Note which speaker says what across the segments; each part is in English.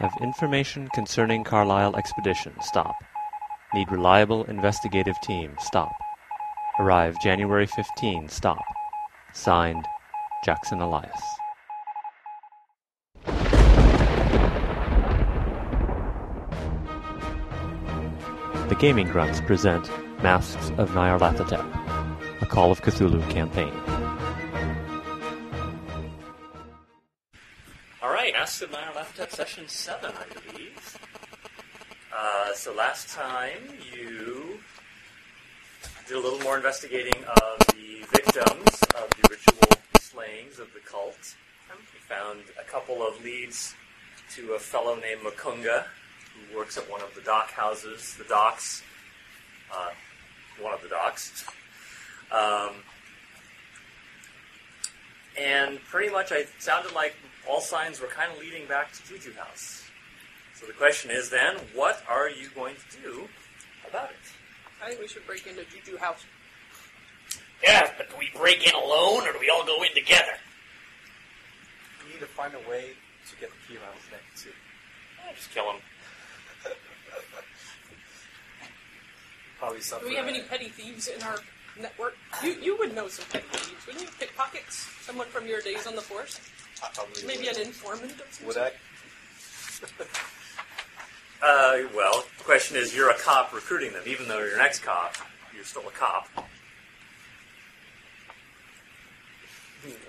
Speaker 1: Have information concerning Carlisle expedition. Stop. Need reliable investigative team. Stop. Arrive January 15. Stop. Signed, Jackson Elias. The Gaming Grunts present Masks of Nyarlathotep, a Call of Cthulhu campaign. All right, Masks of Nyarlathotep session 7, I believe. Uh, so last time you did a little more investigating of the victims of the ritual slayings of the cult. We found a couple of leads to a fellow named Makunga, who works at one of the dock houses, the docks, uh, one of the docks. Um, and pretty much, I sounded like all signs were kind of leading back to Juju House. So the question is then, what are you going to do about it?
Speaker 2: I think we should break into Juju House.
Speaker 3: Yeah, but do we break in alone or do we all go in together?
Speaker 4: We need to find a way to get the key around his neck too.
Speaker 3: Yeah, just kill him.
Speaker 4: Probably something.
Speaker 2: Do we have any petty thieves in our network? You you would know some petty thieves, wouldn't you? Pickpockets? Someone from your days on the force?
Speaker 4: I probably
Speaker 2: Maybe
Speaker 4: would.
Speaker 2: an informant of some
Speaker 4: Would
Speaker 2: sort?
Speaker 4: I?
Speaker 5: Uh, well, the question is, you're a cop recruiting them, even though you're an ex-cop, you're still a cop.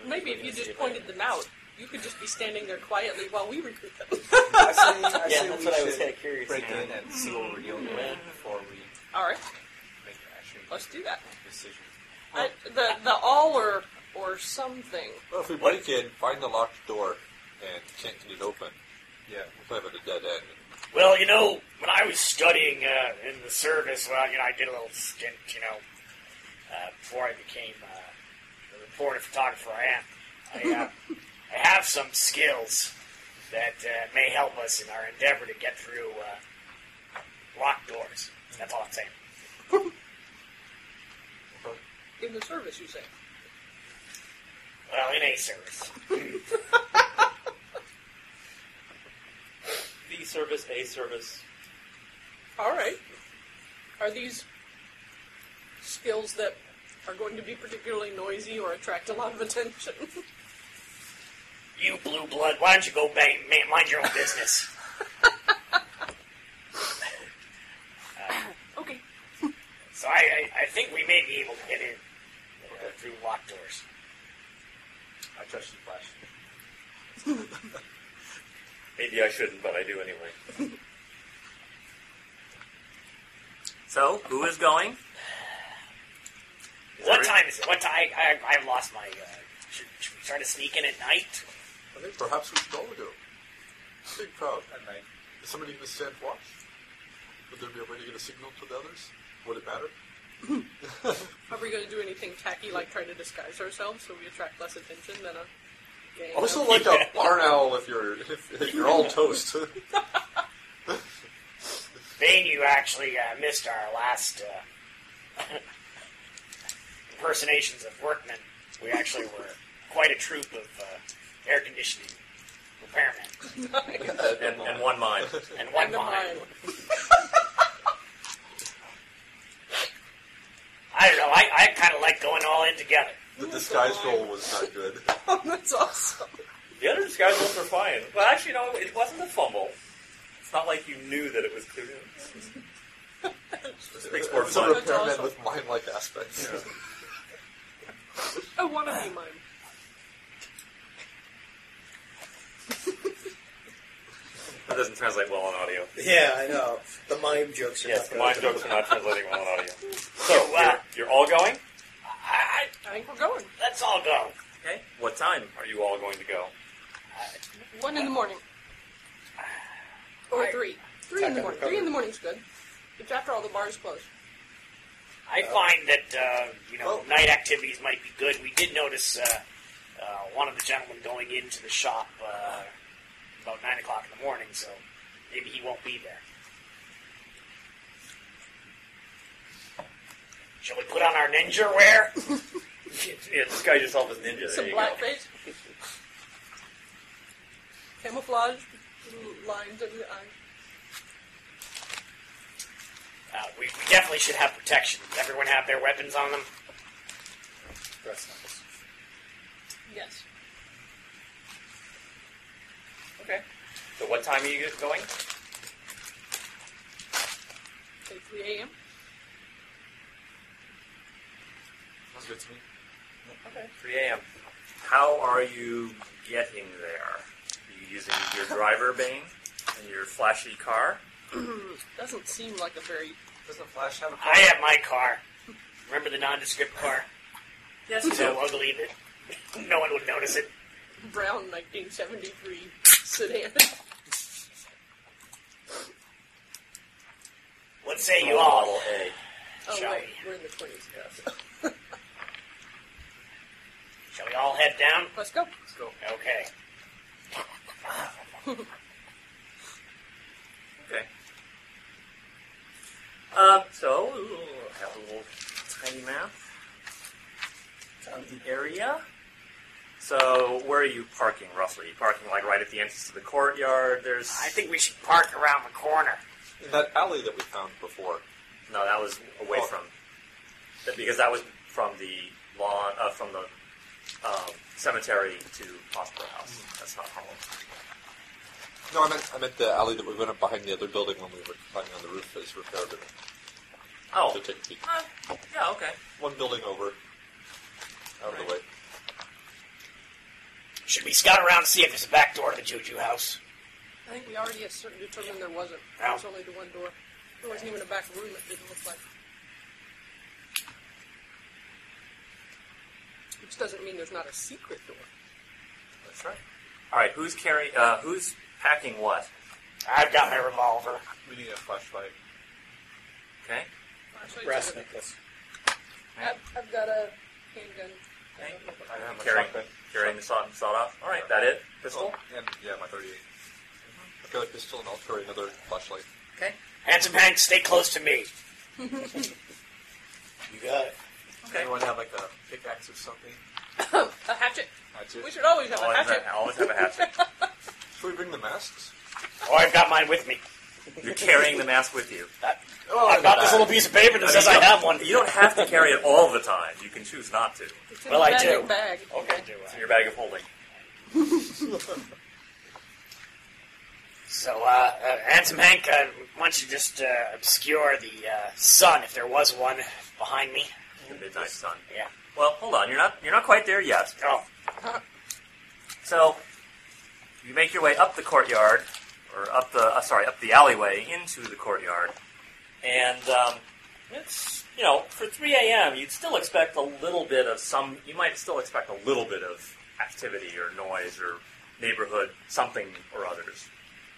Speaker 2: Maybe if you just pointed them out, you could just be standing there quietly while we recruit them.
Speaker 3: Yeah,
Speaker 4: I say, I say
Speaker 3: that's
Speaker 4: we
Speaker 3: what I was
Speaker 4: should
Speaker 3: kinda curious
Speaker 4: Break
Speaker 3: now.
Speaker 4: in and see what we're dealing with before we
Speaker 2: All right,
Speaker 4: make an actual
Speaker 2: let's do that.
Speaker 4: decision.
Speaker 2: I, the the all or or something.
Speaker 6: Well, if we break in, find the locked door, and can't get it open,
Speaker 4: Yeah.
Speaker 6: we'll have it a dead end.
Speaker 3: Well, you know, when I was studying uh, in the service, well, you know, I did a little stint, you know, uh, before I became uh, the reporter photographer I am. I, uh, I have some skills that uh, may help us in our endeavor to get through uh, locked doors. That's all I'm saying.
Speaker 2: In the service, you say.
Speaker 3: Well, in a service.
Speaker 5: The service, a service.
Speaker 2: All right. Are these skills that are going to be particularly noisy or attract a lot of attention?
Speaker 3: You blue blood, why don't you go bang, man, mind your own business?
Speaker 2: okay.
Speaker 3: So I, I, I think we may be able to get in uh, through locked doors.
Speaker 4: I trust you, Flash.
Speaker 5: Maybe I shouldn't, but I do anyway. so, who is going? Is
Speaker 3: What
Speaker 5: every-
Speaker 3: time is it? What time? I, I, I lost my. Uh, should, should we try to sneak in at night?
Speaker 6: I think perhaps we should all go. Big crowd.
Speaker 4: At night.
Speaker 6: Is somebody going to stand watch? Would there be a way to get a signal to the others? Would it matter?
Speaker 2: Are we going to do anything tacky, like try to disguise ourselves so we attract less attention than a gang? of-
Speaker 6: Also, like a barn owl if you're if, if you're all toast.
Speaker 3: Bane, you actually uh, missed our last uh, impersonations of workmen. We actually were quite a troop of uh, air conditioning repairmen
Speaker 5: And, and one mine.
Speaker 3: and one
Speaker 2: Never
Speaker 3: mine.
Speaker 2: mind.
Speaker 3: I don't know. I, I kind of like going all in together.
Speaker 6: the disguise roll was not good.
Speaker 2: Oh, that's awesome.
Speaker 5: The other disguises were fine. Well, actually, no, it wasn't a fumble. It's not like you knew that it was clear. This makes more
Speaker 6: It was a
Speaker 5: fun.
Speaker 2: That's
Speaker 6: repairman
Speaker 2: awesome.
Speaker 6: with mine-like aspects.
Speaker 2: I want to be mine.
Speaker 5: That doesn't translate well on audio.
Speaker 7: Yeah, I know. The mime jokes are
Speaker 5: Yes,
Speaker 7: not
Speaker 5: mine
Speaker 7: good.
Speaker 5: jokes are not translating well on audio. So,
Speaker 3: uh,
Speaker 5: you're, you're all going?
Speaker 3: I, I,
Speaker 2: I think we're going.
Speaker 3: let's all go.
Speaker 5: Okay. What time are you all going to go?
Speaker 2: One in the morning. Or
Speaker 3: I-
Speaker 2: three. Three in the
Speaker 7: Attack
Speaker 2: morning.
Speaker 7: undercover.
Speaker 2: Three in the morning's good. It's after all the bars close.
Speaker 3: I find that uh, you know
Speaker 6: Well-
Speaker 3: night activities might be good. We did notice uh, uh, one of the gentlemen going into the shop uh, about nine o'clock in the morning, so maybe he won't be there. Shall we put on our ninja wear?
Speaker 5: Yeah, disguise yourself as ninja. There
Speaker 2: Some
Speaker 5: you go.
Speaker 2: blackface. Camouflage. Little lines under the eye.
Speaker 3: Uh, we, we definitely should have protection. Does everyone have their weapons on them?
Speaker 7: That's nice.
Speaker 2: Yes.
Speaker 5: Okay. So what time are you going?
Speaker 2: Like 3 a.m.
Speaker 4: Sounds good to me.
Speaker 5: 3 a.m.
Speaker 1: How are you getting there? Are you using your driver bane and your flashy car?
Speaker 2: Doesn't seem like a very.
Speaker 4: Doesn't Flash have a car?
Speaker 3: I have my car. Remember the nondescript car?
Speaker 1: Yes,
Speaker 3: So ugly that no one would notice it.
Speaker 2: brown 1973 sedan.
Speaker 3: Let's say you all.
Speaker 1: A.
Speaker 2: Oh,
Speaker 3: Shall
Speaker 2: wait,
Speaker 3: we?
Speaker 2: we're in the 20s.
Speaker 3: Shall we all head down?
Speaker 2: Let's go.
Speaker 4: Let's go.
Speaker 3: Okay.
Speaker 1: Okay. Uh, so, ooh, have a little tiny map of the area. So, where are you parking roughly? You parking like right at the entrance to the courtyard? There's
Speaker 3: I think we should park around the corner.
Speaker 4: In that alley that we found before.
Speaker 1: no, that was away
Speaker 4: Oh.
Speaker 1: from that- because that was from the lawn uh, from the um, cemetery to Hospital House. That's not Harlem.
Speaker 4: No, I meant, I meant the alley that we went up behind the other building when we were climbing on the roof is repaired. and
Speaker 1: Oh,
Speaker 4: They're taking the-
Speaker 1: uh, yeah, okay.
Speaker 4: one building over. Out of the way.
Speaker 3: Should we scout around and see if there's a back door to the Juju house?
Speaker 2: I think we already had certain determined there wasn't. There
Speaker 3: Ow.
Speaker 2: was only the one door. There wasn't even a back room, it didn't look like. Which doesn't mean there's not a secret door.
Speaker 1: That's right. All right. Who's carrying? Uh, who's packing what?
Speaker 3: I've got my revolver.
Speaker 4: We need a flashlight.
Speaker 1: Okay.
Speaker 2: Actually,
Speaker 7: Brass
Speaker 2: it's a-
Speaker 7: necklace.
Speaker 2: I've, I've got a handgun.
Speaker 1: Okay.
Speaker 4: I have my
Speaker 1: Carrying,
Speaker 4: shotgun.
Speaker 1: carrying the sawed, sawed off. All right, that it. Pistol.
Speaker 4: And, yeah, my 38. I've got a pistol and I'll carry another flashlight.
Speaker 1: Okay.
Speaker 3: Handsome Hank, stay close to me.
Speaker 7: You got it.
Speaker 1: Okay.
Speaker 4: Anyone have like a pickaxe or something?
Speaker 2: a hatchet.
Speaker 4: Hatchet?
Speaker 2: We should always
Speaker 3: Oh,
Speaker 2: have a
Speaker 1: Always
Speaker 2: hatchet.
Speaker 1: have, always have a hatchet.
Speaker 4: Should we bring the masks?
Speaker 3: Oh, I've got mine with me.
Speaker 1: You're carrying the mask with you.
Speaker 4: Oh,
Speaker 3: I've got this little piece of paper that says I have one.
Speaker 1: You don't have to carry it all the time. You can choose not to.
Speaker 2: It's in
Speaker 3: Well,
Speaker 2: the
Speaker 3: I
Speaker 2: magic
Speaker 3: do.
Speaker 2: bag.
Speaker 3: Okay, do
Speaker 1: It's
Speaker 3: I?
Speaker 1: in your bag of holding.
Speaker 3: So, uh, uh, Handsome Hank, uh, why don't you just uh, obscure the uh, sun, if there was one, behind me?
Speaker 1: The midnight sun.
Speaker 3: Yeah.
Speaker 1: Well, hold on. You're not. You're not quite there yet.
Speaker 3: Oh,
Speaker 1: So you make your way up the courtyard, or up the uh, sorry, up the alleyway into the courtyard, and um, it's you know for three a.m. You'd still expect a little bit of some. You might still expect a little bit of activity or noise or neighborhood something or others.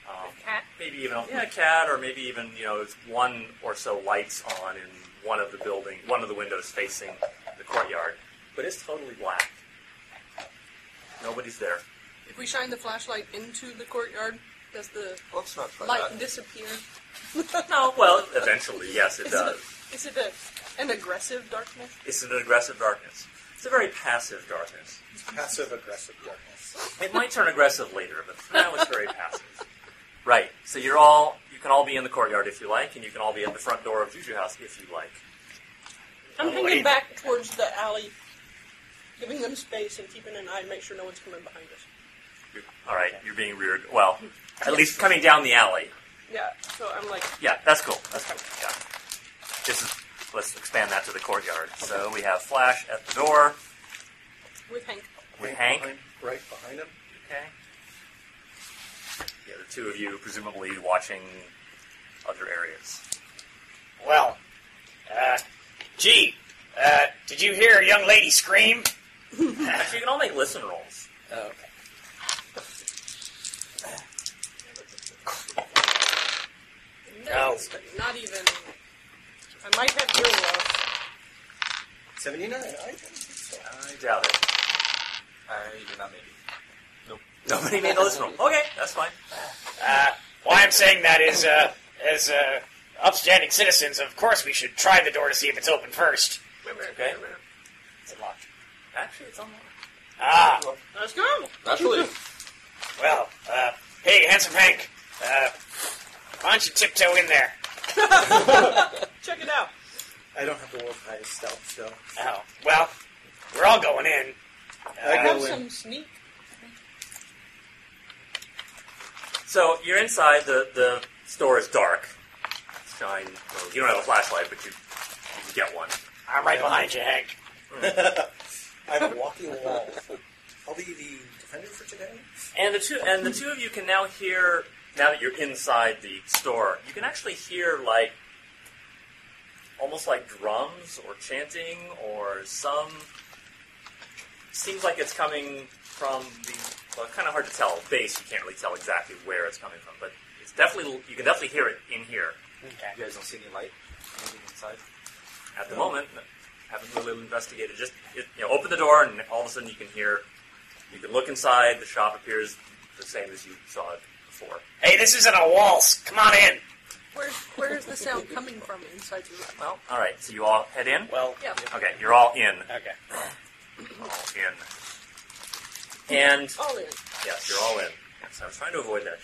Speaker 1: Um,
Speaker 2: Cat.
Speaker 1: maybe even a, yeah, a cat, or maybe even you know it's one or so lights on in one of the building, one of the windows facing the courtyard, but it's totally black. Nobody's there.
Speaker 2: If we shine the flashlight into the courtyard, does the
Speaker 4: Let's not try
Speaker 2: light
Speaker 4: that.
Speaker 2: disappear?
Speaker 1: No, well, eventually, yes, it
Speaker 2: Is it, a,
Speaker 1: does.
Speaker 2: is it a, an aggressive darkness?
Speaker 1: It's an aggressive darkness. It's a very passive darkness.
Speaker 7: It's passive aggressive darkness.
Speaker 1: It might turn aggressive later, but for now it's very passive. Right. So you're all you can all be in the courtyard if you like, and you can all be at the front door of Juju House if you like.
Speaker 2: I'm
Speaker 3: Oh,
Speaker 2: hanging
Speaker 3: wait.
Speaker 2: back towards the alley, giving them space and keeping an eye to make sure no one's coming behind us.
Speaker 1: You're, all right, you're being reared. Well, at least coming down the alley.
Speaker 2: Yeah, so I'm like,
Speaker 1: Yeah, that's cool. That's cool. Yeah. This is. Let's expand that to the courtyard. So we have Flash at the door
Speaker 2: with Hank.
Speaker 1: with Hank.
Speaker 7: Behind, right behind him.
Speaker 1: Okay. Yeah, the two of you presumably watching other areas.
Speaker 3: well. Uh, gee, uh, did you hear a young lady scream?
Speaker 1: Actually, you can all make listen rolls.
Speaker 7: Oh, okay.
Speaker 3: No.
Speaker 2: Not even. I might have earwolf.
Speaker 7: 79. I don't think
Speaker 1: I doubt it.
Speaker 4: I did not maybe.
Speaker 1: Nobody made a listen roll. Okay, that's fine.
Speaker 3: Uh, why I'm saying that is, uh, as uh, upstanding citizens, of course we should try the door to see if it's open first.
Speaker 1: Okay.
Speaker 3: Is it locked?
Speaker 1: Actually, it's on.
Speaker 3: Ah,
Speaker 2: Let's go.
Speaker 4: Naturally.
Speaker 3: well, uh, Hey, handsome Hank, uh, why don't you tiptoe in there?
Speaker 2: Check it out.
Speaker 7: I don't have the world's highest stealth, so
Speaker 3: Oh, well, we're all going in.
Speaker 7: I
Speaker 3: Uh,
Speaker 7: go
Speaker 2: Have
Speaker 7: in.
Speaker 2: some sneak.
Speaker 1: So you're inside. the The store is dark. Shine. Well, you don't have a flashlight, but you, you can get one.
Speaker 3: I'm right behind you, Hank.
Speaker 7: I'm walking wall. I'll be the defender for today.
Speaker 1: And the two and the two of you can now hear. Now that you're inside the store, you can actually hear like almost like drums or chanting or some. Seems like it's coming from the. Well, kind of hard to tell. Bass, you can't really tell exactly where it's coming from, but it's definitely you can definitely hear it in here.
Speaker 3: Okay.
Speaker 8: You guys don't see any light? Anything inside?
Speaker 1: At the moment, haven't really investigated. Just it, you know, open the door, and all of a sudden you can hear. You can look inside. The shop appears the same as you saw it before.
Speaker 3: Hey, this isn't a waltz. Come on in.
Speaker 2: Where's where is the sound coming from inside the room?
Speaker 1: Well, all right. So you all head in.
Speaker 3: Well,
Speaker 2: Yeah.
Speaker 1: Okay, you're all in.
Speaker 3: okay.
Speaker 1: All in. And
Speaker 2: All in.
Speaker 1: yes, you're all in. Yes, I was trying to avoid that.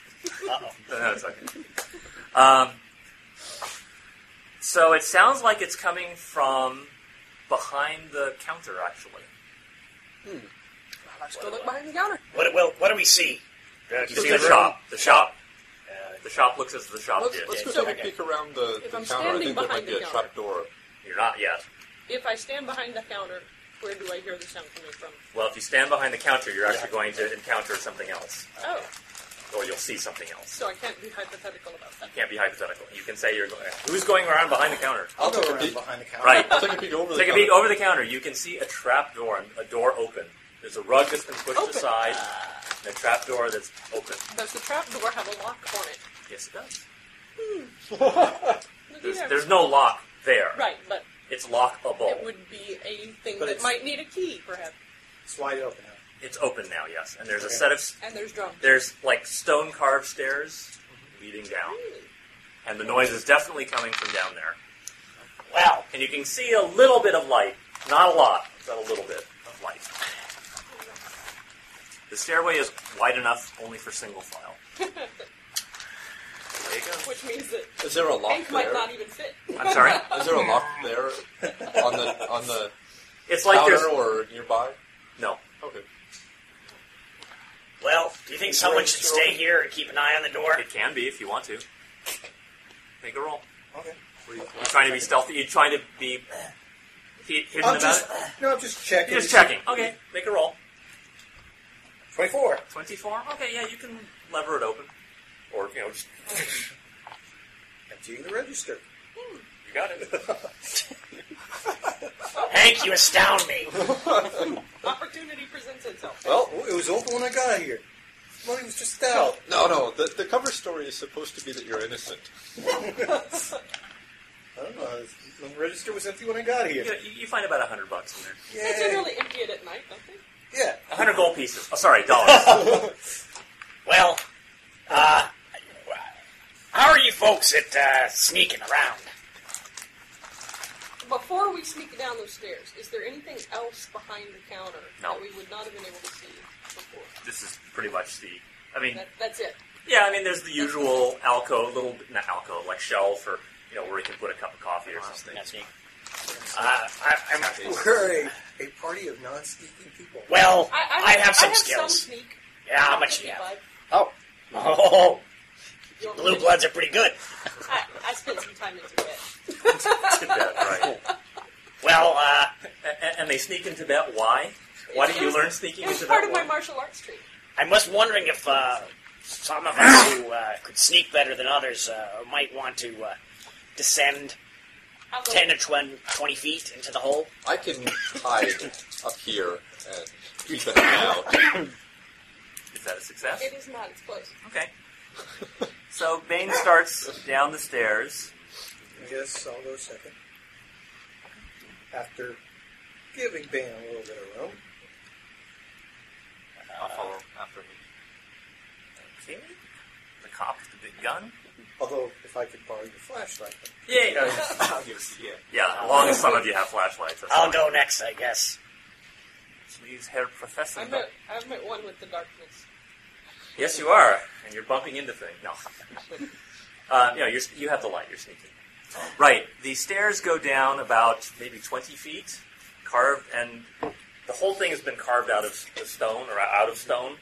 Speaker 3: Uh-oh.
Speaker 1: No, no, it's okay. Um, so it sounds like it's coming from behind the counter, actually.
Speaker 2: Let's go look behind the counter.
Speaker 3: What, well, what do we see? Uh,
Speaker 1: You
Speaker 3: do
Speaker 1: see
Speaker 3: you
Speaker 1: the
Speaker 3: room?
Speaker 1: shop. The shop.
Speaker 3: Uh,
Speaker 1: The shop looks as the shop
Speaker 6: Let's,
Speaker 1: did.
Speaker 6: let's
Speaker 3: yeah,
Speaker 6: go take
Speaker 3: okay.
Speaker 6: a peek around the,
Speaker 2: If
Speaker 6: the
Speaker 2: I'm
Speaker 6: counter. I
Speaker 2: standing
Speaker 6: think there might
Speaker 2: behind
Speaker 6: be
Speaker 2: the
Speaker 6: a
Speaker 2: counter.
Speaker 6: trap door.
Speaker 1: You're not yet.
Speaker 2: If I stand behind the counter, where do I hear the sound coming from?
Speaker 1: Well, if you stand behind the counter, you're actually going to encounter something else,
Speaker 2: Oh,
Speaker 1: or you'll see something else.
Speaker 2: so I can't be hypothetical about that.
Speaker 1: Can't be hypothetical. You can say you're going. Who's going around behind the counter?
Speaker 7: I'll
Speaker 6: go
Speaker 7: go
Speaker 6: around
Speaker 7: around behind the counter.
Speaker 1: Right.
Speaker 6: I'll take a peek over the
Speaker 1: Take a
Speaker 6: counter.
Speaker 1: peek over the counter. You can see a trap door, and a door open. There's a rug that's been pushed
Speaker 2: Open.
Speaker 1: aside, and a trap door that's open.
Speaker 2: Does the trap door have a lock on it?
Speaker 1: Yes, it does.
Speaker 2: Looky
Speaker 1: There's,
Speaker 2: there.
Speaker 1: there's no lock there.
Speaker 2: Right, but
Speaker 1: It's
Speaker 2: it
Speaker 1: lockable.
Speaker 2: would be a thing
Speaker 7: But
Speaker 2: that
Speaker 7: it's-
Speaker 2: might need a key, perhaps.
Speaker 7: It's wide open now.
Speaker 1: It's open now, yes. And there's a
Speaker 7: Okay.
Speaker 1: set of s-
Speaker 2: And there's drums.
Speaker 1: there's like stone carved stairs leading down, and the noise is definitely coming from down there.
Speaker 3: well,
Speaker 1: And you can see a little bit of light, not a lot, but a little bit of light. The stairway is wide enough only for single file. There you go.
Speaker 2: Which means that
Speaker 4: Is there a lock
Speaker 2: Hank might
Speaker 4: there?
Speaker 2: not even fit.
Speaker 1: I'm sorry.
Speaker 4: Is there a lock there on the on the
Speaker 1: It's like there's
Speaker 4: counter or nearby?
Speaker 1: no.
Speaker 4: Okay.
Speaker 3: well, do you think someone should stay here and keep an eye on the door?
Speaker 1: It can be if you want to. Make a roll.
Speaker 7: Okay.
Speaker 1: You're trying to be stealthy. You're trying to be hi- hidden
Speaker 7: I'm
Speaker 1: about
Speaker 7: just
Speaker 1: it.
Speaker 7: no, I'm just checking.
Speaker 1: You're just checking. Okay, make a roll.
Speaker 7: Twenty-four.
Speaker 1: Twenty-four. Okay, yeah, you can lever it open, or you know, just
Speaker 7: Emptying the register.
Speaker 1: you got it.
Speaker 3: Hank, you astound me.
Speaker 2: Opportunity presents itself.
Speaker 7: Well, it was open when I got here. Well, it was just out.
Speaker 4: No, no. The, the cover story is supposed to be that you're innocent.
Speaker 7: I don't know. The register was empty when I got
Speaker 1: You,
Speaker 7: here.
Speaker 1: you, you find about a hundred bucks in there.
Speaker 2: They
Speaker 7: Yeah.
Speaker 2: generally empty it at night, don't they?
Speaker 7: Yeah.
Speaker 1: A hundred gold pieces. Oh, sorry, dollars.
Speaker 3: Well, uh, how are you folks at uh, sneaking around?
Speaker 2: Before we sneak down those stairs, is there anything else behind the counter
Speaker 1: No.
Speaker 2: that we would not have been able to see before?
Speaker 1: this is pretty much the. I mean,
Speaker 2: That, that's it.
Speaker 1: yeah, I mean, there's the usual alcove, little not alcove, like shelf, or you know, where you can put a cup of coffee or something.
Speaker 3: That's me. Uh, I, I'm,
Speaker 7: We're a, a party of non-speaking people.
Speaker 3: well,
Speaker 2: I, I,
Speaker 3: I have some
Speaker 2: I have
Speaker 3: skills.
Speaker 2: Some sneak.
Speaker 3: yeah, how much do you have?
Speaker 2: Five.
Speaker 3: Oh,
Speaker 2: You want me
Speaker 3: blue
Speaker 2: to-
Speaker 3: bloods are pretty good.
Speaker 2: I, I spent some time in Tibet.
Speaker 1: Tibet, right?
Speaker 3: Well, uh,
Speaker 1: and, and they sneak in Tibet. Why? Why did
Speaker 2: It
Speaker 1: you
Speaker 2: was-
Speaker 1: learn sneaking
Speaker 2: It
Speaker 1: in
Speaker 2: was
Speaker 1: Tibet?
Speaker 2: part of my
Speaker 1: Why?
Speaker 2: martial arts training.
Speaker 3: I'm just wondering if uh, some of us who uh, could sneak better than others uh, might want to uh, descend
Speaker 2: I'll go-
Speaker 3: 10 or 20, 20 feet into the hole.
Speaker 4: I can hide up here and keep an eye out.
Speaker 1: Is that a success?
Speaker 2: It is not. It's close.
Speaker 1: Okay. So Bane starts down the stairs.
Speaker 7: I guess I'll go second. After giving Bane a little bit of room.
Speaker 8: I'll follow after him.
Speaker 1: Okay. The cop with the big gun.
Speaker 7: Although, if I could borrow your flashlight.
Speaker 1: Yeah.
Speaker 8: I'll give us, yeah.
Speaker 1: Yeah, as long as some of you have flashlights. That's
Speaker 3: I'll
Speaker 1: fine.
Speaker 3: go next, I guess.
Speaker 1: Which leaves Herr Professor.
Speaker 2: I met, I've met one with the darkness.
Speaker 1: Yes, you are, and you're bumping into things. No, uh, you know you're, you have the light. You're sneaking. Right. The stairs go down about maybe 20 feet, carved, and the whole thing has been carved out of the stone or out of stone.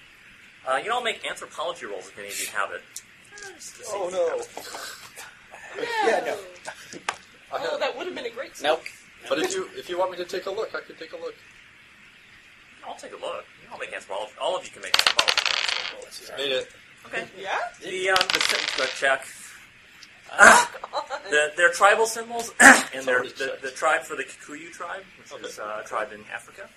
Speaker 1: Uh, you don't make anthropology rolls if any of you have it.
Speaker 7: Oh no. Yeah, no.
Speaker 2: Oh, that would have been a great
Speaker 7: Nope.
Speaker 6: But if you if you want me to take a look, I can take a look.
Speaker 1: I'll take a look. You don't make anthropology. All of you can make anthropology.
Speaker 4: Made it.
Speaker 1: Okay.
Speaker 2: Yeah?
Speaker 1: The um, the, sy- the check. Uh, the, their tribal symbols and their
Speaker 4: already
Speaker 1: the,
Speaker 4: checked.
Speaker 1: the tribe for the Kikuyu tribe, which
Speaker 4: Okay.
Speaker 1: is uh, a tribe in Africa.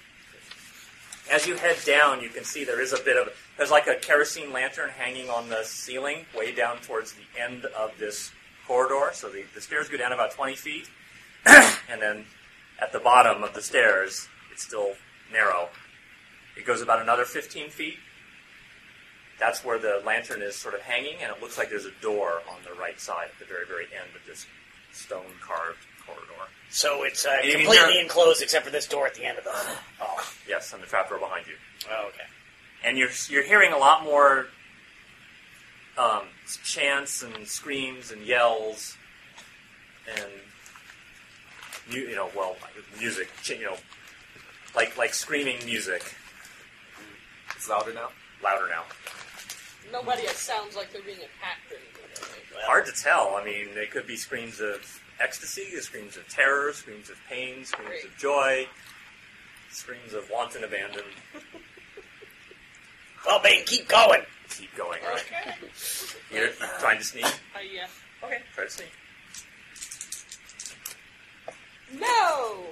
Speaker 1: As you head down, you can see there is a bit of there's like a kerosene lantern hanging on the ceiling, way down towards the end of this corridor. So the, the stairs go down about twenty feet, and then at the bottom of the stairs, it's still narrow. It goes about another fifteen feet, that's where the lantern is sort of hanging, and it looks like there's a door on the right side at the very, very end of this stone carved corridor.
Speaker 3: So it's uh,
Speaker 1: You can
Speaker 3: completely
Speaker 1: turn-
Speaker 3: enclosed except for this door at the end of the. Oh,
Speaker 1: Yes, and the trapdoor behind you.
Speaker 3: oh okay.
Speaker 1: And you're, you're hearing a lot more um, chants and screams and yells and, mu- you know, well, like music, ch- you know, like, like screaming music,
Speaker 8: It's louder now.
Speaker 1: louder now.
Speaker 2: Nobody that sounds like they're being attacked or anything. right?
Speaker 1: Hard to tell. I mean, it could be screams of ecstasy, screams of terror, screams of pain, screams of joy, screams of wanton abandon.
Speaker 3: Well, Bane, keep going.
Speaker 1: Keep going, right?
Speaker 2: Okay.
Speaker 1: You're trying to sneak.
Speaker 2: Uh, yeah.
Speaker 1: Okay, try to sneak.
Speaker 2: No!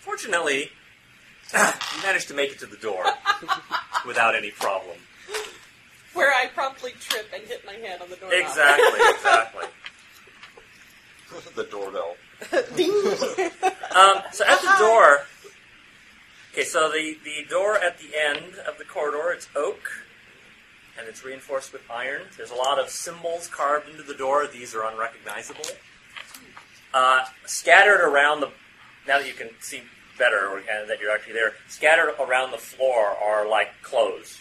Speaker 1: Fortunately, you managed to make it to the door without any problem.
Speaker 2: Where I promptly trip and hit my head on the door.
Speaker 1: Exactly, exactly.
Speaker 4: the doorbell.
Speaker 2: Ding!
Speaker 1: Um, so at
Speaker 3: Uh-huh.
Speaker 1: the door. Okay, so the, the door at the end of the corridor, it's oak, and it's reinforced with iron. There's a lot of symbols carved into the door. These are unrecognizable. Uh, scattered around the. Now that you can see better, or and that you're actually there, scattered around the floor are like clothes.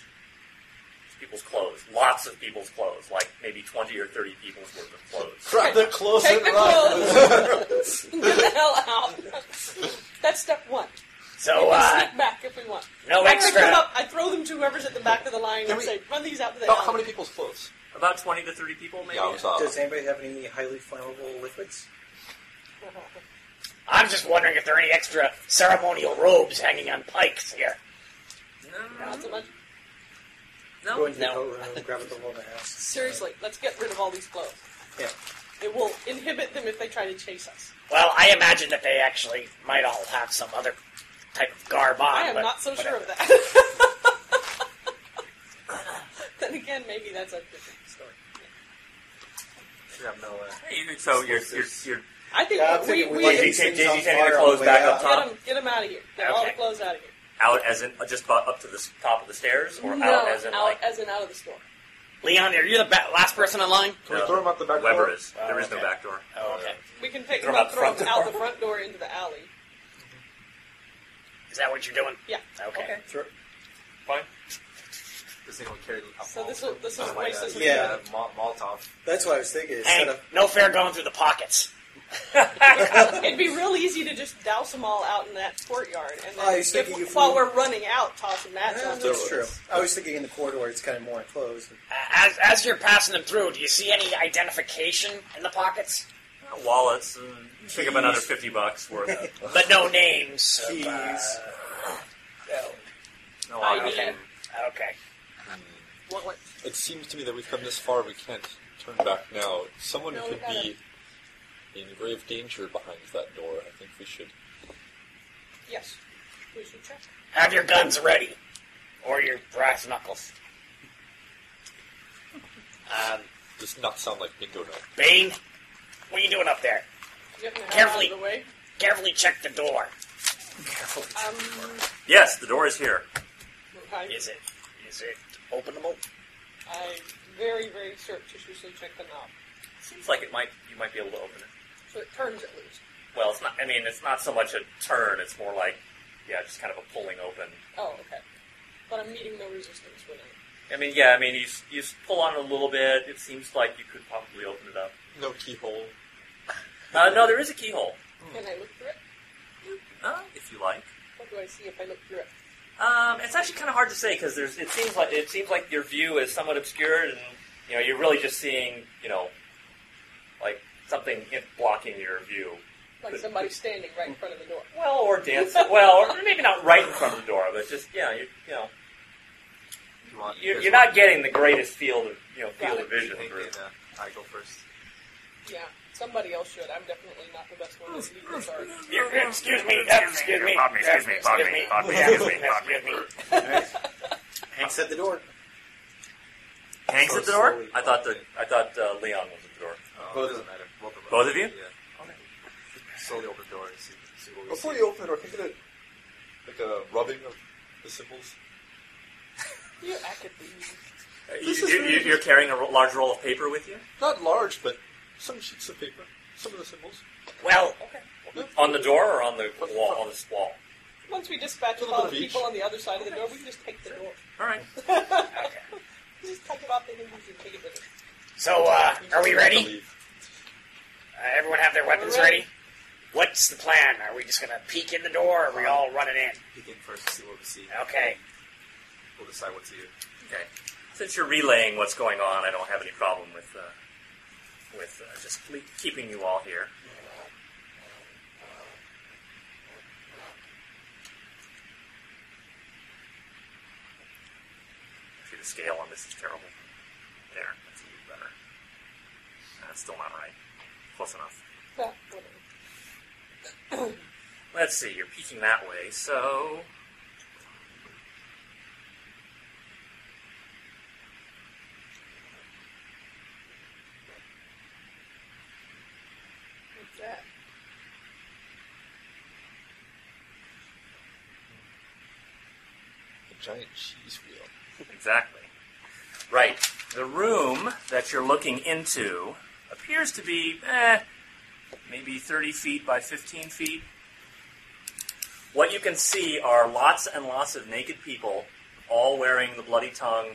Speaker 1: People's clothes. Lots of people's clothes. Like maybe 20 or 30 people's worth of clothes.
Speaker 7: Grab the clothes
Speaker 2: Take
Speaker 7: and
Speaker 2: the
Speaker 7: run.
Speaker 2: clothes! Get the hell out. That's step one.
Speaker 3: So,
Speaker 2: we
Speaker 3: uh,
Speaker 2: sneak back if we want.
Speaker 3: no
Speaker 2: I pick them
Speaker 3: extra.
Speaker 2: up, I throw them to whoever's at the back of the line
Speaker 4: Can
Speaker 2: and
Speaker 4: we-
Speaker 2: say, run these out to the
Speaker 8: Oh,
Speaker 4: About
Speaker 2: alley.
Speaker 4: how many people's clothes?
Speaker 1: About 20 to 30 people, maybe?
Speaker 4: Yeah, I saw.
Speaker 7: Does anybody have any highly flammable liquids?
Speaker 3: I'm just wondering if there are any extra ceremonial robes hanging on pikes here.
Speaker 1: No,
Speaker 2: Not so much.
Speaker 1: no.
Speaker 7: Go into the
Speaker 3: No.
Speaker 7: coat room, grab a couple of masks.
Speaker 2: Seriously, let's get rid of all these clothes.
Speaker 7: Yeah.
Speaker 2: It will inhibit them if they try to chase us.
Speaker 3: Well, I imagine that they actually might all have some other type of garb on.
Speaker 2: I am
Speaker 3: but
Speaker 2: not so sure
Speaker 3: whatever.
Speaker 2: of that. then again, maybe that's a different story.
Speaker 8: We have no. Uh,
Speaker 1: Hey, you- so you're, you're, you're
Speaker 2: I think
Speaker 7: Yeah, I'm
Speaker 2: we,
Speaker 7: thinking
Speaker 2: we
Speaker 7: we
Speaker 1: Like,
Speaker 7: should
Speaker 1: you take,
Speaker 2: get
Speaker 7: Did things
Speaker 1: did
Speaker 7: on
Speaker 1: you take your
Speaker 7: fire
Speaker 1: clothes
Speaker 7: on the
Speaker 1: back
Speaker 7: way
Speaker 1: up
Speaker 7: out.
Speaker 1: top?
Speaker 2: them, get them out of here. Get all the
Speaker 1: Okay.
Speaker 2: clothes out of here.
Speaker 1: Out as in uh, just bu- up to the s- top of the stairs, or
Speaker 2: no,
Speaker 1: out as in like
Speaker 2: as in out of the store.
Speaker 3: Leon, are you the ba- last person in line?
Speaker 4: Can
Speaker 1: No.
Speaker 4: we throw them out the back
Speaker 1: Weber
Speaker 4: door?
Speaker 1: is. there is no
Speaker 3: okay.
Speaker 1: back door.
Speaker 3: Oh, okay.
Speaker 2: We can pick
Speaker 1: Throw
Speaker 2: them
Speaker 1: them
Speaker 2: up,
Speaker 1: out
Speaker 2: throw
Speaker 1: front
Speaker 2: them
Speaker 1: door.
Speaker 2: out the front door into the alley.
Speaker 3: Is that what you're doing?
Speaker 2: Yeah.
Speaker 3: Okay.
Speaker 2: Okay.
Speaker 1: Fine.
Speaker 8: does anyone carry alcohol?
Speaker 2: So this will- this is
Speaker 8: Something like
Speaker 2: wasted
Speaker 8: that.
Speaker 7: Yeah.
Speaker 8: yeah. Mal- Molotov.
Speaker 7: That's what I was thinking. is
Speaker 3: Hey,
Speaker 7: set up-
Speaker 3: no fair going through the pockets.
Speaker 2: It'd be real easy to just douse them all out in that courtyard, and then
Speaker 7: I was
Speaker 2: if,
Speaker 7: thinking if
Speaker 2: while
Speaker 7: we-
Speaker 2: we're running out, toss a match
Speaker 7: Yeah,
Speaker 2: on them.
Speaker 7: that's true. I was thinking in the corridor, it's kind of more enclosed.
Speaker 3: Uh, as, as you're passing them through, do you see any identification in the pockets?
Speaker 1: Uh, Wallets. Uh, pick up another fifty bucks worth. Of,
Speaker 3: But no names. of, uh,
Speaker 7: Keys.
Speaker 1: no,
Speaker 2: I
Speaker 4: Oh,
Speaker 1: I mean,
Speaker 2: can.
Speaker 3: okay.
Speaker 2: What- what-
Speaker 4: It seems to me that we've come this far. We can't turn back now. Someone
Speaker 2: No, we
Speaker 4: could
Speaker 2: gotta-
Speaker 4: be in grave danger behind that door. I think we should.
Speaker 2: Yes, we should check.
Speaker 3: Have your guns ready, or your brass knuckles. Um,
Speaker 4: Does not sound like bingo night.
Speaker 3: Bane, what are you doing up there?
Speaker 2: Get them out
Speaker 3: Carefully.
Speaker 2: of the way.
Speaker 3: Carefully check the door.
Speaker 2: Um,
Speaker 1: yes, the door is here.
Speaker 2: I,
Speaker 3: Is it is it openable?
Speaker 2: I very, very surreptitiously check them out.
Speaker 1: Seems like it might you might be able to open it.
Speaker 2: So it turns at least.
Speaker 1: Well, it's not. I mean, it's not so much a turn. It's more like yeah, just kind of a pulling open.
Speaker 2: Oh, okay. But I'm meeting no resistance when I
Speaker 1: I mean, yeah, I mean, you, s- you s- pull on it a little bit. It seems like you could probably open it up.
Speaker 4: No keyhole.
Speaker 1: Uh, no, there is a keyhole,
Speaker 2: Can I look through it?
Speaker 1: uh, if you like.
Speaker 2: What do I see if I look through it?
Speaker 1: Um, it's actually kind of hard to say because there's. It seems like it seems like your view is somewhat obscured, and you know you're really just seeing you know, like something in- blocking your view.
Speaker 2: Like somebody standing right in front of the door.
Speaker 1: Well, or dance. well, or maybe not right in front of the door, but just yeah, you, you know,
Speaker 8: You want,
Speaker 1: you're,
Speaker 8: there's
Speaker 1: you're
Speaker 8: one.
Speaker 1: not getting the greatest field of you know field of
Speaker 8: You
Speaker 1: vision.
Speaker 8: think,
Speaker 1: For,
Speaker 8: uh, I go first.
Speaker 2: Yeah, somebody else should. I'm definitely not the best one to lead this art.
Speaker 3: Excuse me, uh, excuse me, pardon me, excuse me, pardon me, pardon me, excuse me, excuse me.
Speaker 7: Hank's at the door.
Speaker 1: Hank's at the door. I thought the, I thought uh, Leon was at the door.
Speaker 8: Oh, it doesn't matter. Both of us.
Speaker 1: Both of you?
Speaker 8: Yeah. Slowly open the door and see, see what we
Speaker 4: Before
Speaker 8: see.
Speaker 4: you open it, or can I get a, like a rubbing of the symbols?
Speaker 2: You acted the
Speaker 1: Uh,
Speaker 4: This
Speaker 1: You,
Speaker 4: is
Speaker 1: you,
Speaker 4: really
Speaker 1: you're carrying a ro- large roll of paper with you
Speaker 4: Not large, but some sheets of paper. Some of the symbols.
Speaker 1: Well, on the door or on the wall on this wall.
Speaker 2: Once we dispatch
Speaker 4: Go to
Speaker 2: all
Speaker 4: the
Speaker 2: the
Speaker 4: beach.
Speaker 2: people on the other side of the door, we can just take the door.
Speaker 1: All right.
Speaker 2: Just take it off the hinges and take it with us.
Speaker 3: So, uh, are we
Speaker 4: I
Speaker 3: ready?
Speaker 4: believe.
Speaker 3: Uh, everyone have their weapons
Speaker 2: We're ready.
Speaker 3: ready? What's the plan? Are we just gonna peek in the door, or are we all running in?
Speaker 8: Peek in first to see what we see.
Speaker 3: Okay.
Speaker 8: We'll decide what to do.
Speaker 1: Okay. Since you're relaying what's going on, I don't have any problem with uh, with uh, just le- keeping you all here. See, the scale on this is terrible. There, that's a little better. That's still not right. Close enough.
Speaker 2: Yeah, whatever.
Speaker 1: Let's see, you're peeking that way, so.
Speaker 2: What's that?
Speaker 4: A giant cheese wheel.
Speaker 1: Exactly. Right. The room that you're looking into appears to be eh, maybe 30 feet by 15 feet. What you can see are lots and lots of naked people, all wearing the bloody tongue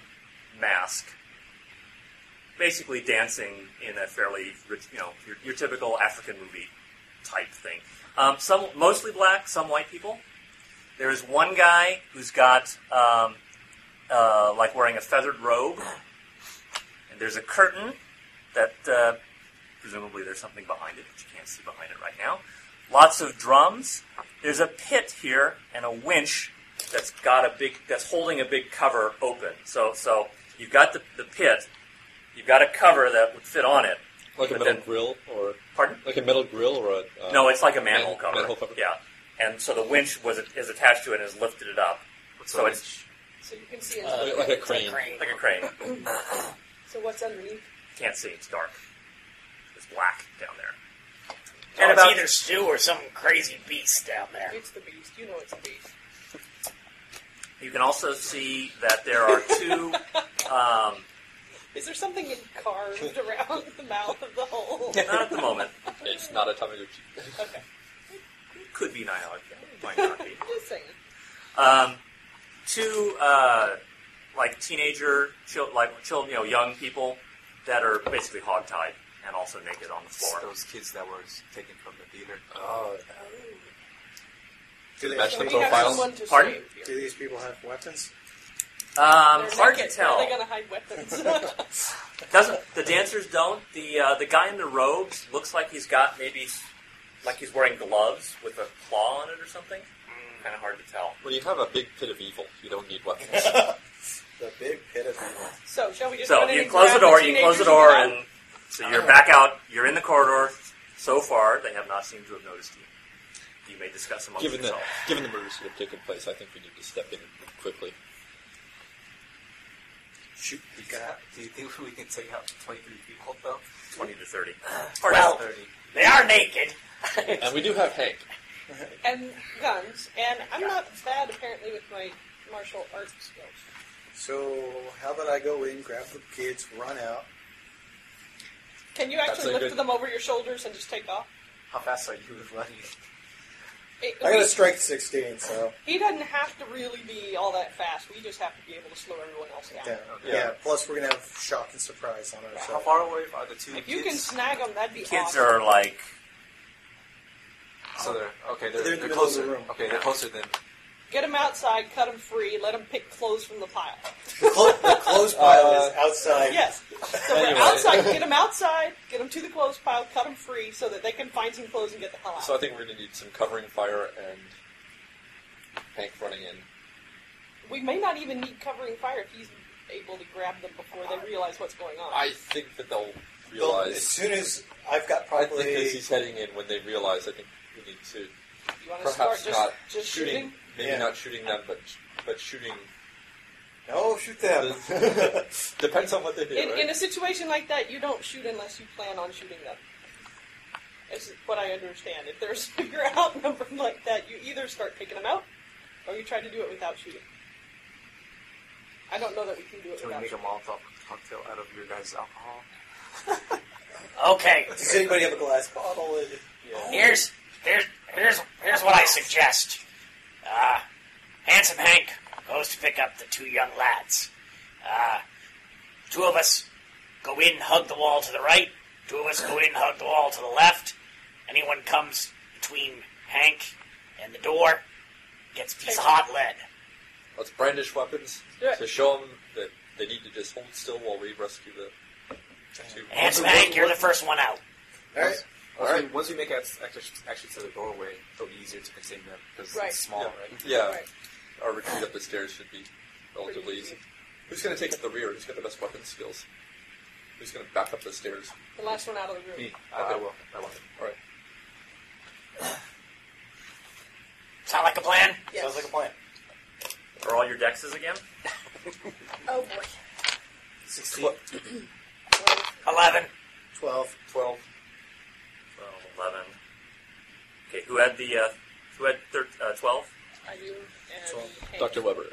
Speaker 1: mask, basically dancing in a fairly, rit- you know, your, your typical African movie type thing. Um, some mostly black, some white people. There is one guy who's got um, uh, like wearing a feathered robe. And there's a curtain that uh, presumably there's something behind it, but you can't see behind it right now. Lots of drums. There's a pit here and a winch that's got a big that's holding a big cover open. So so you've got the, the pit, you've got a cover that would fit on it. But
Speaker 4: Like a metal
Speaker 1: then-
Speaker 4: grill, or
Speaker 1: Pardon?
Speaker 4: like a metal grill, or a uh,
Speaker 1: No, it's like a manhole
Speaker 4: man-
Speaker 1: cover.
Speaker 4: manhole cover.
Speaker 1: Yeah. And so the winch was is attached to it and has lifted it up.
Speaker 8: What's
Speaker 1: So
Speaker 8: up?
Speaker 1: it's
Speaker 2: So you can see it.
Speaker 4: Uh, like, like a crane.
Speaker 1: like a crane.
Speaker 2: so what's underneath?
Speaker 1: Can't see. It's dark. It's black down there.
Speaker 3: Oh,
Speaker 1: And
Speaker 3: it's
Speaker 1: about-
Speaker 3: either Stu or some crazy beast down there.
Speaker 2: It's the beast. You know it's the beast.
Speaker 1: You can also see that there are two. um,
Speaker 2: Is there something carved around the mouth of the hole?
Speaker 1: not at the moment.
Speaker 4: It's not a Tamagotchi.
Speaker 2: Okay.
Speaker 1: Could be Nihilar. Might not be.
Speaker 2: I'm just saying.
Speaker 1: Um, two uh, like teenager, chil- like children, you know, young people that are basically hogtied and also naked on the
Speaker 8: It's
Speaker 1: floor.
Speaker 8: those kids that were taken from the theater. Uh,
Speaker 4: Oh,
Speaker 7: Do, they
Speaker 4: Match
Speaker 2: So
Speaker 4: the
Speaker 2: we
Speaker 4: profiles.
Speaker 2: have someone to
Speaker 1: Pardon?
Speaker 2: save here.
Speaker 7: do these people have weapons?
Speaker 1: Um,
Speaker 2: They're
Speaker 1: hard to
Speaker 2: naked.
Speaker 1: tell.
Speaker 2: Where Are they going to hide weapons?
Speaker 1: Doesn't the dancers don't the uh, the guy in the robes looks like he's got maybe like he's wearing gloves with a claw on it or something? Kind of hard to tell.
Speaker 4: when you have a big pit of evil, you don't need weapons.
Speaker 7: The big pit of evil.
Speaker 2: so shall we just?
Speaker 1: So
Speaker 2: run in
Speaker 1: you
Speaker 2: and
Speaker 1: close the
Speaker 2: grab
Speaker 1: door. You
Speaker 2: teenagers
Speaker 1: close the door,
Speaker 2: get out?
Speaker 1: and so you're back out. You're in the corridor. So far, they have not seemed to have noticed you. You may discuss amongst
Speaker 4: given the
Speaker 1: yourselves.
Speaker 4: given the murders that have taken place, I think we need to step in quickly.
Speaker 7: Shoot
Speaker 8: We got- do you think we can take out 23 people, though?
Speaker 1: Twenty to thirty.
Speaker 3: Well,
Speaker 8: 30.
Speaker 3: they are naked.
Speaker 4: And we do have Hank.
Speaker 2: and guns. And I'm not bad apparently with my martial arts skills.
Speaker 7: So how about I go in, grab the kids, run out?
Speaker 2: Can you
Speaker 4: That's
Speaker 2: actually
Speaker 4: a
Speaker 2: lift
Speaker 4: good-
Speaker 2: them over your shoulders and just take off?
Speaker 8: How fast are you with running?
Speaker 2: It-
Speaker 7: I got a strength 16, so.
Speaker 2: He doesn't have to really be all that fast. We just have to be able to slow everyone else down.
Speaker 7: Yeah.
Speaker 4: Yeah.
Speaker 7: yeah, plus we're going to have shock and surprise on ourselves.
Speaker 8: How far away are the two
Speaker 2: If
Speaker 8: kids?
Speaker 2: you can snag them, that'd be
Speaker 5: Kids
Speaker 2: awesome.
Speaker 5: are like
Speaker 8: so they're okay. They're,
Speaker 7: They're in
Speaker 8: they're
Speaker 7: the middle of the
Speaker 8: closer.
Speaker 7: room.
Speaker 8: Okay, they're closer than.
Speaker 2: Get them outside, cut them free, let them pick clothes from the pile.
Speaker 7: The, clo- the clothes pile
Speaker 8: Uh,
Speaker 7: is outside.
Speaker 2: Yes. So we're
Speaker 8: Anyway.
Speaker 2: outside, get them outside, get them to the clothes pile, cut them free so that they can find some clothes and get the hell out.
Speaker 4: So I think we're going to need some covering fire and Hank running in.
Speaker 2: we may not even need covering fire if he's able to grab them before they realize what's going on.
Speaker 4: I think that they'll
Speaker 7: Well, as
Speaker 4: realize.
Speaker 7: soon as I've got
Speaker 4: I think as
Speaker 7: probably.
Speaker 4: he's heading in, when they realize, I think we need to
Speaker 2: you want to start
Speaker 4: perhaps
Speaker 2: just,
Speaker 4: not
Speaker 2: just
Speaker 4: shooting,
Speaker 2: shooting?
Speaker 4: maybe
Speaker 7: Yeah.
Speaker 4: not shooting them, but but shooting.
Speaker 8: Oh,
Speaker 7: No, shoot them.
Speaker 4: Depends on what they do,
Speaker 2: In,
Speaker 4: right?
Speaker 2: in a situation like that, you don't shoot unless you plan on shooting them. It's what I understand. If there's if you're outnumbered like that, you either start taking them out, or you try to do it without shooting. I don't know that we can do it
Speaker 8: Can we
Speaker 2: without
Speaker 8: make a
Speaker 2: shooting.
Speaker 8: Molotov cocktail out of your guys' alcohol?
Speaker 3: Okay,
Speaker 7: Does anybody have a glass bottle? And,
Speaker 3: here's here's here's here's what I suggest. Uh, handsome Hank goes to pick up the two young lads. Uh, two of us go in, hug the wall to the right. Two of us go in, hug the wall to the left. Anyone comes between Hank and the door gets a piece of hot lead.
Speaker 4: Let's brandish weapons
Speaker 2: Do it.
Speaker 4: to show them that they need to just hold still while we rescue the two.
Speaker 3: Handsome Hank, you're the first one out.
Speaker 7: all right.
Speaker 8: Once,
Speaker 4: Alright.
Speaker 8: we, once we make ac- ac- actually to the doorway, it'll be easier to contain them because
Speaker 2: Right.
Speaker 8: it's small, right?
Speaker 4: Yeah,
Speaker 2: Right.
Speaker 4: our retreat up the stairs should be relatively
Speaker 2: Pretty
Speaker 4: easy.
Speaker 2: easy.
Speaker 4: Who's going to take up the rear? Who's got the best weapon skills? Who's going to back up the stairs?
Speaker 2: The last one out of the room.
Speaker 4: Me.
Speaker 8: Uh, I
Speaker 4: Okay.
Speaker 8: will. I will.
Speaker 4: All right.
Speaker 3: Sound like a plan?
Speaker 2: Yes.
Speaker 7: Sounds like a plan.
Speaker 5: are all your dexes again?
Speaker 2: oh boy.
Speaker 7: 16,
Speaker 3: Eleven.
Speaker 7: 12.
Speaker 4: 12.
Speaker 5: 12, 11. Okay, who had the uh, who had thir- uh, 12?
Speaker 2: I do. And
Speaker 7: So,
Speaker 2: Hank.
Speaker 4: Dr. Weber.
Speaker 2: And-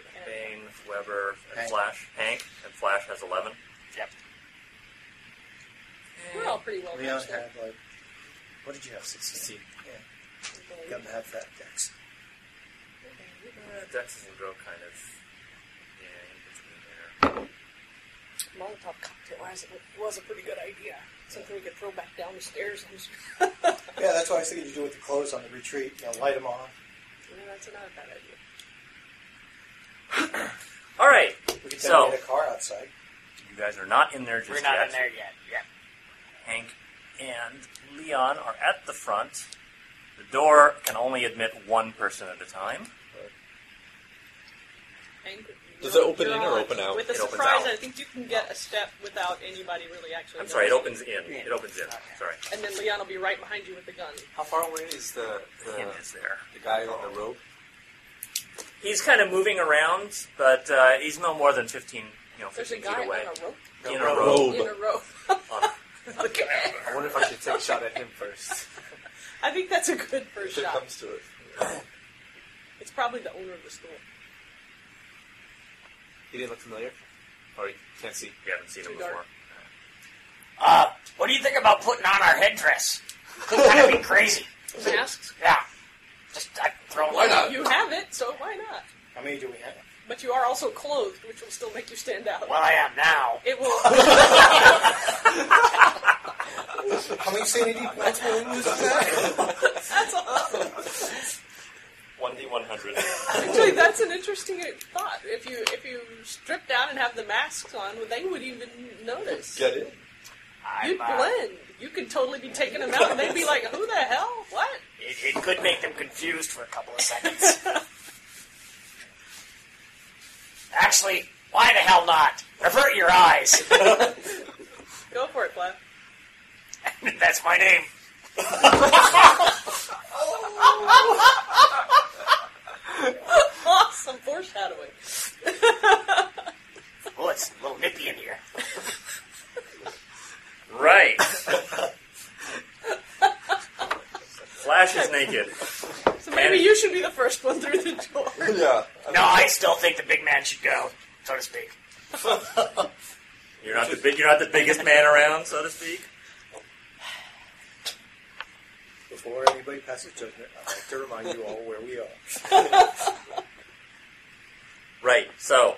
Speaker 5: Bane, Weber, and
Speaker 7: Hank.
Speaker 5: Flash. Hank and Flash has 11.
Speaker 3: Yep.
Speaker 2: We're all pretty well
Speaker 7: Leon
Speaker 2: matched.
Speaker 7: had like. What did you have? 16. You got to have that dex.
Speaker 5: Uh, dexes will go kind of yeah,
Speaker 2: Molotov cocktail was, was a pretty good idea. Something we could throw back down the stairs. And just,
Speaker 7: Yeah, that's why I was thinking to do with the clothes on the retreat. You know, light them on.
Speaker 2: you know, that's not a bad idea.
Speaker 5: in All right.
Speaker 7: We could
Speaker 5: So-
Speaker 7: so, get a car outside.
Speaker 5: You guys are not in there just
Speaker 3: We're not
Speaker 5: yet.
Speaker 3: in there yet. Yep.
Speaker 5: Hank and Leon are at the front. The door can only admit one person at a time.
Speaker 2: And
Speaker 4: Does
Speaker 2: you're-
Speaker 4: it open
Speaker 2: you're
Speaker 4: in or
Speaker 2: on.
Speaker 4: open out?
Speaker 2: With a
Speaker 5: It opens
Speaker 2: surprise,
Speaker 5: out.
Speaker 2: I think you can get a step without anybody really actually.
Speaker 5: I'm sorry, it
Speaker 2: noticing.
Speaker 5: opens in. It opens in. Sorry.
Speaker 2: And then Leon will be right behind you with the gun.
Speaker 8: How far away is the the,
Speaker 5: Him
Speaker 3: Uh-huh.
Speaker 5: is there.
Speaker 8: the guy on the rope?
Speaker 5: He's kind of moving around, but uh, he's no more than 15, you know,
Speaker 2: There's a
Speaker 5: 15
Speaker 2: guy
Speaker 5: feet away.
Speaker 2: on a rope.
Speaker 5: in
Speaker 4: rope.
Speaker 5: row.
Speaker 4: Rope.
Speaker 2: In a rope. okay.
Speaker 8: I wonder if I should take a shot at him first.
Speaker 2: I think that's a good first
Speaker 4: If it
Speaker 2: shot.
Speaker 4: comes to it.
Speaker 2: It's probably the owner of the store.
Speaker 8: He didn't look familiar, or you can't see.
Speaker 5: You haven't seen him
Speaker 2: Too dark.
Speaker 5: before.
Speaker 3: Uh, what do you think about putting on our headdress? Could kind of be crazy.
Speaker 2: Masks.
Speaker 3: Yeah. Just I throw
Speaker 4: Why not?
Speaker 2: You have it, so why not?
Speaker 7: How many do we have?
Speaker 2: But you are also clothed, which will still make you stand out.
Speaker 3: Well, I am now.
Speaker 2: It will.
Speaker 7: How many sanity points will we lose on that?
Speaker 2: that's awesome.
Speaker 5: 1D100.
Speaker 2: Actually, that's an interesting thought. If you if you strip down and have the masks on, well, they would even notice.
Speaker 4: Get in.
Speaker 3: I'm,
Speaker 2: You'd
Speaker 3: uh,
Speaker 2: blend. You could totally be taking them out, and they'd be like, "Who the hell? What?"
Speaker 3: it, it could make them confused for a couple of seconds. Actually, why the hell not? Avert your eyes.
Speaker 2: Go for it, Flav.
Speaker 3: That's my name.
Speaker 2: Awesome foreshadowing.
Speaker 3: Oh, it's a little nippy in here.
Speaker 5: right. Flash is naked.
Speaker 2: So maybe you should be the first one through the door.
Speaker 4: Yeah.
Speaker 3: No, I still think the big man should go, so to speak.
Speaker 5: You're not the big. You're not the biggest man around, so to speak.
Speaker 7: Before anybody passes judgment, I'd like to remind you all where we are.
Speaker 5: Right. So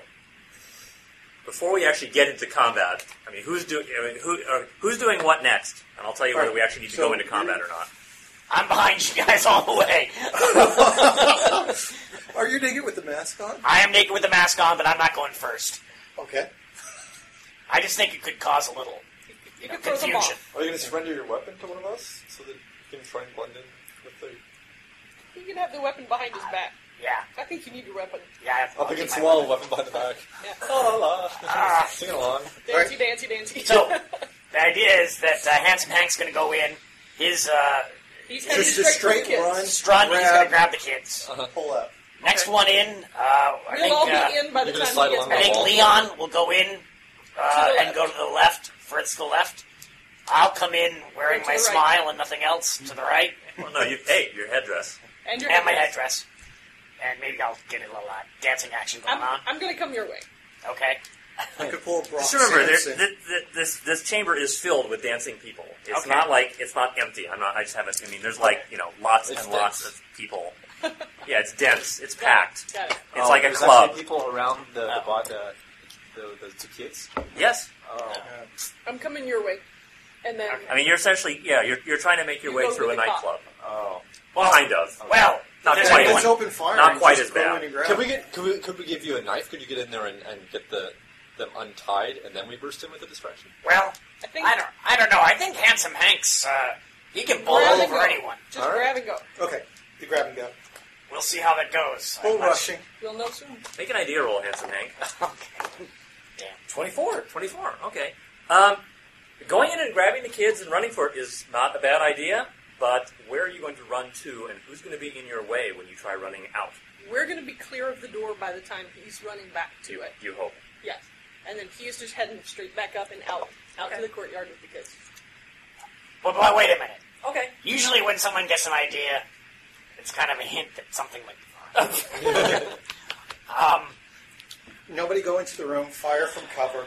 Speaker 5: before we actually get into combat, I mean, who's doing? I mean, who, uh, who's doing what next? And I'll tell you whether we actually need to go into combat or not.
Speaker 3: I'm behind you guys all the way.
Speaker 7: Are you naked with the mask on?
Speaker 3: I am naked with the mask on, but I'm not going first.
Speaker 7: Okay.
Speaker 3: I just think it could cause a little
Speaker 2: You
Speaker 3: know,
Speaker 2: can throw them off.
Speaker 3: confusion.
Speaker 9: Are you going to surrender your weapon to one of us so that you can try and blend in with the?
Speaker 2: You can have the weapon behind his back.
Speaker 3: Yeah,
Speaker 2: I think you need your weapon.
Speaker 3: yeah. I have to
Speaker 9: Up
Speaker 3: watch
Speaker 9: against
Speaker 3: my-
Speaker 9: the wall, weapon behind the back.
Speaker 2: Yeah.
Speaker 9: La la.
Speaker 3: Ah.
Speaker 9: Sing along.
Speaker 2: Dancey, dancey, dancey.
Speaker 3: So- The idea is that uh, Handsome Hank's going to go in. His uh,
Speaker 2: he's heading
Speaker 7: Just,
Speaker 2: straight,
Speaker 7: just
Speaker 2: for the
Speaker 7: straight
Speaker 2: kids.
Speaker 7: run,
Speaker 3: strut, he's going to
Speaker 7: grab,
Speaker 3: grab the kids.
Speaker 7: pull up.
Speaker 3: Next one in. Uh, I
Speaker 2: We'll
Speaker 3: think.
Speaker 2: all be
Speaker 3: uh,
Speaker 2: in by the
Speaker 9: You're gonna
Speaker 2: time
Speaker 9: slide
Speaker 2: he gets
Speaker 9: along the
Speaker 3: I
Speaker 2: back.
Speaker 3: think
Speaker 9: wall.
Speaker 3: Leon will go in uh,
Speaker 2: To the
Speaker 3: and go to the left. Fritz to the left. I'll come in wearing
Speaker 2: Or to
Speaker 3: my
Speaker 2: the right.
Speaker 3: smile and nothing else to the right,
Speaker 5: Well, Oh, no, you. Hey, your headdress.
Speaker 2: And your
Speaker 3: and my headdress, and maybe I'll get a little uh, dancing action going
Speaker 2: I'm,
Speaker 3: on.
Speaker 2: I'm going to come your way.
Speaker 3: Okay.
Speaker 7: I could pull a Brock
Speaker 5: Just remember, there,
Speaker 7: Samson.
Speaker 5: th- th- this this chamber is filled with dancing people. It's
Speaker 3: Okay.
Speaker 5: not like it's not empty. I'm not. I just haven't. I mean, there's like you know lots
Speaker 9: It's
Speaker 5: and lots
Speaker 9: dense.
Speaker 5: of people. Yeah, it's dense. It's
Speaker 2: Got it,
Speaker 5: packed.
Speaker 2: Got it.
Speaker 5: It's like a
Speaker 8: Oh, there's
Speaker 5: club.
Speaker 8: actually people around the the,
Speaker 3: Oh.
Speaker 8: bod- uh, the, the two kids.
Speaker 5: Yes.
Speaker 8: Oh.
Speaker 2: I'm coming your way. And then
Speaker 5: I mean, you're essentially yeah. You're, you're trying to make your
Speaker 2: You
Speaker 5: way
Speaker 2: go
Speaker 5: through
Speaker 2: to
Speaker 5: a
Speaker 2: the cop.
Speaker 5: nightclub.
Speaker 8: Oh.
Speaker 3: Well,
Speaker 5: Kind of.
Speaker 3: well,
Speaker 5: Not
Speaker 3: there's
Speaker 5: quite.
Speaker 3: only
Speaker 7: Let's
Speaker 3: one-
Speaker 7: open fire.
Speaker 5: Not
Speaker 7: and
Speaker 5: quite
Speaker 7: just
Speaker 5: as
Speaker 7: go in
Speaker 5: bad.
Speaker 7: and grab
Speaker 4: Can we
Speaker 7: it.
Speaker 4: get? Could we, could we give you a knife? Could you get in there and, and get the them untied, and then we burst in with a distraction?
Speaker 3: well,
Speaker 2: I think
Speaker 3: I don't. I don't know. I think Handsome Hanks. Uh, he can bowl
Speaker 2: Grab and
Speaker 3: over
Speaker 2: go.
Speaker 3: anyone.
Speaker 2: just
Speaker 4: All right.
Speaker 2: grab and go.
Speaker 7: Okay. You grab and go.
Speaker 3: We'll see how that goes.
Speaker 7: Bull
Speaker 3: I'm not
Speaker 7: rushing.
Speaker 2: You'll know soon.
Speaker 5: Make an idea roll, handsome Hank.
Speaker 3: sure. Okay. Damn.
Speaker 5: 24. 24, okay. Um, going in and grabbing the kids and running for it is not a bad idea, but where are you going to run to and who's going to be in your way when you try running out,
Speaker 2: We're going to be clear of the door by the time he's running back to it.
Speaker 5: you hope?
Speaker 2: Yes. And then he's just heading straight back up and out, out to the courtyard with the kids.
Speaker 3: But, but wait a minute.
Speaker 2: Okay.
Speaker 3: Usually, when someone gets an idea, it's kind of a hint that something might be wrong. um,
Speaker 7: Nobody go into the room. Fire from cover.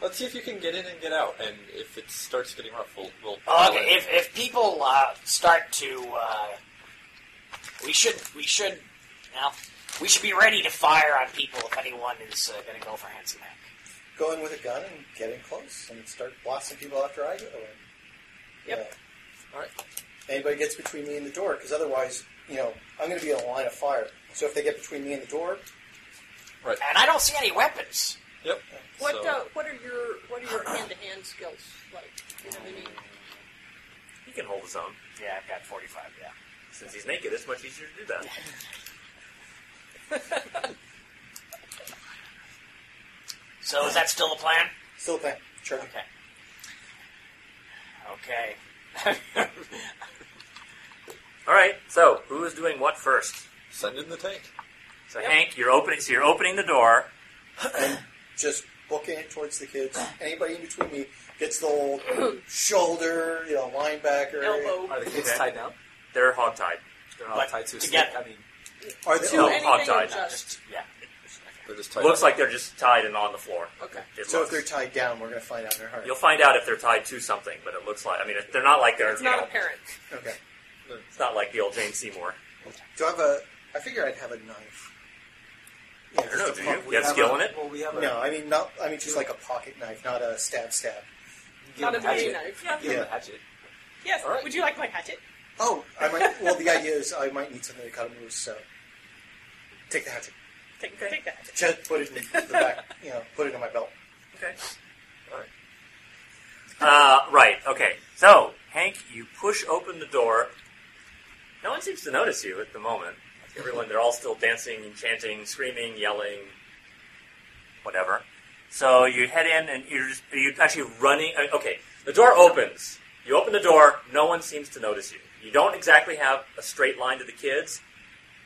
Speaker 4: Let's see if you can get in and get out, and if it starts getting rough, we'll. we'll
Speaker 3: oh, okay. If, if people uh, start to, uh, we should we should now we should be ready to fire on people if anyone is uh, going to go for Handsome Hank.
Speaker 7: Go in with a gun and get in close and start blasting people after I go
Speaker 2: Yep.
Speaker 7: in. Yeah. All right. Anybody gets between me and the door, because otherwise, you know, I'm going to be in a line of fire. So if they get between me and the door,
Speaker 3: And I don't see any weapons.
Speaker 4: Yep.
Speaker 2: What
Speaker 4: So-
Speaker 2: uh, what are your what are your hand to hand skills like? Do you have any?
Speaker 5: He can hold his own.
Speaker 3: Yeah, I've got 45, yeah.
Speaker 5: Since he's naked, it's much easier to do that.
Speaker 3: So is that still the plan?
Speaker 7: still thing. Sure.
Speaker 3: Okay. Okay.
Speaker 5: All right, so who is doing what first?
Speaker 4: Send in the tank.
Speaker 5: So
Speaker 2: Yep.
Speaker 5: Hank, you're opening. So you're opening the door.
Speaker 7: Just booking it towards the kids. Anybody in between me gets the old shoulder, you know, linebacker.
Speaker 2: Elbow.
Speaker 8: Are the kids
Speaker 5: Okay.
Speaker 8: tied down?
Speaker 5: They're hogtied.
Speaker 8: They're all
Speaker 3: But
Speaker 8: tied to a stick.
Speaker 3: together.
Speaker 8: I mean,
Speaker 7: Are
Speaker 2: To
Speaker 7: they,
Speaker 5: No,
Speaker 2: anything
Speaker 5: hogtied.
Speaker 2: or just
Speaker 3: Just, yeah.
Speaker 4: They're just tied
Speaker 5: Looks
Speaker 4: up.
Speaker 5: like they're just tied and on the floor.
Speaker 2: okay.
Speaker 5: It
Speaker 7: so if
Speaker 5: looks.
Speaker 7: they're tied down, we're going to find out in their heart.
Speaker 5: You'll find out if they're tied to something, but it looks like. I mean, if they're not like they're.
Speaker 2: It's
Speaker 5: you
Speaker 2: not
Speaker 5: know,
Speaker 2: apparent.
Speaker 7: Okay.
Speaker 5: It's not like the old Jane Seymour.
Speaker 7: Do I have a? I figure I'd have a knife. Yeah,
Speaker 5: I don't know.
Speaker 7: just
Speaker 5: Do
Speaker 7: a
Speaker 5: you?
Speaker 7: pocket-
Speaker 5: You have skill in it?
Speaker 8: Well, we have a.
Speaker 7: No, I mean not. I mean just like a pocket knife, not a stab stab.
Speaker 8: give
Speaker 2: Not a
Speaker 8: them hatchet.
Speaker 2: beauty knife.
Speaker 8: Give them
Speaker 7: Yeah.
Speaker 8: a hatchet.
Speaker 2: Yes. Would you like my hatchet?
Speaker 7: Oh, I might. well, the idea is I might need something to cut them loose. So take the hatchet.
Speaker 2: Take, take the hatchet.
Speaker 7: Just put it in the back. You know, put it on my belt.
Speaker 5: Okay. Uh, right, okay. So, Hank, you push open the door. No one seems to notice you at the moment. Everyone, they're all still dancing, chanting, screaming, yelling, whatever. So you head in and you're just, are you actually running? uh, Okay, the door opens. You open the door, no one seems to notice you. You don't exactly have a straight line to the kids.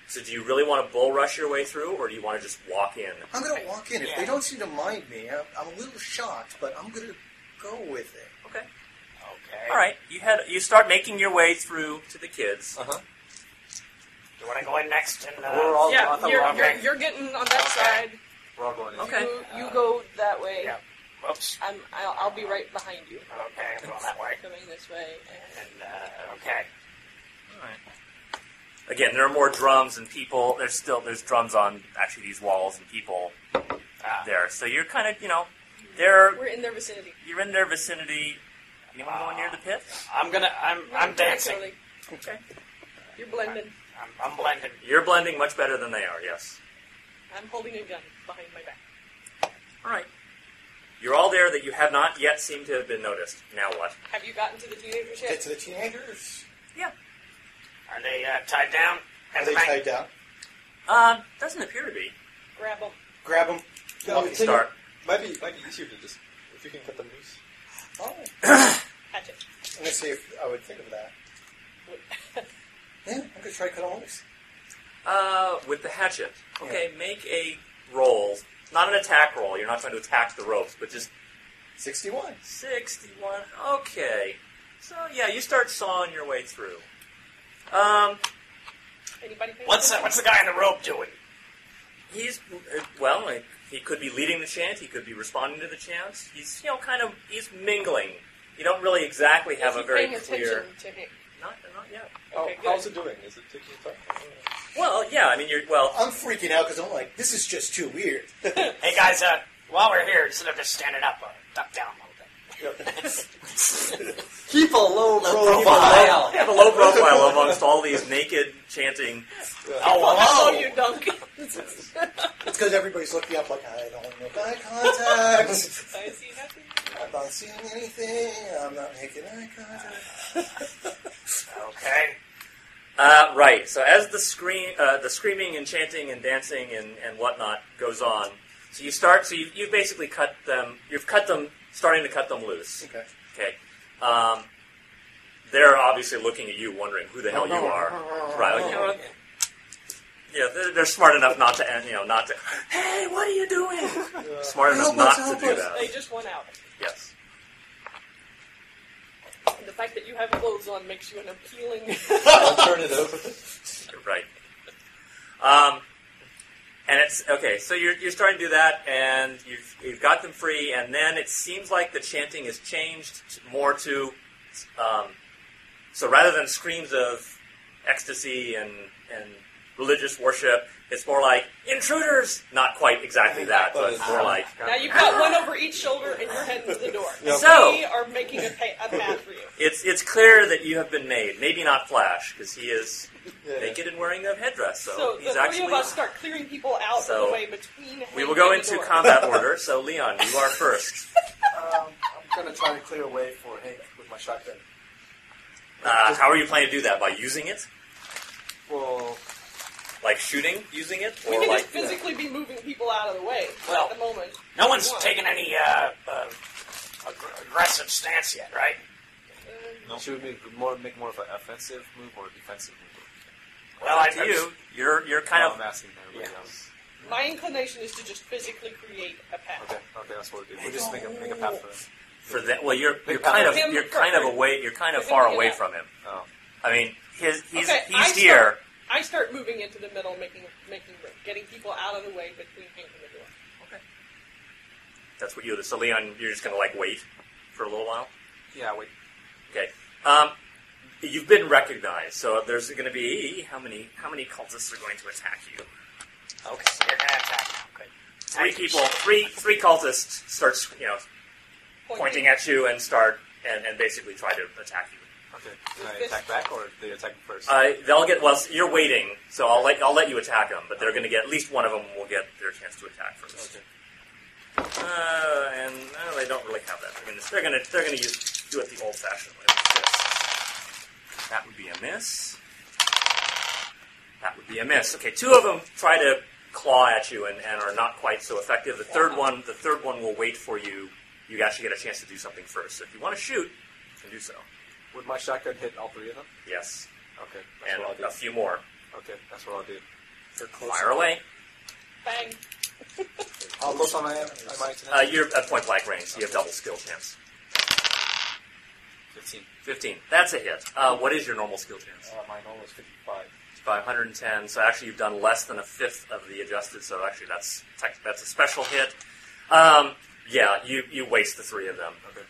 Speaker 5: So do you really want to bull rush your way through, or do you want to just walk in?
Speaker 7: I'm gonna walk in. If
Speaker 3: Yeah.
Speaker 7: they don't seem to mind me, I'm, I'm a little shocked, but I'm gonna go with it.
Speaker 5: Okay.
Speaker 3: Okay.
Speaker 5: All right, you head. You start making your way through to the kids.
Speaker 4: Uh huh.
Speaker 3: Do you want to go in next? And, uh,
Speaker 8: We're all. I
Speaker 2: yeah,
Speaker 8: thought
Speaker 2: you're,
Speaker 8: we're all
Speaker 2: you're,
Speaker 3: okay.
Speaker 2: you're getting on that
Speaker 3: Okay.
Speaker 2: side.
Speaker 8: We're all going in.
Speaker 5: Okay.
Speaker 2: You, you go that way.
Speaker 3: Yeah. Whoops.
Speaker 2: I'm, I'll, I'll be right behind you.
Speaker 3: Okay, I'm going that way.
Speaker 2: Coming this way. And
Speaker 3: And, uh, okay.
Speaker 5: Again, there are more drums and people. There's still there's drums on actually these walls and people
Speaker 3: Ah.
Speaker 5: there. So you're kind of you know, they're
Speaker 2: we're in their vicinity.
Speaker 5: you're in their vicinity. Anyone going near the pit?
Speaker 3: I'm gonna. I'm. I'm dancing.
Speaker 2: Totally.
Speaker 5: Okay.
Speaker 2: You're blending.
Speaker 3: I'm, I'm blending.
Speaker 5: You're blending much better than they are. Yes.
Speaker 2: I'm holding a gun behind my back.
Speaker 5: All right. You're all there that you have not yet seemed to have been noticed. Now what?
Speaker 2: Have you gotten to the teenagers
Speaker 7: Get
Speaker 2: yet?
Speaker 7: to the teenagers.
Speaker 3: Are they uh, tied down?
Speaker 7: Are they
Speaker 3: Bang.
Speaker 7: tied down?
Speaker 5: Uh, doesn't appear to be.
Speaker 2: Grab them.
Speaker 7: Grab them.
Speaker 5: Lucky start.
Speaker 6: Might be, might be easier to just, if you can cut them loose.
Speaker 7: Oh,
Speaker 2: Hatchet.
Speaker 7: I'm gonna see if I would think of that. Yeah, I'm gonna try to cut all these.
Speaker 5: Uh, with the hatchet. Okay, make a roll. Not an attack roll. You're not trying to attack the ropes, but just
Speaker 7: Sixty-one.
Speaker 5: 61. Okay. So yeah, you start sawing your way through. Um,
Speaker 2: Anybody? think
Speaker 3: What's
Speaker 2: of
Speaker 3: the,
Speaker 2: it?
Speaker 3: What's the guy in the robe doing?
Speaker 5: he's uh, well. like, He could be leading the chant. He could be responding to the chant. He's you know kind of he's mingling. You don't really exactly have
Speaker 2: Is
Speaker 5: a
Speaker 2: he
Speaker 5: very
Speaker 2: paying
Speaker 5: clear.
Speaker 2: attention to him?
Speaker 5: Not not yet.
Speaker 6: How,
Speaker 2: Okay, good.
Speaker 6: how's it doing? Is it taking time?
Speaker 5: Well, yeah. I mean, you're well.
Speaker 7: I'm freaking out because I'm like, this is just too weird.
Speaker 3: Hey guys, uh, while we're here, instead of just standing up, uh, duck down a little bit.
Speaker 8: Keep a low
Speaker 5: I have a low profile amongst all these naked chanting.
Speaker 3: Oh,
Speaker 2: Oh,
Speaker 3: hello.
Speaker 2: you dunk.
Speaker 7: it's because everybody's looking up like, I don't make eye contact.
Speaker 2: I see nothing.
Speaker 7: I'm not seeing anything. I'm not making eye contact.
Speaker 3: Okay.
Speaker 5: Uh, right. So as the scream, uh, the screaming and chanting and dancing and, and whatnot goes on, so you start. So you've, you've basically cut them. You've cut them, starting to cut them loose.
Speaker 7: Okay.
Speaker 5: Okay. Um, they're obviously looking at you, wondering who the hell you are. Right. like, you
Speaker 7: Oh.
Speaker 5: know, yeah, they're, they're smart enough not to, and, you know, not to. Hey, what are you doing? Smart enough
Speaker 7: Help
Speaker 5: not
Speaker 7: us,
Speaker 5: to
Speaker 7: help
Speaker 5: do
Speaker 7: us.
Speaker 2: They
Speaker 5: that.
Speaker 2: just won out.
Speaker 5: Yes.
Speaker 2: And the fact that you have clothes on makes you an appealing.
Speaker 6: Alternative.
Speaker 5: You're right. Um, and it's okay. So you're, you're starting to do that, and you've you've got them free, and then it seems like the chanting has changed t- more to, um, so rather than screams of ecstasy and and religious worship, it's more like intruders. Not quite exactly that, but it's more like
Speaker 2: now you've got one over each shoulder and you're heading to the door.
Speaker 5: So-
Speaker 2: we are making a, pa- a path for you.
Speaker 5: it's it's clear that you have been made. Maybe not Flash because he is
Speaker 6: Yeah.
Speaker 5: naked and wearing a headdress, so,
Speaker 2: So
Speaker 5: he's
Speaker 2: the
Speaker 5: actually
Speaker 2: three of us start clearing people out
Speaker 5: So,
Speaker 2: of the way between.
Speaker 5: We
Speaker 2: Hank
Speaker 5: will go
Speaker 2: and the
Speaker 5: into
Speaker 2: door.
Speaker 5: combat order. So, Leon, you are first.
Speaker 8: Um, I'm gonna try to clear a way for Hank with my shotgun.
Speaker 5: Uh, how are you planning to do that? By using it,
Speaker 8: Well,
Speaker 5: like shooting, using it,
Speaker 2: We
Speaker 5: or
Speaker 2: can
Speaker 5: like
Speaker 2: just physically be moving people out of the way
Speaker 3: Well,
Speaker 2: at the moment.
Speaker 3: No one's
Speaker 2: What?
Speaker 3: taken any uh, uh, aggr- aggressive stance yet, right?
Speaker 2: Uh,
Speaker 8: should we make more make more of an offensive move or a defensive move?
Speaker 3: Well, I
Speaker 5: to you? You're you're kind
Speaker 8: Well,
Speaker 5: of
Speaker 8: I'm asking everybody else.
Speaker 2: my inclination is to just physically create a path.
Speaker 8: Okay, okay, that's what we do. We just make a make a path for them.
Speaker 5: for that. Well, you're you're
Speaker 8: Pick
Speaker 5: kind
Speaker 8: up.
Speaker 5: of you're
Speaker 2: Him
Speaker 5: kind of
Speaker 2: first.
Speaker 5: away. You're kind of
Speaker 2: Pick
Speaker 5: far
Speaker 2: him
Speaker 5: away
Speaker 2: up.
Speaker 5: from him.
Speaker 8: Oh,
Speaker 5: I mean, his he's
Speaker 2: Okay, I
Speaker 5: he's
Speaker 2: start-
Speaker 5: here.
Speaker 2: I start moving into the middle, making making room, getting people out of the way between Hank and the door.
Speaker 5: That's what you. So, Leon, you're just gonna like wait for a little while.
Speaker 8: yeah. Wait.
Speaker 5: Okay. Um, you've been recognized. So there's gonna be how many how many cultists are going to attack you?
Speaker 3: Okay, so you're gonna attack now. Good.
Speaker 5: Three people, three three cultists start you know pointing at you and start and, and basically try to attack you.
Speaker 8: Okay. Can I attack back or they attack first?
Speaker 5: Uh, they'll get well. You're waiting, so I'll let I'll let you attack them. But they're going to get at least one of them will get their chance to attack first.
Speaker 8: Okay.
Speaker 5: Uh, and uh, they don't really have that. They're going to they're going to they're going to use do it the old-fashioned way. with this. That would be a miss. That would be a miss. Okay, two of them try to claw at you and, and are not quite so effective. The third one the third one will wait for you. You actually get a chance to do something first. So if you want to shoot, you can do so.
Speaker 8: Would my shotgun hit all three of them?
Speaker 5: Yes,
Speaker 8: Okay, that's
Speaker 5: and
Speaker 8: what I'll do.
Speaker 5: a few more.
Speaker 8: Okay, that's what I'll do.
Speaker 7: They're close.
Speaker 5: Fire away.
Speaker 2: Bang!
Speaker 8: How close am I? Am I to
Speaker 5: Uh, you're at point blank range. so You have double skill chance.
Speaker 8: Fifteen.
Speaker 5: 15. That's a hit. Uh, what is your normal skill chance?
Speaker 8: Uh, my normal is fifty-five.
Speaker 5: It's by 110. So actually, you've done less than a fifth of the adjusted. So actually, that's tech- that's a special hit. Um, Yeah, you, you waste the three of them,
Speaker 4: Okay.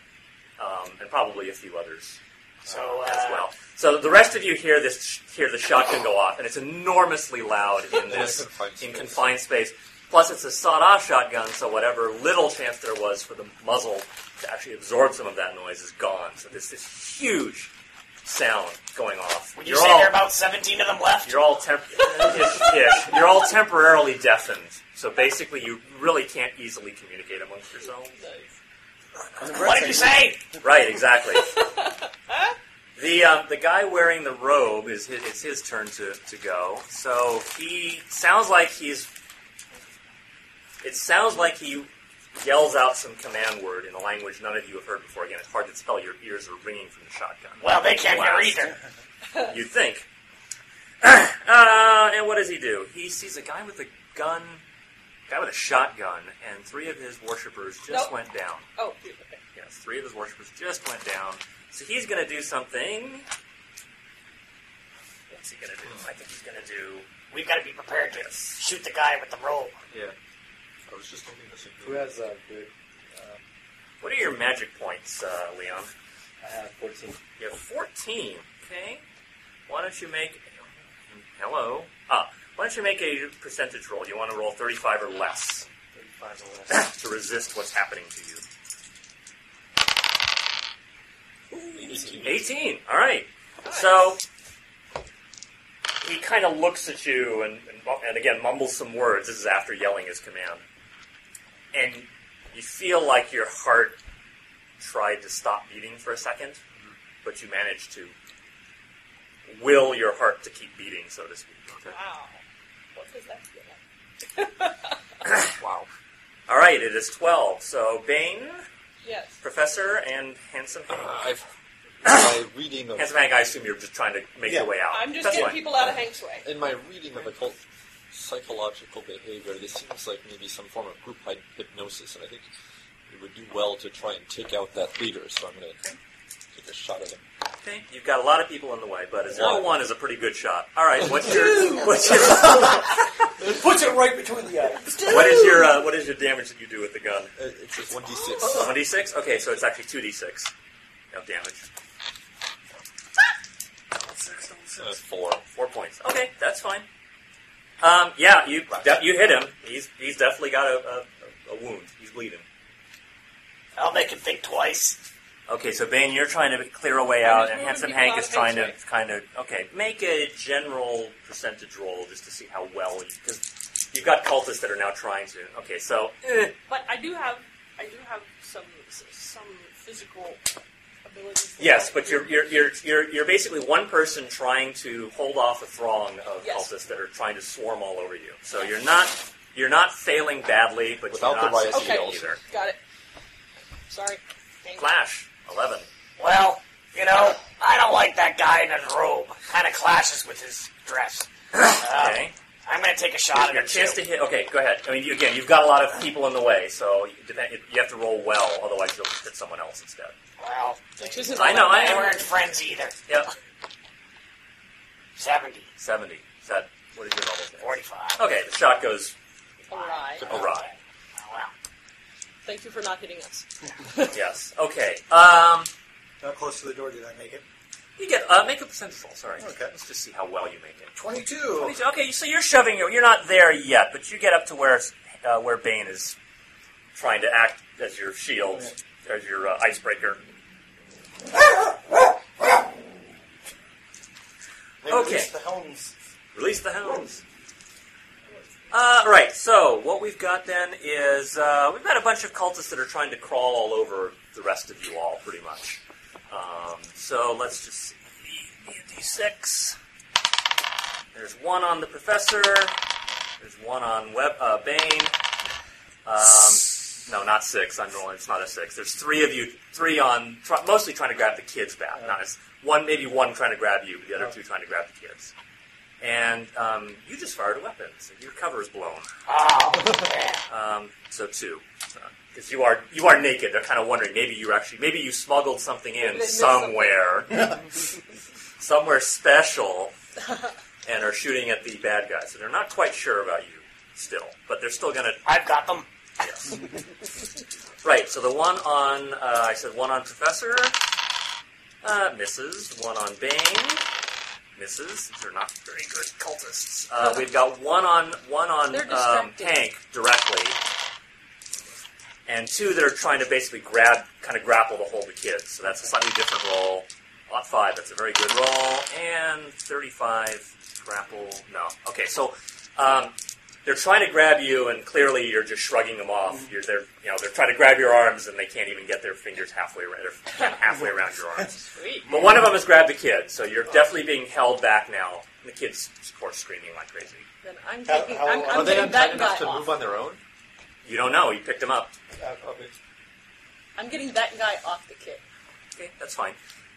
Speaker 5: um, and probably a few others
Speaker 3: So uh,
Speaker 5: as well. So the rest of you hear this hear the shotgun go off, and it's enormously loud in
Speaker 4: In a
Speaker 5: this
Speaker 4: confined
Speaker 5: in
Speaker 4: space.
Speaker 5: confined space. Plus, it's a sawed-off shotgun, so whatever little chance there was for the muzzle to actually absorb some of that noise is gone. So there's this huge sound going off.
Speaker 3: Would you
Speaker 5: You're
Speaker 3: say
Speaker 5: all-
Speaker 3: there are about 17 of them left?
Speaker 5: you're all temp- ish, ish. You're all temporarily deafened, so basically you really can't easily communicate amongst yourselves.
Speaker 3: What did you say?
Speaker 5: Right, exactly. the um, the guy wearing the robe is his, it's his turn to, to go. So he sounds like he's. It sounds like he yells out some command word in a language none of you have heard before. Again, it's hard to spell. Your ears are ringing from the shotgun.
Speaker 3: Well, they can't hear
Speaker 5: Blast.
Speaker 3: either.
Speaker 5: You'd think. uh, and what does he do? He sees a guy with a gun, guy with a shotgun, and three of his worshippers just
Speaker 2: Nope.
Speaker 5: went down.
Speaker 2: Oh, dude, okay.
Speaker 5: Yes, three of his worshippers just went down. So he's going to do something. What's he going to do? I think he's going to do.
Speaker 3: We've got to be prepared to shoot the guy with the robe.
Speaker 4: Yeah. I was just looking at this.
Speaker 7: Who has a good? Um,
Speaker 5: What are your magic points, uh, Leon?
Speaker 7: I have fourteen.
Speaker 5: You have 14. Okay. Why don't you make. Hello. Ah, why don't you make a percentage roll? You want to roll 35 or less
Speaker 7: Thirty-five or less.
Speaker 5: to resist what's happening to you. 18. All right. So he kind of looks at you and, and, mu- and again mumbles some words. This is after yelling his command. And you feel like your heart tried to stop beating for a second, but you managed to will your heart to keep beating, so to speak.
Speaker 2: Wow. What does that feel like?
Speaker 4: Wow.
Speaker 5: All right, it is 12. So Bane,
Speaker 2: Yes.
Speaker 5: Professor, and Handsome Hank.
Speaker 4: Uh, I've my reading of
Speaker 5: Handsome Hank, I assume you're just trying to make
Speaker 7: Yeah.
Speaker 5: your way out.
Speaker 2: I'm just
Speaker 5: That's
Speaker 2: getting
Speaker 5: fine.
Speaker 2: people out of Hank's way.
Speaker 4: in my reading of occult psychological behavior, this seems like maybe some form of group hy- hypnosis, and I think it would do well to try and take out that leader. So I'm going to take a shot at him.
Speaker 5: Okay, you've got a lot of people in the way, but a
Speaker 4: Yeah.
Speaker 5: zero one is a pretty good shot. All right, what's your what's your
Speaker 7: Puts it right between the eyes.
Speaker 5: what is your uh, what is your damage that you do with the gun?
Speaker 4: Uh, It's just one d six.
Speaker 5: One d six. Okay, so it's actually two d six of damage.
Speaker 4: Four.
Speaker 5: Four points. Okay, that's fine. Um, yeah, you de- you hit him. He's he's definitely got a, a, a wound. He's bleeding.
Speaker 3: I'll make him think twice.
Speaker 5: Okay, so Bane, you're trying to clear a way out, and
Speaker 2: moving
Speaker 5: Handsome
Speaker 2: people
Speaker 5: Hank
Speaker 2: out
Speaker 5: is
Speaker 2: of
Speaker 5: trying to
Speaker 2: Hank's
Speaker 5: kind of okay make a general percentage roll just to see how well you because you've got cultists that are now trying to. Okay, so eh,
Speaker 2: But I do have, I do have some some physical abilities. that
Speaker 5: Yes,
Speaker 2: I
Speaker 5: but
Speaker 2: do.
Speaker 5: you're, you're, you're, you're, you're basically one person trying to hold off a throng of
Speaker 2: Yes.
Speaker 5: cultists that are trying to swarm all over you. So you're not you're not failing badly, but
Speaker 4: Without
Speaker 5: you're
Speaker 4: the
Speaker 5: not
Speaker 4: riot
Speaker 5: succeeding
Speaker 2: shields.
Speaker 5: either.
Speaker 2: got it. Sorry, Hank.
Speaker 5: Flash eleven.
Speaker 3: Well, you know, I don't like that guy in his robe. Kind of clashes with his dress. Uh,
Speaker 5: Okay,
Speaker 3: I'm going to take a shot at
Speaker 5: your
Speaker 3: him.
Speaker 5: chance to
Speaker 3: too.
Speaker 5: hit. Okay, go ahead. I mean, you, again, you've got a lot of people in the way, so you, depend, you have to roll well, otherwise you'll hit someone else instead.
Speaker 3: Well,
Speaker 2: Which isn't
Speaker 5: I know, I
Speaker 3: they
Speaker 5: am-
Speaker 3: weren't friends either.
Speaker 5: Yep,
Speaker 3: 70,
Speaker 5: seventy. Is that what is your normal?
Speaker 3: 45.
Speaker 5: Okay, the shot goes
Speaker 2: awry.
Speaker 5: awry.
Speaker 3: Oh, wow.
Speaker 2: Thank you for not hitting us.
Speaker 5: Yes. Okay.
Speaker 8: How
Speaker 5: Um,
Speaker 8: close to the door did I make it?
Speaker 5: you get uh, make a percentage roll. Sorry.
Speaker 8: Okay.
Speaker 5: Let's just see how well you make it.
Speaker 8: Twenty-two.
Speaker 5: Okay, so you're shoving your. You're not there yet, but you get up to where uh, where Bane is trying to act as your shield, as your uh, icebreaker.
Speaker 7: They
Speaker 5: Okay.
Speaker 7: release The hounds.
Speaker 5: Release the hounds. Uh, right. So what we've got then is uh, we've got a bunch of cultists that are trying to crawl all over the rest of you all, pretty much. Um, so let's just see. D six. There's one on the professor. There's one on Web uh, Bane. Um, no, not six. I'm rolling. It's not a six. There's three of you. Three on try, mostly trying to grab the kids back. Not as one, maybe one trying to grab you, but the other two trying to grab the kids. And um, you just fired a weapon, so your cover is blown.
Speaker 3: Oh, yeah.
Speaker 5: Um, so two, because you are you are naked. They're kind of wondering maybe you actually maybe you smuggled something
Speaker 2: They
Speaker 5: in
Speaker 2: missed
Speaker 5: somewhere, somewhere special, and are shooting at the bad guys. So they're not quite sure about you still, but they're still gonna
Speaker 3: I've got them.
Speaker 5: yes. Right. So the one on uh, I said one on Professor uh, misses. One on Bane misses. These are not very good cultists. Uh, we've got one on one on
Speaker 10: They're
Speaker 5: um,
Speaker 10: distracting.
Speaker 5: Hank directly, and two that are trying to basically grab, kind of grapple to hold the kids. So that's a slightly different roll. Lot five. That's a very good roll. And thirty-five grapple. No. Okay. So. Um, they're trying to grab you, and clearly you're just shrugging them off. You're, they're, you know, they're trying to grab your arms, and they can't even get their fingers halfway around, halfway around your arms.
Speaker 2: Sweet.
Speaker 5: But one of them has grabbed the kid, so you're definitely being held back now. And the kid's, of course, screaming like crazy.
Speaker 10: Then I'm
Speaker 7: How-
Speaker 10: taking.
Speaker 7: how-
Speaker 10: I'm,
Speaker 7: are
Speaker 10: I'm
Speaker 7: they
Speaker 10: getting that guy
Speaker 11: enough to
Speaker 10: off.
Speaker 11: move on their own?
Speaker 5: You don't know. You picked him up.
Speaker 7: Uh, okay.
Speaker 10: I'm getting that guy off the kid.
Speaker 5: Okay, that's fine.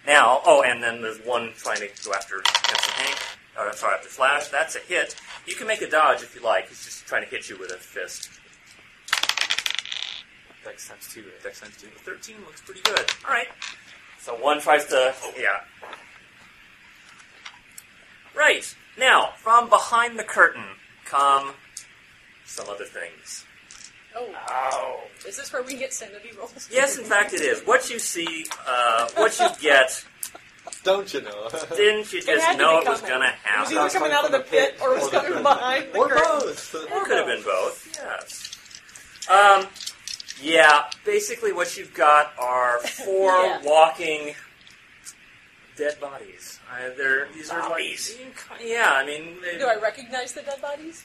Speaker 5: Now, oh, and then there's one trying to go after Captain Hank. Oh, Or, I'm sorry, after Flash. That's a hit. You can make a dodge if you like. He's just trying to hit you with a fist.
Speaker 8: Dex times two, right?
Speaker 11: Dex times two.
Speaker 5: 13 looks pretty good. All right. So one tries to. Yeah. Right. Now, from behind the curtain come some other things.
Speaker 10: Oh,
Speaker 3: Oh,
Speaker 10: is this where we get sanity rolls?
Speaker 5: Yes, in fact, it is. What you see, uh, what you get,
Speaker 11: Don't you know?
Speaker 5: didn't you
Speaker 2: had
Speaker 5: just
Speaker 2: to
Speaker 5: know
Speaker 2: be
Speaker 5: it was
Speaker 2: coming.
Speaker 5: going to
Speaker 2: It was
Speaker 5: happen?
Speaker 2: either coming out of the pit or it was coming behind the
Speaker 11: or
Speaker 2: curtain.
Speaker 11: both.
Speaker 5: It could have been both, yes. Um, yeah, basically what you've got are four
Speaker 10: Yeah.
Speaker 5: walking dead bodies. Uh, they're, these are like,
Speaker 3: Zombies.
Speaker 5: yeah, I mean, they,
Speaker 10: Do I recognize the dead bodies?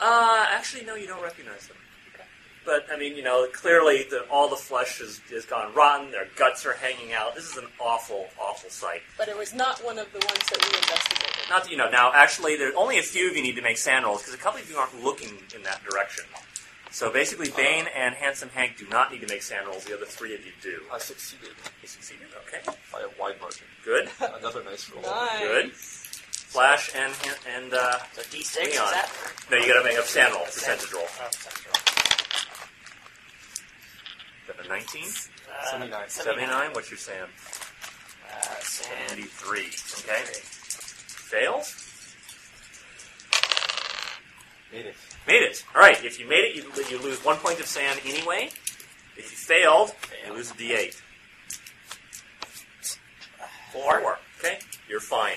Speaker 5: uh, actually, no, you don't recognize them.
Speaker 10: Okay.
Speaker 5: But I mean, you know, clearly the, all the flesh is, is gone rotten. Their guts are hanging out. This is an awful, awful sight.
Speaker 10: But it was not one of the ones that we investigated.
Speaker 5: Not that you know. Now, actually, there's only a few of you need to make sand rolls because a couple of you aren't looking in that direction. So basically, Bane and Handsome Hank do not need to make sand rolls. The other three of you do.
Speaker 4: I succeeded
Speaker 5: You succeeded. Okay.
Speaker 4: by a wide margin.
Speaker 5: Good.
Speaker 4: Another nice roll.
Speaker 2: Nice.
Speaker 5: Good. Flash and and uh,
Speaker 3: so D6 is
Speaker 5: Leon.
Speaker 3: that?
Speaker 5: no, you got to make a sand roll, percentage roll.
Speaker 3: Oh, sorry.
Speaker 5: Got a 19,
Speaker 3: Uh,
Speaker 8: 79.
Speaker 5: 79. What's your sand?
Speaker 3: Uh, sand.
Speaker 5: 73. Okay. Fails.
Speaker 11: Made it.
Speaker 5: Made it. All right. If you made it, you, you lose one point of sand anyway. If you failed, you lose a D8.
Speaker 3: Four.
Speaker 5: Four. Okay. You're fine.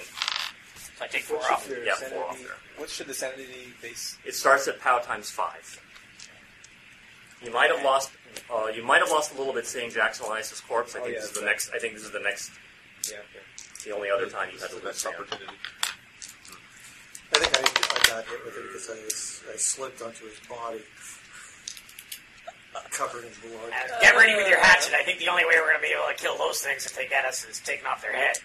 Speaker 3: So I take four off.
Speaker 8: your
Speaker 5: Yeah, four
Speaker 8: sanity,
Speaker 5: off there.
Speaker 8: What should the sanity base?
Speaker 5: It starts at POW times five. You might have lost. Uh, you might have lost a little bit seeing Jackson Elias's corpse. I
Speaker 8: Oh,
Speaker 5: think
Speaker 8: yeah,
Speaker 5: this is the next. I think this is the next.
Speaker 8: Yeah, okay.
Speaker 5: The only other time you
Speaker 4: This
Speaker 5: had
Speaker 4: is
Speaker 5: to
Speaker 4: the
Speaker 5: lose
Speaker 4: next
Speaker 5: sand.
Speaker 4: opportunity.
Speaker 7: I think I, I got hit with it because I, was, I slipped onto his body, covered in blood.
Speaker 3: Uh, Get ready with your hatchet. I think the only way we're going to be able to kill those things if they get us is taking off their head.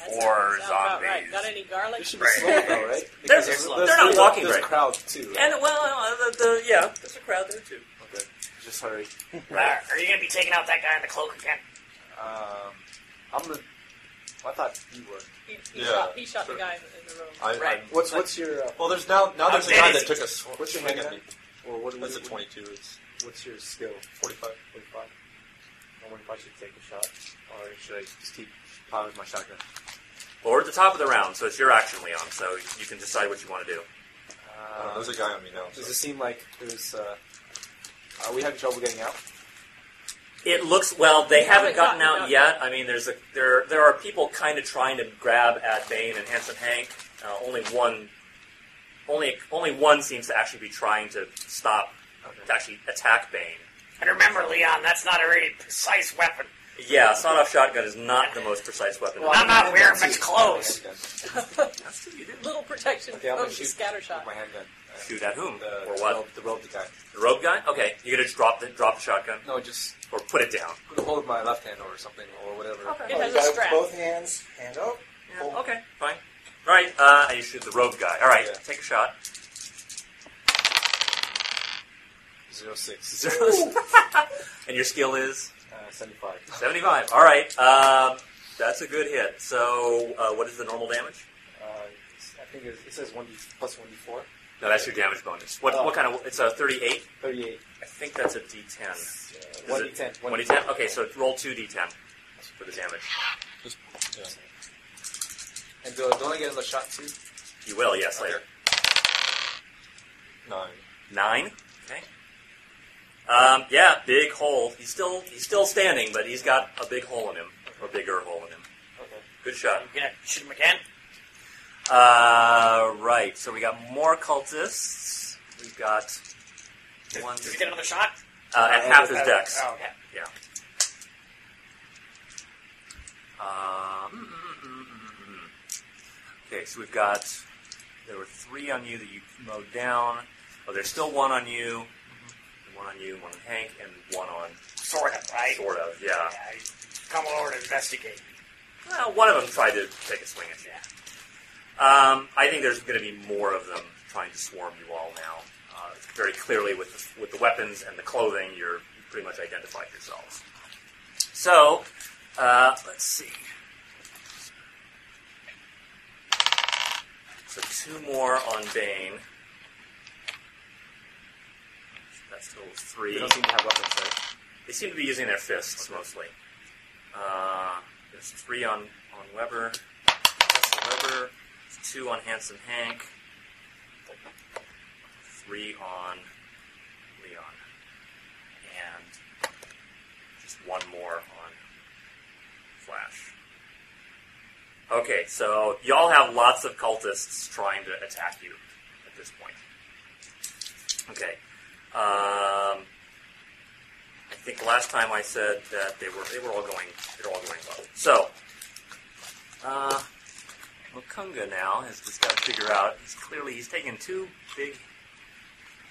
Speaker 10: That's
Speaker 5: Four
Speaker 10: sounds about Right.
Speaker 5: zombies.
Speaker 10: Got any garlic?
Speaker 8: They should be slow though, right? Because
Speaker 5: They're-
Speaker 8: there's-
Speaker 5: they're
Speaker 8: there's-
Speaker 5: not
Speaker 8: there's a-
Speaker 5: walking
Speaker 8: There's a
Speaker 5: right.
Speaker 8: crowd too. Right?
Speaker 5: And well, uh, the, the yeah, there's a crowd there too.
Speaker 8: okay. Just hurry.
Speaker 5: Right.
Speaker 3: Uh, are you going to be taking out that guy in the cloak again?
Speaker 8: Um, I'm gonna. I thought you were.
Speaker 10: He, he
Speaker 4: Yeah,
Speaker 10: shot, he shot
Speaker 4: sure.
Speaker 10: the guy in the, in the room.
Speaker 4: I,
Speaker 3: Right.
Speaker 4: I'm-
Speaker 8: What's what's your uh,
Speaker 4: well, there's now now there's a guy that took a sw-
Speaker 8: What's your
Speaker 4: swing
Speaker 8: hand
Speaker 4: at me.
Speaker 8: or what?
Speaker 4: That's a
Speaker 8: what-
Speaker 4: 22. It's
Speaker 8: What's your skill?
Speaker 4: 45.
Speaker 8: 45. I wonder if I should take a shot, or should I just keep powering my shotgun?
Speaker 5: Well, we're at the top of the round, so it's your action, Leon. So you can decide what you want to do.
Speaker 4: I don't know,
Speaker 8: Uh,
Speaker 4: there's a guy on me now.
Speaker 8: does
Speaker 4: so-
Speaker 8: it seem like there's? Uh, are we having trouble getting out?
Speaker 5: It looks well. They
Speaker 10: We
Speaker 5: haven't
Speaker 10: haven't
Speaker 5: gotten,
Speaker 10: gotten
Speaker 5: out
Speaker 10: out
Speaker 5: yet. I mean, there's a there there are people kind of trying to grab at Bane and Handsome Hank. Uh, only one, only only one seems to actually be trying to stop to actually attack Bane.
Speaker 3: And remember, Leon, that's not a very precise weapon.
Speaker 5: Yeah, a sawed-off shotgun is not the most precise weapon.
Speaker 3: Well, I'm not wearing much clothes. Oh,
Speaker 5: That's true, you do.
Speaker 10: Little protection
Speaker 8: Okay, I'm
Speaker 10: from
Speaker 8: gonna
Speaker 10: the
Speaker 8: shoot
Speaker 10: scatter shot.
Speaker 8: with my handgun. Uh,
Speaker 5: Shoot at whom
Speaker 8: the,
Speaker 5: or
Speaker 8: the
Speaker 5: what?
Speaker 8: robe- The robe, the guy.
Speaker 5: The robe guy? Okay, you're gonna just drop the drop the shotgun
Speaker 8: No, just
Speaker 5: or put it down.
Speaker 8: put a hold of my left hand or something or whatever.
Speaker 10: Okay.
Speaker 7: Oh,
Speaker 10: It
Speaker 7: you
Speaker 10: has
Speaker 7: got
Speaker 10: a
Speaker 7: it with
Speaker 10: strap.
Speaker 7: both hands, hand up.
Speaker 5: Yeah,
Speaker 7: Oh.
Speaker 5: okay, fine. All right, uh, and you shoot the robe guy. All right,
Speaker 8: Yeah.
Speaker 5: take a shot.
Speaker 8: Zero six.
Speaker 5: and your skill is.
Speaker 8: Uh, Seventy-five.
Speaker 5: 75. All right. Um, that's a good hit. So, uh, what is the normal damage?
Speaker 8: Uh, it's- I think it's- it says one d plus one d four.
Speaker 5: No, that's your damage bonus. What, what kind of? It's a 38.
Speaker 8: Thirty-eight.
Speaker 5: Oh. I think that's a D10.
Speaker 8: Uh,
Speaker 5: Is
Speaker 8: one
Speaker 5: it
Speaker 8: d ten.
Speaker 5: 1d10. Okay, so roll two D10 for the damage.
Speaker 4: Just- yeah.
Speaker 8: And do, don't I get another shot too?
Speaker 5: You will, yes, later.
Speaker 4: Nine.
Speaker 5: Nine. Okay. Um, yeah, big hole. He's still he's still standing, but he's got a big hole in him, or bigger hole in him.
Speaker 8: Okay.
Speaker 5: Good shot.
Speaker 3: I'm gonna shoot him again.
Speaker 5: Uh, right. So we got more cultists. We've got one
Speaker 3: Did you get another shot?
Speaker 5: uh, at half his dex.
Speaker 3: Oh, okay.
Speaker 5: Um, mm, mm, mm, mm, mm. okay, so we've got. There were three on you that you mowed down. Oh, there's still one on you, one on you, one on Hank, and one on
Speaker 3: Sort of, right?
Speaker 5: sort of. Yeah.
Speaker 3: Yeah, he's come over to investigate.
Speaker 5: Well, one of them tried to take a swing at you. Um, I think there's going to be more of them trying to swarm you all now. Uh, very clearly, with the, with the weapons and the clothing, you're you pretty much identified yourselves. So, uh, let's see. So two more on Bane. That's total of three.
Speaker 8: They don't seem to have weapons, right?
Speaker 5: They seem to be using their fists mostly. Uh, there's three on, on Weber, Professor Weber, two on Handsome Hank, three on Leon, and just one more on Flash. Okay, so y'all have lots of cultists trying to attack you at this point. Okay. Um, I think last time I said that they were they were all going they were all going low. So, uh, Mokunga now has just got to figure out. He's clearly he's taken two big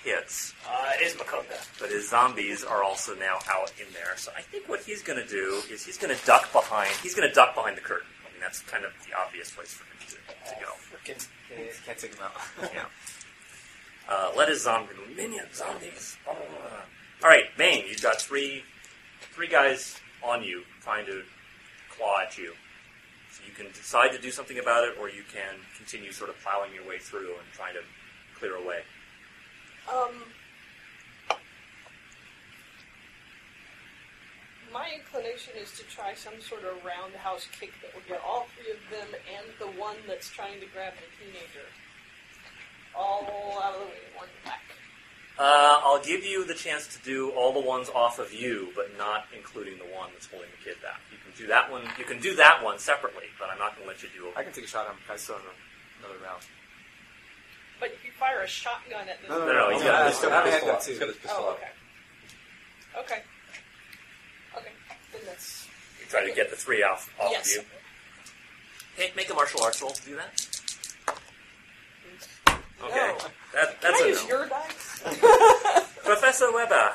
Speaker 5: hits,
Speaker 3: Uh, it is Makonga.
Speaker 5: but his zombies are also now out in there. So I think what he's going to do is he's going to duck behind. He's going to duck behind the curtain. I mean that's kind of the obvious place for him to, to go.
Speaker 8: Freaking, yeah, can't take them out.
Speaker 5: Yeah. Uh, let his zombie minion zombies. Blah, blah, blah. All right, Bane, you've got three three guys on you trying to claw at you. So you can decide to do something about it, or you can continue sort of plowing your way through and trying to clear away.
Speaker 2: Um, my inclination is to try some sort of roundhouse kick that will get all three of them and the one that's trying to grab the teenager all out of the way in one whack.
Speaker 5: Uh, I'll give you the chance to do all the ones off of you, but not including the one that's holding the kid back. You can do that one. You can do that one separately, but I'm not going to let you do.
Speaker 8: I can take a shot at him. I still have another round.
Speaker 2: But if you fire a shotgun at them,
Speaker 5: no, no,
Speaker 4: Oh,
Speaker 5: he's
Speaker 8: he's
Speaker 5: got-
Speaker 8: got,
Speaker 5: he's
Speaker 8: he's
Speaker 5: got
Speaker 8: got a
Speaker 11: his
Speaker 8: handgun,
Speaker 11: pistol.
Speaker 8: too.
Speaker 11: He's got his pistol.
Speaker 2: oh,
Speaker 11: out.
Speaker 2: okay, okay, okay, then that's
Speaker 5: You try to get the three off off
Speaker 2: yes.
Speaker 5: of you. Hey, make a martial arts roll to do that. Oh.
Speaker 2: No.
Speaker 5: Okay, that, that's
Speaker 2: Can I
Speaker 5: a
Speaker 2: use
Speaker 5: no.
Speaker 2: your dice?
Speaker 5: Professor Weber,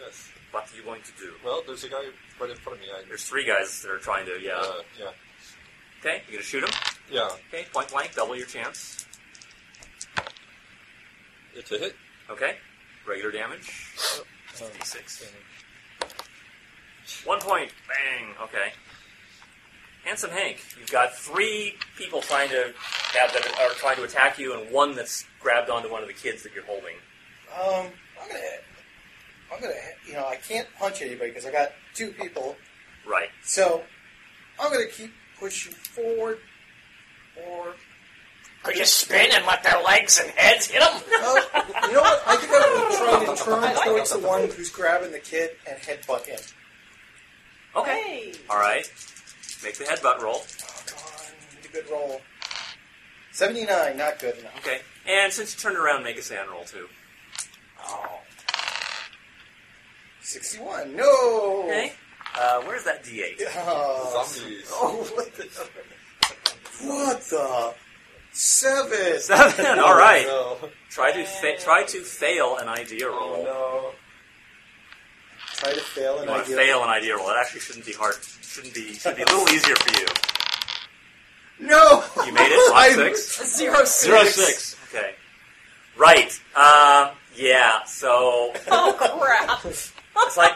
Speaker 11: Yes.
Speaker 5: what are you going to do?
Speaker 11: Well, there's a guy right in front of me. I,
Speaker 5: There's three guys that are trying to, yeah.
Speaker 11: uh, yeah.
Speaker 5: okay, you're going to shoot him.
Speaker 11: Yeah.
Speaker 5: Okay, point blank, double your chance.
Speaker 4: It's a hit.
Speaker 5: Okay, regular damage,
Speaker 11: Um,
Speaker 5: d6. One point, bang, okay. Handsome Hank, you've got three people trying to have that are trying to attack you, and one that's grabbed onto one of the kids that you're holding.
Speaker 7: Um, I'm gonna, I'm gonna, you know, I can't punch anybody because I got two people.
Speaker 5: Right.
Speaker 7: So I'm gonna keep pushing forward, or
Speaker 3: Could you spin and let their legs and heads hit him?
Speaker 7: Oh, you know what? I think I'm going to try and turn towards the one who's grabbing the kid and headbutt him.
Speaker 5: Okay.
Speaker 2: Hey.
Speaker 5: All right. Make the headbutt roll.
Speaker 7: Oh, God, I need a good roll. 79, not good enough.
Speaker 5: Okay. And since you turned around, make a sand roll too.
Speaker 10: Oh.
Speaker 7: 61, no!
Speaker 5: Okay. Uh, where's that D8?
Speaker 7: Oh,
Speaker 11: Zombies.
Speaker 7: oh, what the? What the? Seven!
Speaker 5: Seven. All right.
Speaker 11: No.
Speaker 5: Try to fa- try to fail an idea roll.
Speaker 11: No.
Speaker 7: Oh, Try to fail an
Speaker 5: You want to
Speaker 7: idea.
Speaker 5: fail an idea roll. It actually shouldn't be hard. Shouldn't be. Should be a little easier for you.
Speaker 7: No!
Speaker 5: You made it. Lot
Speaker 7: I-
Speaker 5: six.
Speaker 10: Zero six.
Speaker 11: Zero six.
Speaker 5: Okay. Right. Um, yeah. So
Speaker 10: Oh crap!
Speaker 5: it's like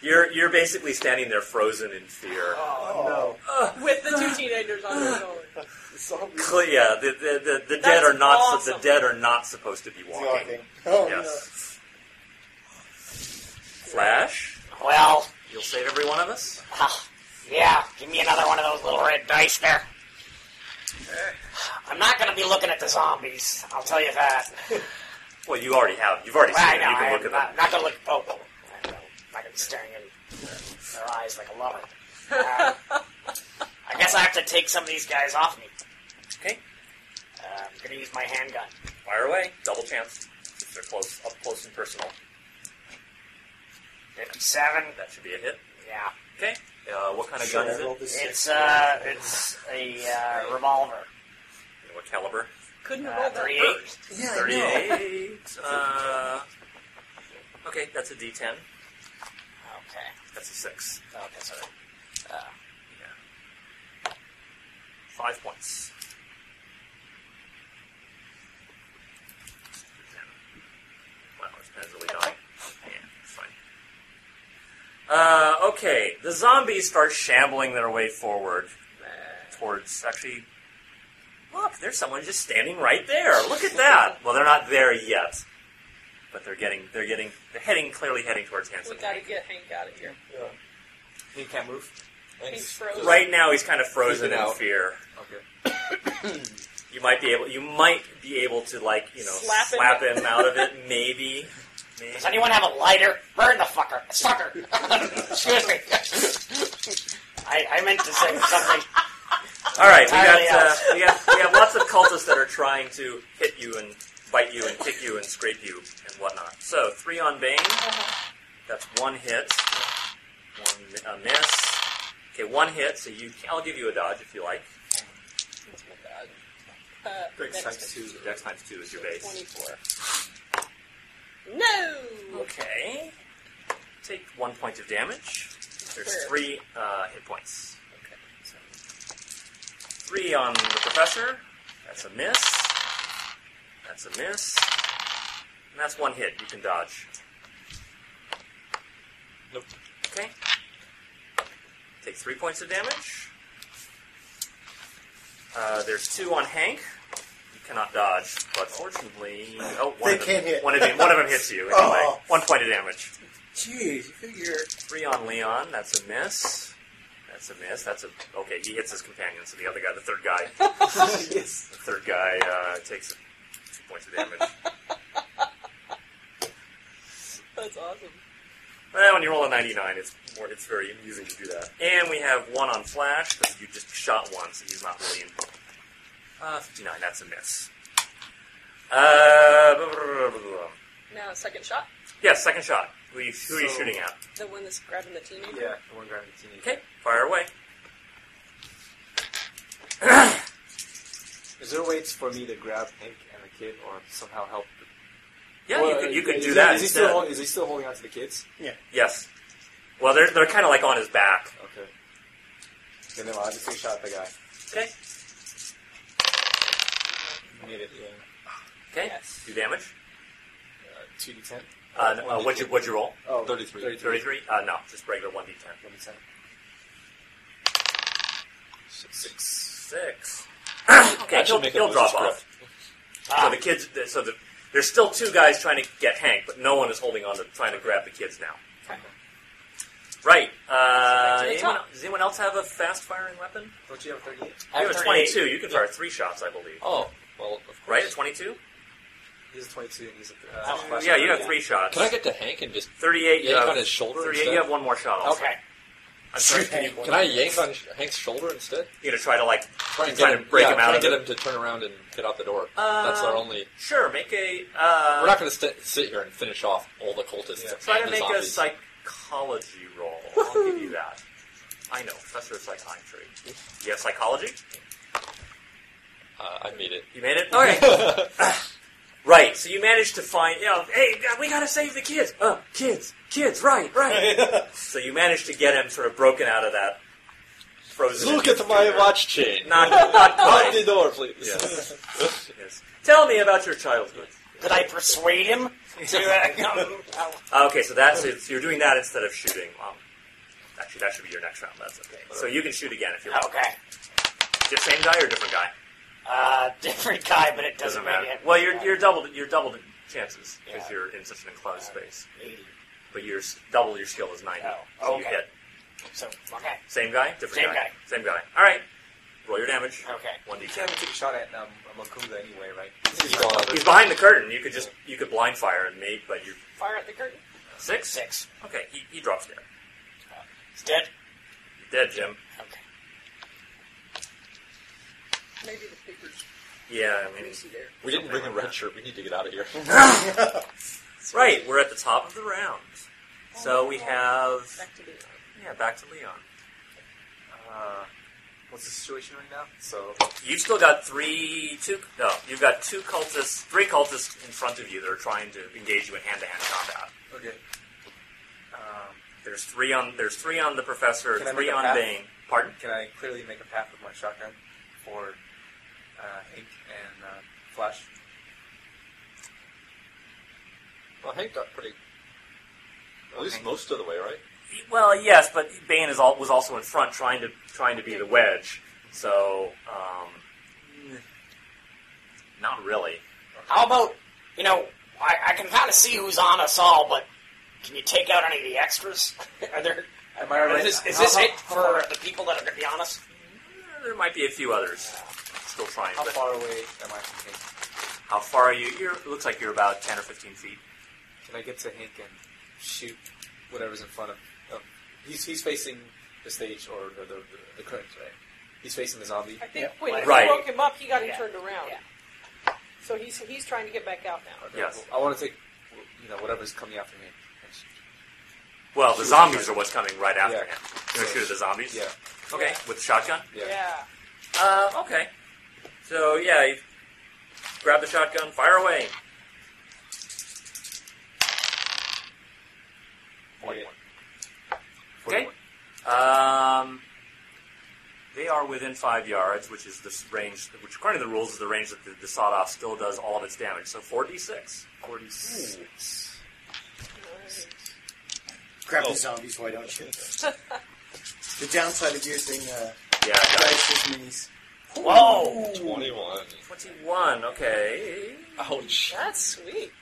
Speaker 5: you're you're basically standing there frozen in fear.
Speaker 7: Oh,
Speaker 10: With the two teenagers on their own.
Speaker 7: no. Zombies
Speaker 5: Cle- Yeah. The the, the, the dead
Speaker 10: That's
Speaker 5: are not
Speaker 10: awesome.
Speaker 5: the dead are not supposed to be walking.
Speaker 7: walking. Oh,
Speaker 5: Yes. Flash.
Speaker 3: Well,
Speaker 5: You'll save every one of us.
Speaker 3: ah, yeah, give me another one of those little red dice there. Eh. I'm not going to be looking at the zombies, I'll tell you that.
Speaker 7: no.
Speaker 5: Well, you already have. You've already seen
Speaker 3: I
Speaker 5: it.
Speaker 3: know.
Speaker 5: You can
Speaker 3: I
Speaker 5: look at
Speaker 3: am
Speaker 5: them.
Speaker 3: not, not gonna look at both of them. I don't know. I'm not gonna be staring in their eyes like a lover. Uh, I guess I have to take some of these guys off me.
Speaker 5: Okay.
Speaker 3: Uh, I'm gonna use my handgun.
Speaker 5: Fire away. Double chance. If they're close, up close and personal,
Speaker 3: 57.
Speaker 5: that should be a hit.
Speaker 3: Yeah.
Speaker 5: Okay. Uh, what kind of gun is it?
Speaker 7: I rolled a six.
Speaker 3: It's uh, it's a uh, revolver.
Speaker 5: What caliber?
Speaker 10: Couldn't have
Speaker 3: Uh,
Speaker 10: rolled that
Speaker 3: three
Speaker 10: first.
Speaker 3: eight.
Speaker 7: Yeah, I know.
Speaker 5: 38. Uh, okay, that's a D10.
Speaker 3: Okay.
Speaker 5: That's a 6.
Speaker 3: Okay, sorry.
Speaker 5: Yeah. 5 points. Wow, this pen's really dying. Yeah, it's fine. Uh, okay, the zombies start shambling their way forward towards. Actually, look, there's someone just standing right there. Look at that. Well, they're not there yet, but they're getting. They're getting. They're heading clearly heading towards
Speaker 2: We
Speaker 5: Hanson.
Speaker 2: gotta get Hank out of here.
Speaker 8: He can't move.
Speaker 2: He's frozen.
Speaker 5: Right now, he's kind of frozen
Speaker 8: Freaking
Speaker 5: in
Speaker 8: out.
Speaker 5: fear.
Speaker 8: Okay.
Speaker 5: You might be able. You might be able to like you know
Speaker 2: Slap him.
Speaker 5: slap him out of it. Maybe. Maybe.
Speaker 3: Does anyone have a lighter? Burn the fucker. Fucker. Excuse me. I, I meant to say something.
Speaker 5: All right, we
Speaker 3: Entirely
Speaker 5: got uh,
Speaker 3: else.
Speaker 5: we have we have lots of cultists that are trying to hit you and bite you and kick you and scrape you and whatnot. So three on Bane. That's one hit. One mi- a miss. Okay, one hit. So you. I'll give you a dodge if you like.
Speaker 2: Uh, next
Speaker 8: Six times two.
Speaker 5: Dex times two is your base.
Speaker 2: 24. No!
Speaker 5: Okay. Take one point of damage. There's
Speaker 2: Where?
Speaker 5: three uh, hit points. Three on the professor. That's a miss. That's a miss. And that's one hit. You can dodge.
Speaker 4: Nope.
Speaker 5: Okay. Take three points of damage. Uh, there's two on Hank. You cannot dodge, but fortunately, oh, one
Speaker 7: They
Speaker 5: of them,
Speaker 7: can't hit.
Speaker 5: One of them, one of them hits you. Anyway,
Speaker 7: Oh.
Speaker 5: one point of damage.
Speaker 7: Jeez, you figure
Speaker 5: Three on Leon. That's a miss. That's a miss. That's a okay. He hits his companion, so the other guy, the third guy, the third guy uh, takes two points of damage.
Speaker 2: That's awesome.
Speaker 5: Well, when you roll a 99, it's more, it's very amusing to do that. And we have one on Flash, because you just shot one, so he's not really in. Uh, 59, that's a miss. Uh, blah, blah, blah, blah, blah.
Speaker 2: Now, second shot.
Speaker 5: yeah, second shot. Who are you, who are you
Speaker 8: So-
Speaker 5: shooting at?
Speaker 2: The one that's grabbing the teenager.
Speaker 8: Yeah, the one grabbing the teenager.
Speaker 5: Okay, fire away.
Speaker 8: Is there a way for me to grab Hank and the kid, or somehow help?
Speaker 5: Yeah,
Speaker 8: Well,
Speaker 5: you could, you could
Speaker 8: is
Speaker 5: do
Speaker 8: he-
Speaker 5: that
Speaker 8: Is he,
Speaker 5: instead.
Speaker 8: still, hol- is he still holding on to the kids?
Speaker 5: yes. Well, they're, they're kind of like on his back.
Speaker 8: Okay. Then I'll just take a shot at the guy.
Speaker 5: Okay.
Speaker 8: Made it. Yeah.
Speaker 5: Okay.
Speaker 2: Yes.
Speaker 5: Do damage.
Speaker 8: Two d ten.
Speaker 5: Uh, n- uh, what'd, you, what'd you roll?
Speaker 8: Oh,
Speaker 4: 33.
Speaker 5: 33? Uh, no, just regular 1d10.
Speaker 8: One d ten.
Speaker 5: Six. okay,
Speaker 4: That should
Speaker 5: he'll,
Speaker 4: make it
Speaker 5: he'll
Speaker 4: lose
Speaker 5: drop
Speaker 4: his grip.
Speaker 5: off. So the kids, so the, there's still two guys trying to get Hank, but no one is holding on to trying to grab the kids now. Right. Uh,
Speaker 2: to the
Speaker 5: anyone,
Speaker 2: top.
Speaker 5: does anyone else have a fast firing weapon?
Speaker 8: Don't you have thirty eight?
Speaker 5: You have a
Speaker 3: 38.
Speaker 5: 22. You can fire three shots, I believe.
Speaker 4: Oh, well, of course.
Speaker 5: Right, a 22.
Speaker 8: He's a twenty two and he's a. Uh,
Speaker 3: Oh,
Speaker 8: flash
Speaker 5: yeah, you have
Speaker 8: thirty.
Speaker 5: three shots.
Speaker 4: Can I get to Hank and just.
Speaker 5: 38.
Speaker 4: Yank
Speaker 5: you have,
Speaker 4: on his shoulder
Speaker 5: 38.
Speaker 4: instead?
Speaker 5: uh, You have one more shot. Also.
Speaker 3: Okay.
Speaker 5: I'm sorry. Can you,
Speaker 4: Can I yank on sh- Hank's shoulder instead?
Speaker 5: you're gonna try to like
Speaker 4: Try and
Speaker 5: Try to break
Speaker 4: yeah,
Speaker 5: him out
Speaker 4: try
Speaker 5: of
Speaker 4: and
Speaker 5: it.
Speaker 4: get him to turn around and get out the door. That's our
Speaker 5: Um,
Speaker 4: only.
Speaker 5: sure make a.
Speaker 4: We're
Speaker 5: Uh,
Speaker 4: not going to st- sit here and finish off all the cultists.
Speaker 8: Yeah.
Speaker 4: and
Speaker 5: try to
Speaker 4: the
Speaker 5: make a
Speaker 4: zombies.
Speaker 5: psychology roll. I'll give you that. I know, professor of psychiatry. You have psychology.
Speaker 4: Uh, I made it.
Speaker 5: You made it? Okay. right, so you managed to find, you know, hey, God, we gotta save the kids. Uh, kids, kids, right, right. so you managed to get him sort of broken out of that frozen.
Speaker 4: Look at my watch chain.
Speaker 5: Not, not
Speaker 4: Out the
Speaker 5: quite.
Speaker 4: door, please.
Speaker 5: Yes. yes. Tell me about your childhood.
Speaker 3: Did I persuade him to uh, come? Oh,
Speaker 5: Ah, Okay, so that's it. So you're doing that instead of shooting. Um, actually, that should be your next round. That's okay. So you can shoot again if you want.
Speaker 3: okay.
Speaker 5: Di- Same guy or different guy?
Speaker 3: Uh, different guy, but it doesn't,
Speaker 5: Doesn't matter.
Speaker 3: make it.
Speaker 5: Well, you're you're double you're double the chances because
Speaker 3: Yeah.
Speaker 5: you're in such an enclosed space.
Speaker 3: Eighty.
Speaker 5: But your s- double your skill is ninety.
Speaker 3: Oh,
Speaker 5: So you
Speaker 3: okay.
Speaker 5: hit.
Speaker 3: So okay.
Speaker 5: Same guy, different
Speaker 3: Same guy.
Speaker 5: Same guy. All right. Roll your damage.
Speaker 8: Okay.
Speaker 5: One
Speaker 8: You
Speaker 5: d10.
Speaker 8: can't even take a shot at um, Makuza anyway, right?
Speaker 4: He's gone.
Speaker 5: He's behind the curtain. You could just you could blind fire and me, but you're
Speaker 2: Fire at the curtain.
Speaker 5: six.
Speaker 3: Six.
Speaker 5: Okay, he, he drops dead.
Speaker 3: He's dead.
Speaker 5: You're dead, Jim.
Speaker 3: Okay.
Speaker 2: Maybe the paper's
Speaker 5: Yeah, I mean,
Speaker 2: greasy there.
Speaker 4: We didn't bring a red shirt. We need to get out of here.
Speaker 5: right. We're at the top of the round, so we have
Speaker 2: Back to the
Speaker 5: yeah back to Leon.
Speaker 8: Uh, what's the situation right now? So
Speaker 5: You've still got three, two, no, you've got two cultists, three cultists in front of you that are trying to engage you in hand-to-hand combat.
Speaker 8: okay. Um,
Speaker 5: There's three on, there's three on the professor,
Speaker 8: Can I
Speaker 5: three
Speaker 8: make a
Speaker 5: on
Speaker 8: path?
Speaker 5: Bane. Pardon?
Speaker 8: Can I clearly make a path with my shotgun for uh, Hank and uh, Flash?
Speaker 4: Well, Hank got pretty. At least
Speaker 8: Hank-
Speaker 4: most of the way, right?
Speaker 5: Well, yes, but Bane is all, was also in front, trying to trying to be the wedge. So, um, not really.
Speaker 3: How about, you know, I, I can kind of see who's on us all, but can you take out any of the extras? are there?
Speaker 8: Am I right?
Speaker 3: Is this, is this
Speaker 8: how,
Speaker 3: it
Speaker 8: how
Speaker 3: for the people that are going to be on us?
Speaker 5: There might be a few others still trying.
Speaker 8: How
Speaker 5: but
Speaker 8: far away am I from Hank?
Speaker 5: how far are you? You're, it looks like you're about ten or fifteen feet.
Speaker 8: Can I get to Hank and shoot whatever's in front of? of he's he's facing the stage or, or the, the the curtain, right? He's facing the zombie.
Speaker 2: I think when you
Speaker 5: Right.
Speaker 2: broke him up, he got him
Speaker 3: Yeah.
Speaker 2: turned around.
Speaker 3: Yeah.
Speaker 2: So he's he's trying to get back out now.
Speaker 8: Okay,
Speaker 5: Yes.
Speaker 8: well, I want to take you know whatever's coming after me. And sh-
Speaker 5: Well, the zombies are what's coming right after
Speaker 8: Yeah.
Speaker 5: him. You're gonna shoot at the zombies.
Speaker 8: yeah,
Speaker 5: Okay, with the shotgun.
Speaker 8: yeah.
Speaker 5: Uh, okay. So yeah, you grab the shotgun, fire away.
Speaker 8: Okay.
Speaker 5: Okay. Um, they are within five yards, which is this range, which according to the rules is the range that the, the sawed off still does all of its damage. So four d six.
Speaker 8: Forty-six.
Speaker 7: Grab
Speaker 5: Oh.
Speaker 7: the zombies, why don't you? the downside of using uh,
Speaker 5: Yeah.
Speaker 7: dice as minis.
Speaker 3: Whoa!
Speaker 4: Twenty-one.
Speaker 5: Twenty one. Okay.
Speaker 4: Ouch.
Speaker 2: That's sweet.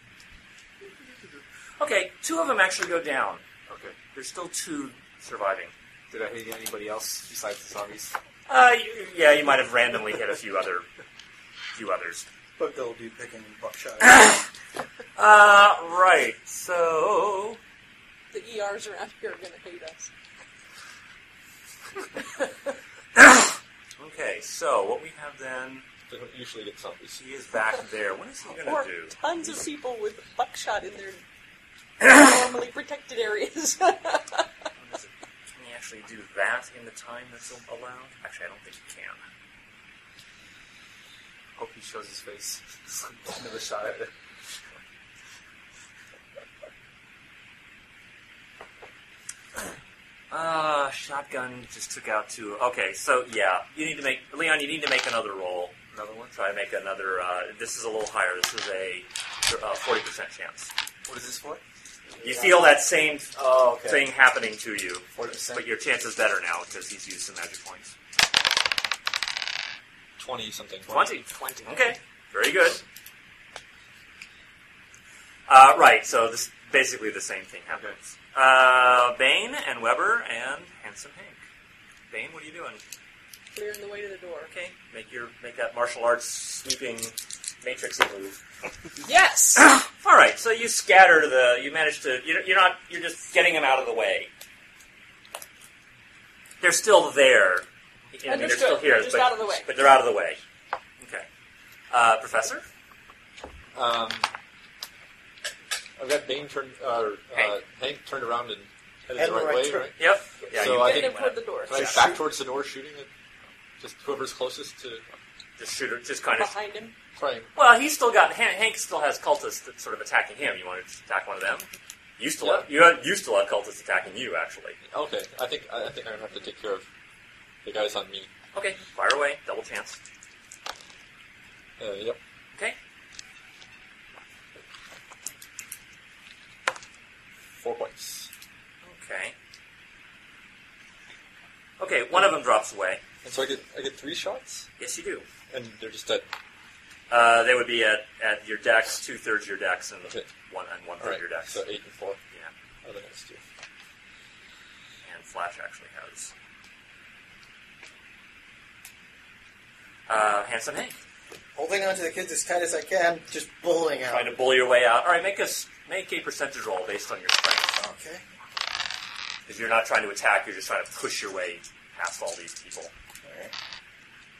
Speaker 5: Okay. Two of them actually go down.
Speaker 8: Okay.
Speaker 5: There's still two surviving.
Speaker 8: Did I hit anybody else besides the zombies?
Speaker 5: Uh, y yeah, you might have randomly hit a few other, few others.
Speaker 7: But they'll be picking buckshot.
Speaker 5: Uh, right. So
Speaker 2: The ERs around here are going to hate us.
Speaker 5: okay. So what we have then?
Speaker 4: They don't usually get zombies.
Speaker 5: He is back there. What is he
Speaker 2: Or
Speaker 5: gonna do?
Speaker 2: tons of people with buckshot in their normally protected areas.
Speaker 5: What is it? Can he actually do that in the time that's allowed? Actually, I don't think he can.
Speaker 8: Hope he shows his face. Never shot at it.
Speaker 5: Uh, shotgun just took out two. Okay, so yeah, you need to make Leon. You need to make another roll.
Speaker 8: Another one.
Speaker 5: Try to make another. Uh, this is a little higher. This is a uh, forty percent chance.
Speaker 8: What is this for?
Speaker 5: You feel that same uh,
Speaker 8: Oh, okay.
Speaker 5: thing happening to you,
Speaker 8: 40%.
Speaker 5: but your chance is better now because he's used some magic points.
Speaker 4: Twenty something.
Speaker 5: Twenty.
Speaker 3: 20.
Speaker 5: Okay, very good. Uh, right, so this basically the same thing happens. Uh, Bane and Weber and Handsome Hank. Bane, what are you doing?
Speaker 2: Clearing the way to the door.
Speaker 5: Okay, make your make that martial arts sweeping matrixy move.
Speaker 2: Yes.
Speaker 5: All right, so you scatter the. You manage to. You're, you're not. You're just getting them out of the way. They're still there. I mean, they're still
Speaker 2: Understood.
Speaker 5: here,
Speaker 2: They're just
Speaker 5: but,
Speaker 2: out of the way.
Speaker 5: but they're out of the way. Okay, uh, Professor.
Speaker 4: Um, I've got Bane turned, uh, uh,
Speaker 5: Hank.
Speaker 4: Hank turned around and headed
Speaker 7: Headed
Speaker 4: the right,
Speaker 7: right
Speaker 4: way,
Speaker 7: to-
Speaker 4: right?
Speaker 5: Yep. Yeah,
Speaker 4: So
Speaker 5: you
Speaker 4: I
Speaker 2: Get
Speaker 4: think-
Speaker 2: him toward the door.
Speaker 4: Can I
Speaker 5: Yeah.
Speaker 4: back towards the door, shooting at just whoever's closest to
Speaker 5: just shoot her. Just kind of.
Speaker 2: Behind him.
Speaker 4: trying?
Speaker 5: Well, he's still got Hank, Hank still has cultists that's sort of attacking him. You want to just attack one of them? You still have, you have, you still have cultists attacking you actually.
Speaker 4: Okay, I think I I think I'm gonna have to take care of the guys on me.
Speaker 5: Okay, fire away, double chance.
Speaker 4: Uh, yep.
Speaker 5: Okay,
Speaker 4: Four points.
Speaker 5: okay, okay. One of them drops away.
Speaker 4: And so I get I get three shots,
Speaker 5: Yes, you do.
Speaker 4: and they're just dead.
Speaker 5: Uh, they would be at, at your decks, two thirds your decks, and
Speaker 4: Okay.
Speaker 5: one and one
Speaker 4: All
Speaker 5: third
Speaker 4: right.
Speaker 5: your decks.
Speaker 4: So eight and four.
Speaker 5: Yeah,
Speaker 4: Are the next two?
Speaker 5: and Flash actually has Uh, handsome Hank.
Speaker 7: Holding on to the kids as tight as I can, just bowling out.
Speaker 5: Trying to bull your way out. All right, make us make a percentage roll based on your strength.
Speaker 7: Okay.
Speaker 5: Because you're not trying to attack, you're just trying to push your way past all these people.
Speaker 7: All right.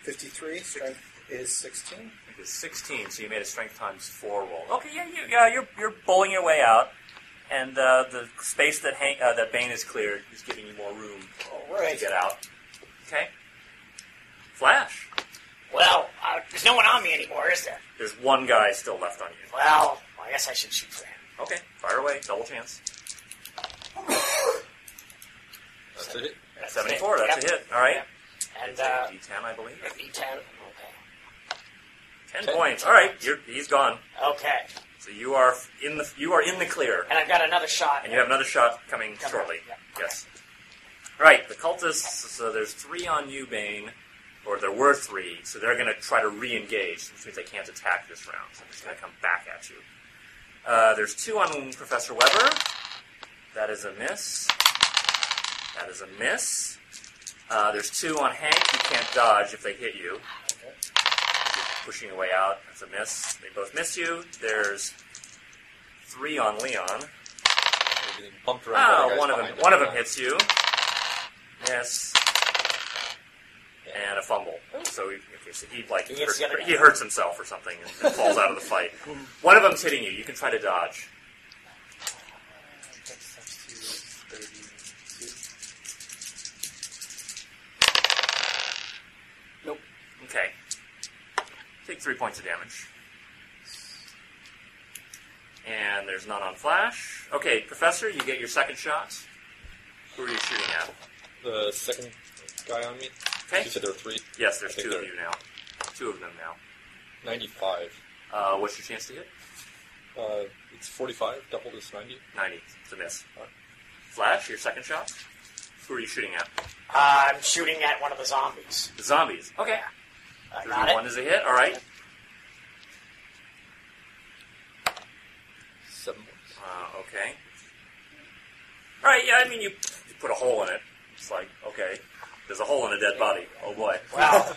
Speaker 7: 53, strength is 16.
Speaker 5: It was 16, so you made a strength times four roll. Okay, yeah, you, yeah, you're you're bowling your way out, and uh, the space that Hank, uh, that Bane has cleared is giving you more room
Speaker 7: All
Speaker 5: to
Speaker 7: right.
Speaker 5: get out. Okay. Flash.
Speaker 3: Well, uh, there's no one on me anymore, is there?
Speaker 5: There's one guy still left on you.
Speaker 3: Well, I guess I should shoot for him.
Speaker 5: Okay, fire away. Double chance.
Speaker 4: That's a hit.
Speaker 5: That's 74. That's
Speaker 3: Yep.
Speaker 5: a hit. All right.
Speaker 3: Yep. And
Speaker 5: It's
Speaker 3: uh,
Speaker 5: a D10, I believe.
Speaker 3: D10.
Speaker 5: 10
Speaker 4: Ten.
Speaker 5: points. All right, you're, he's gone.
Speaker 3: Okay. Okay.
Speaker 5: So you are in the you are in the clear,
Speaker 3: And I've got another shot.
Speaker 5: and you have another shot coming
Speaker 3: Come on.
Speaker 5: shortly.
Speaker 3: Yep.
Speaker 5: Yes. Right, the cultists, so there's three on you, Bane, or there were three, so they're going to try to re engage, which means they can't attack this round, so they're just going to come back at you. Uh, there's two on Professor Weber. That is a miss. That is a miss. Uh, there's two on Hank. You can't dodge if they hit you. You're pushing away out. That's a miss. They both miss you. There's three on Leon.
Speaker 4: They're getting bumped around. by the
Speaker 5: Ah,
Speaker 4: guys
Speaker 5: one of them.
Speaker 4: behind
Speaker 5: One of them hits you. Yes. And a fumble. So he, okay, so he like
Speaker 3: He
Speaker 5: he
Speaker 3: hits
Speaker 5: hurts,
Speaker 3: the other guy.
Speaker 5: he hurts himself or something and, and falls out of the fight. One of them's hitting you. You can try to dodge.
Speaker 8: Nope.
Speaker 5: Okay. Take three points of damage. And there's none on flash. Okay, Professor, you get your second shot. Who are you shooting at?
Speaker 4: The second guy on me. You
Speaker 5: Okay.
Speaker 4: said there were three.
Speaker 5: Yes, there's
Speaker 4: I think
Speaker 5: two of
Speaker 4: they're-
Speaker 5: you now. Two of them now.
Speaker 4: Ninety-five.
Speaker 5: Uh, what's your chance to hit?
Speaker 4: Uh, it's forty-five. Double this ninety.
Speaker 5: 90. It's a miss. Flash, your second shot. Who are you shooting at?
Speaker 3: Uh, I'm shooting at one of the zombies.
Speaker 5: The zombies. Okay.
Speaker 3: I got it.
Speaker 5: 31 is a hit. All right.
Speaker 4: Seven. more.
Speaker 5: Uh, okay. All right. Yeah. I mean, you you put a hole in it. It's like okay, there's a hole in a dead body. Oh boy.
Speaker 3: Well,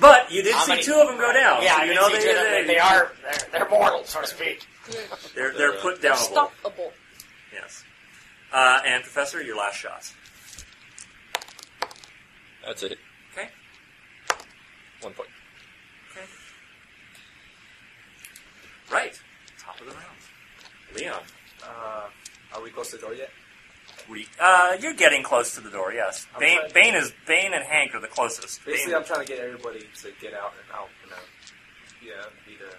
Speaker 5: But you did
Speaker 3: How
Speaker 5: see
Speaker 3: many-
Speaker 5: two of them go down.
Speaker 3: yeah,
Speaker 5: so
Speaker 3: I
Speaker 5: you
Speaker 3: did
Speaker 5: know
Speaker 3: see
Speaker 5: they,
Speaker 3: two of them.
Speaker 5: they,
Speaker 3: they are they're, they're mortal, so to speak.
Speaker 5: They're they're
Speaker 4: They're, uh,
Speaker 5: put downable.
Speaker 10: Stoppable.
Speaker 5: Yes. Uh, and Professor, your last shot.
Speaker 4: That's a hit.
Speaker 5: Okay.
Speaker 4: One point.
Speaker 5: Okay. Right. Top of the round. Leon.
Speaker 8: Uh, are we close to the door yet?
Speaker 5: We, uh, you're getting close to the door, yes.
Speaker 8: I'm
Speaker 5: Bane,
Speaker 8: trying-
Speaker 5: Bane is Bane and Hank are the closest.
Speaker 8: Basically,
Speaker 5: Bane-
Speaker 8: I'm trying to get everybody to get out and out and out. Yeah, be the.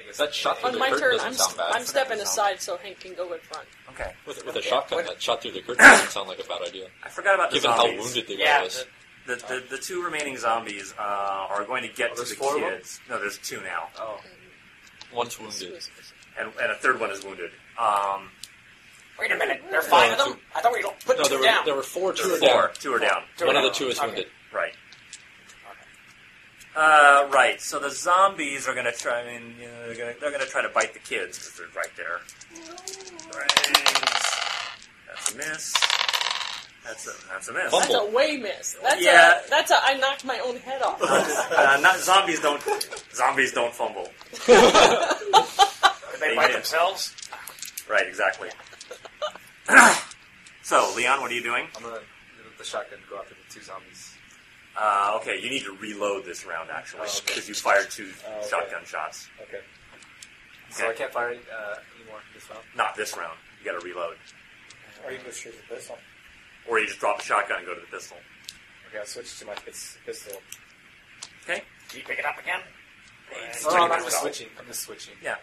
Speaker 8: I guess
Speaker 4: That
Speaker 8: Yeah,
Speaker 4: shot through
Speaker 2: On
Speaker 4: the
Speaker 2: my
Speaker 4: curtain
Speaker 2: turn,
Speaker 4: doesn't
Speaker 2: I'm,
Speaker 4: sound
Speaker 2: st-
Speaker 4: bad.
Speaker 2: I'm stepping aside so Hank can go in front.
Speaker 5: okay.
Speaker 4: With, with a
Speaker 8: Okay.
Speaker 4: shotgun,
Speaker 8: What-
Speaker 4: that shot through the curtain doesn't sound like a bad idea.
Speaker 5: I forgot about the
Speaker 4: Given how
Speaker 5: zombies.
Speaker 4: wounded the guy
Speaker 3: Yeah,
Speaker 4: was.
Speaker 5: The, the, the two remaining zombies uh, are going to get
Speaker 8: Oh,
Speaker 5: to
Speaker 8: there's
Speaker 5: the
Speaker 8: four of 'em?
Speaker 5: kids. No, there's two now,
Speaker 8: Oh,
Speaker 4: One's wounded.
Speaker 5: and, and a third one is wounded. Um,
Speaker 3: Wait a minute, there are five of them. I thought we don't put
Speaker 4: No, there
Speaker 3: them
Speaker 4: were,
Speaker 3: down.
Speaker 4: there were four. Two
Speaker 5: there's
Speaker 4: were down.
Speaker 5: four. Two are down.
Speaker 3: Two
Speaker 4: One
Speaker 3: are
Speaker 4: of the
Speaker 3: down.
Speaker 4: two is
Speaker 3: Okay.
Speaker 4: wounded.
Speaker 5: Right. Uh, right. So the zombies are gonna try. I mean, you know, they're gonna they're gonna try to bite the kids because they're right there. Right. That's a miss. That's a that's a miss.
Speaker 4: Bumble.
Speaker 2: That's a way miss. That's
Speaker 5: Yeah.
Speaker 2: a that's a I knocked my own head off.
Speaker 5: Uh, not zombies don't zombies don't fumble.
Speaker 3: Did they
Speaker 5: They
Speaker 3: bite
Speaker 5: did.
Speaker 3: themselves?
Speaker 5: Right. Exactly. so Leon, what are you doing?
Speaker 8: I'm gonna let the shotgun go after the two zombies.
Speaker 5: Uh, okay, you need to reload this round actually
Speaker 8: Oh, okay.
Speaker 5: because you fired two
Speaker 8: Oh, okay.
Speaker 5: shotgun shots.
Speaker 8: Okay. So I can't fire any, uh, anymore this round.
Speaker 5: Not this round. You got to reload,
Speaker 7: Or you go shoot the pistol.
Speaker 5: or you just drop the shotgun and go to the pistol.
Speaker 8: Okay, I'll switch to my pis- pistol.
Speaker 5: Okay.
Speaker 3: Can you pick it up again?
Speaker 5: It's
Speaker 8: Oh,
Speaker 5: like
Speaker 8: I'm
Speaker 5: a
Speaker 8: just
Speaker 5: pistol.
Speaker 8: switching. I'm just switching.
Speaker 5: Yeah.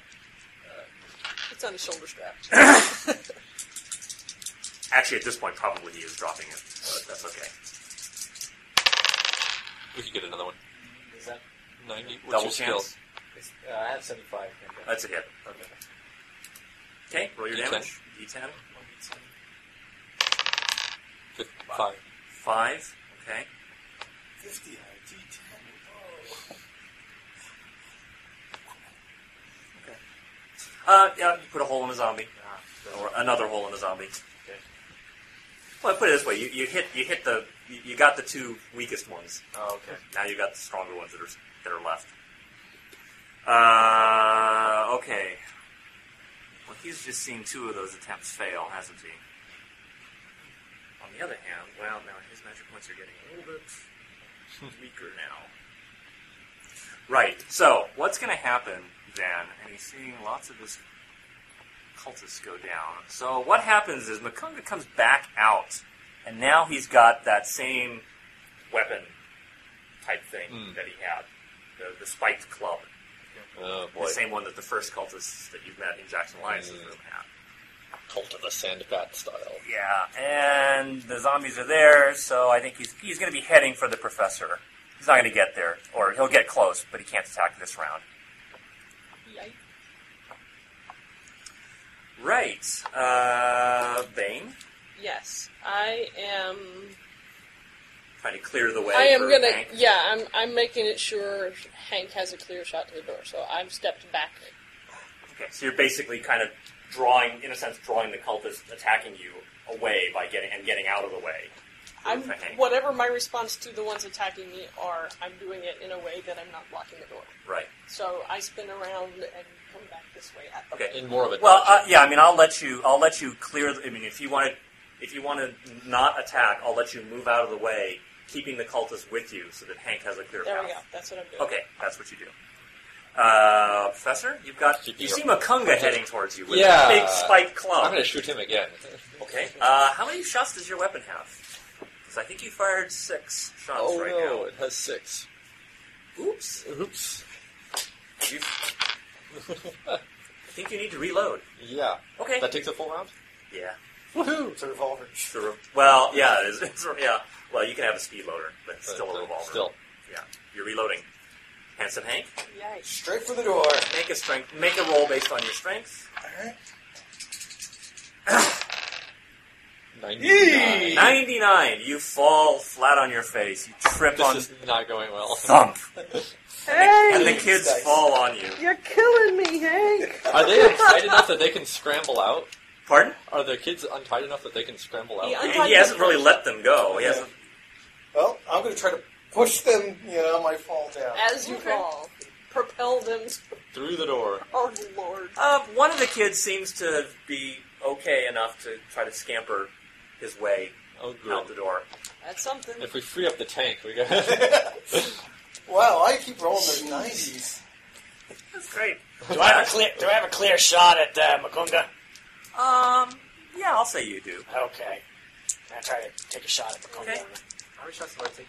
Speaker 2: It's on his shoulder strap.
Speaker 5: Actually, at this point, probably he is dropping it, but that's okay.
Speaker 4: We could get another one.
Speaker 8: Is that?
Speaker 4: Ninety. What's
Speaker 5: Double
Speaker 4: your
Speaker 5: chance.
Speaker 4: skill?
Speaker 8: It's, uh, I have 75. Okay.
Speaker 5: That's a hit.
Speaker 8: okay.
Speaker 5: Okay, roll your
Speaker 4: D10.
Speaker 5: damage. D10.
Speaker 4: Fif- Five.
Speaker 5: Five. Okay.
Speaker 7: 50 ID 10.
Speaker 5: Uh, yeah, you put a hole in a zombie. Or another hole in a zombie. Well, put it this way: you, you hit you hit the you, you got the two weakest ones.
Speaker 8: Oh, okay.
Speaker 5: Now you got the stronger ones that are that are left. Uh, okay. Well, he's just seen two of those attempts fail, hasn't he? On the other hand, well, now his magic points are getting a little bit weaker now. Right. So what's going to happen then? And he's seeing lots of his cultists go down. So what happens is Makunga comes back out, and now he's got that same weapon type thing that he had, the, the spiked club,
Speaker 4: Oh
Speaker 5: the
Speaker 4: boy,
Speaker 5: same one that the first cultists that you've met in Jackson Alliance's room had.
Speaker 4: cult of the sand bat style.
Speaker 5: Yeah, and the zombies are there, so I think he's he's going to be heading for the professor. He's not going to get there, or he'll get close, but he can't attack this round.
Speaker 2: Yikes.
Speaker 5: Right, uh, Bane,
Speaker 2: Yes, I am.
Speaker 5: trying to clear the way.
Speaker 2: I am
Speaker 5: for
Speaker 2: gonna.
Speaker 5: Hank.
Speaker 2: Yeah, I'm. I'm making it sure Hank has a clear shot to the door, so I'm stepped back.
Speaker 5: Okay, so you're basically kind of drawing, in a sense, drawing the cultist attacking you away by getting and getting out of the way.
Speaker 2: I'm
Speaker 5: For Hank.
Speaker 2: whatever my response to the ones attacking me are. I'm doing it in a way that I'm not blocking the door.
Speaker 5: Right.
Speaker 2: So I spin around and come back this way. At the
Speaker 5: Okay.
Speaker 4: In more of a
Speaker 5: Well, uh, yeah. I mean, I'll let you. I'll let you clear. The, I mean, if you want to, if you want to not attack, I'll let you move out of the way, keeping the cultist with you, so that Hank has a clear
Speaker 2: There
Speaker 5: path.
Speaker 2: we go. That's what I'm doing.
Speaker 5: Okay, that's what you do. Uh, Professor, you've got
Speaker 4: Keep
Speaker 5: you
Speaker 4: your-
Speaker 5: see Makunga heading towards you with
Speaker 4: Yeah.
Speaker 5: a big spiked
Speaker 4: I'm
Speaker 5: club.
Speaker 4: going to shoot him again.
Speaker 5: Okay. Uh, how many shots does your weapon have? Because I think you fired six shots
Speaker 4: Oh
Speaker 5: right
Speaker 4: no, it has six.
Speaker 5: now. Oops.
Speaker 4: Oops.
Speaker 5: You, I think you need to reload.
Speaker 4: Yeah.
Speaker 5: Okay.
Speaker 4: That takes a full round.
Speaker 5: yeah.
Speaker 4: Woohoo!
Speaker 7: It's a revolver.
Speaker 5: It's a re- well, yeah. It is, it's, a- yeah. Well, you can have a speed loader, but it's still
Speaker 4: But,
Speaker 5: a
Speaker 4: uh,
Speaker 5: revolver.
Speaker 4: Still.
Speaker 5: Yeah. You're reloading. Handsome Hank,
Speaker 2: Yikes.
Speaker 7: Straight for the door.
Speaker 5: make a strength. Make a roll based on your strength.
Speaker 7: Alright.
Speaker 4: 99.
Speaker 5: Ninety-nine. You fall flat on your face. You trip
Speaker 4: This
Speaker 5: on
Speaker 4: is not going well.
Speaker 5: thump, and the
Speaker 2: Hey,
Speaker 5: kids
Speaker 7: Nice.
Speaker 5: fall on you.
Speaker 2: you're killing me, Hank.
Speaker 4: Are they tight enough that they can scramble out?
Speaker 5: Pardon?
Speaker 4: Are the kids untied enough that they can scramble out?
Speaker 2: Yeah. I'm
Speaker 5: And
Speaker 2: talking
Speaker 5: he hasn't
Speaker 2: about-
Speaker 5: really let them go. He hasn't.
Speaker 7: Well, I'm going to try to push them, you know, my fall down.
Speaker 2: As you fall, propel them.
Speaker 4: Through the door.
Speaker 2: Oh Lord.
Speaker 5: Uh, one of the kids seems to be okay enough to try to scamper his way
Speaker 4: Oh,
Speaker 5: out the
Speaker 4: good.
Speaker 5: door.
Speaker 2: That's something.
Speaker 4: If we free up the tank, we
Speaker 5: Uh,
Speaker 4: got.
Speaker 7: Wow, I keep rolling the 90s.
Speaker 5: That's great.
Speaker 3: Do I have a clear? Do I have a clear shot at uh, Makunga?
Speaker 5: Um, yeah, I'll say you do.
Speaker 3: Okay. I try to take a shot at Makunga.
Speaker 5: Okay.
Speaker 8: How many shots have I taken?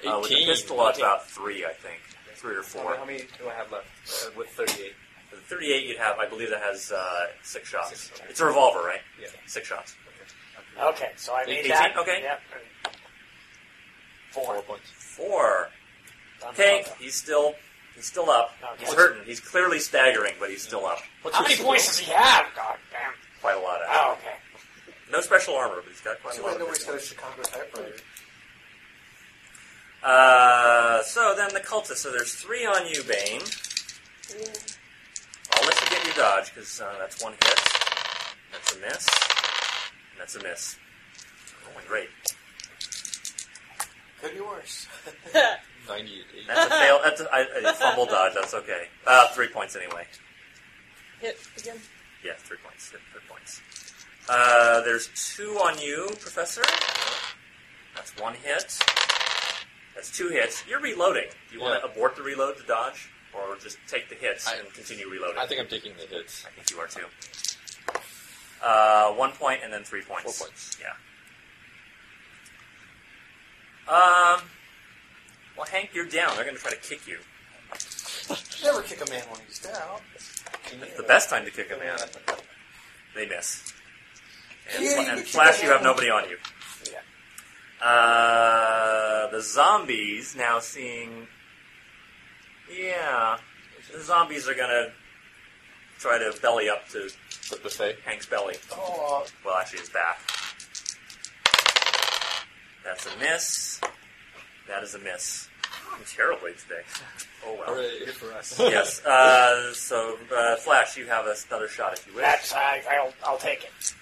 Speaker 4: 18.
Speaker 5: Uh, with the pistol, it's about three, I think. Three
Speaker 8: How
Speaker 5: or
Speaker 8: many,
Speaker 5: four.
Speaker 8: how many do I have left? Uh, with 38.
Speaker 5: The 38 you'd have, I believe that has uh, six shots. It's a revolver, right?
Speaker 8: Yeah.
Speaker 5: Six shots. Uh,
Speaker 3: Okay, so I made
Speaker 5: Eighteen,
Speaker 3: that.
Speaker 5: okay.
Speaker 3: Yep. Four.
Speaker 4: Four points.
Speaker 5: Four.
Speaker 3: Done.
Speaker 5: Okay, he's still he's still up.
Speaker 3: Okay.
Speaker 5: He's hurting. He's clearly staggering, but he's still up.
Speaker 4: What's
Speaker 3: How
Speaker 4: your
Speaker 3: many
Speaker 4: skill?
Speaker 3: points does he have? God damn.
Speaker 5: Quite a lot. Of
Speaker 3: Oh, okay.
Speaker 5: No special armor, but he's got quite a
Speaker 7: Too
Speaker 5: lot.
Speaker 7: bad
Speaker 5: Of
Speaker 7: nobody's
Speaker 5: pistol.
Speaker 7: got a Chicago typewriter.
Speaker 5: uh, so then the cultists. So there's three on you, Bane. I'll let you get your dodge because uh, that's one hit. That's a miss. And that's a miss. Rolling great.
Speaker 7: Could be worse.
Speaker 4: 98.
Speaker 5: That's a fail. That's a, I, a fumble dodge. That's okay. Uh, three points anyway.
Speaker 2: Hit again.
Speaker 5: Yeah, three points. Three, three points. Uh, there's two on you, Professor. That's one hit. That's two hits. You're reloading. Do you want to
Speaker 4: Yeah.
Speaker 5: abort the reload to dodge, or just take the hits
Speaker 4: I-
Speaker 5: and continue reloading?
Speaker 4: I think I'm taking the hits.
Speaker 5: I think you are too. Uh, one point and then three
Speaker 4: Four
Speaker 5: points.
Speaker 4: points.
Speaker 5: Yeah. Um. Well, Hank, you're down. They're going to try to kick you.
Speaker 7: Never kick a man when he's down.
Speaker 5: That's the best time to kick a man. They miss. And,
Speaker 7: Yeah,
Speaker 5: fla-
Speaker 7: you
Speaker 5: and
Speaker 7: kick
Speaker 5: flash,
Speaker 7: a
Speaker 5: you have
Speaker 7: man.
Speaker 5: nobody on you. Uh, the zombies now seeing. Yeah, the zombies are gonna try to belly up to
Speaker 4: The buffet.
Speaker 5: Hank's belly.
Speaker 7: Oh,
Speaker 5: Well, actually, his back. That's a miss. That is a miss. I'm terribly today. Oh well.
Speaker 4: Hooray.
Speaker 8: Good for us.
Speaker 5: Yes. Uh, so, uh, Flash, you have another shot if you wish.
Speaker 3: That's I. I'll, I'll take it.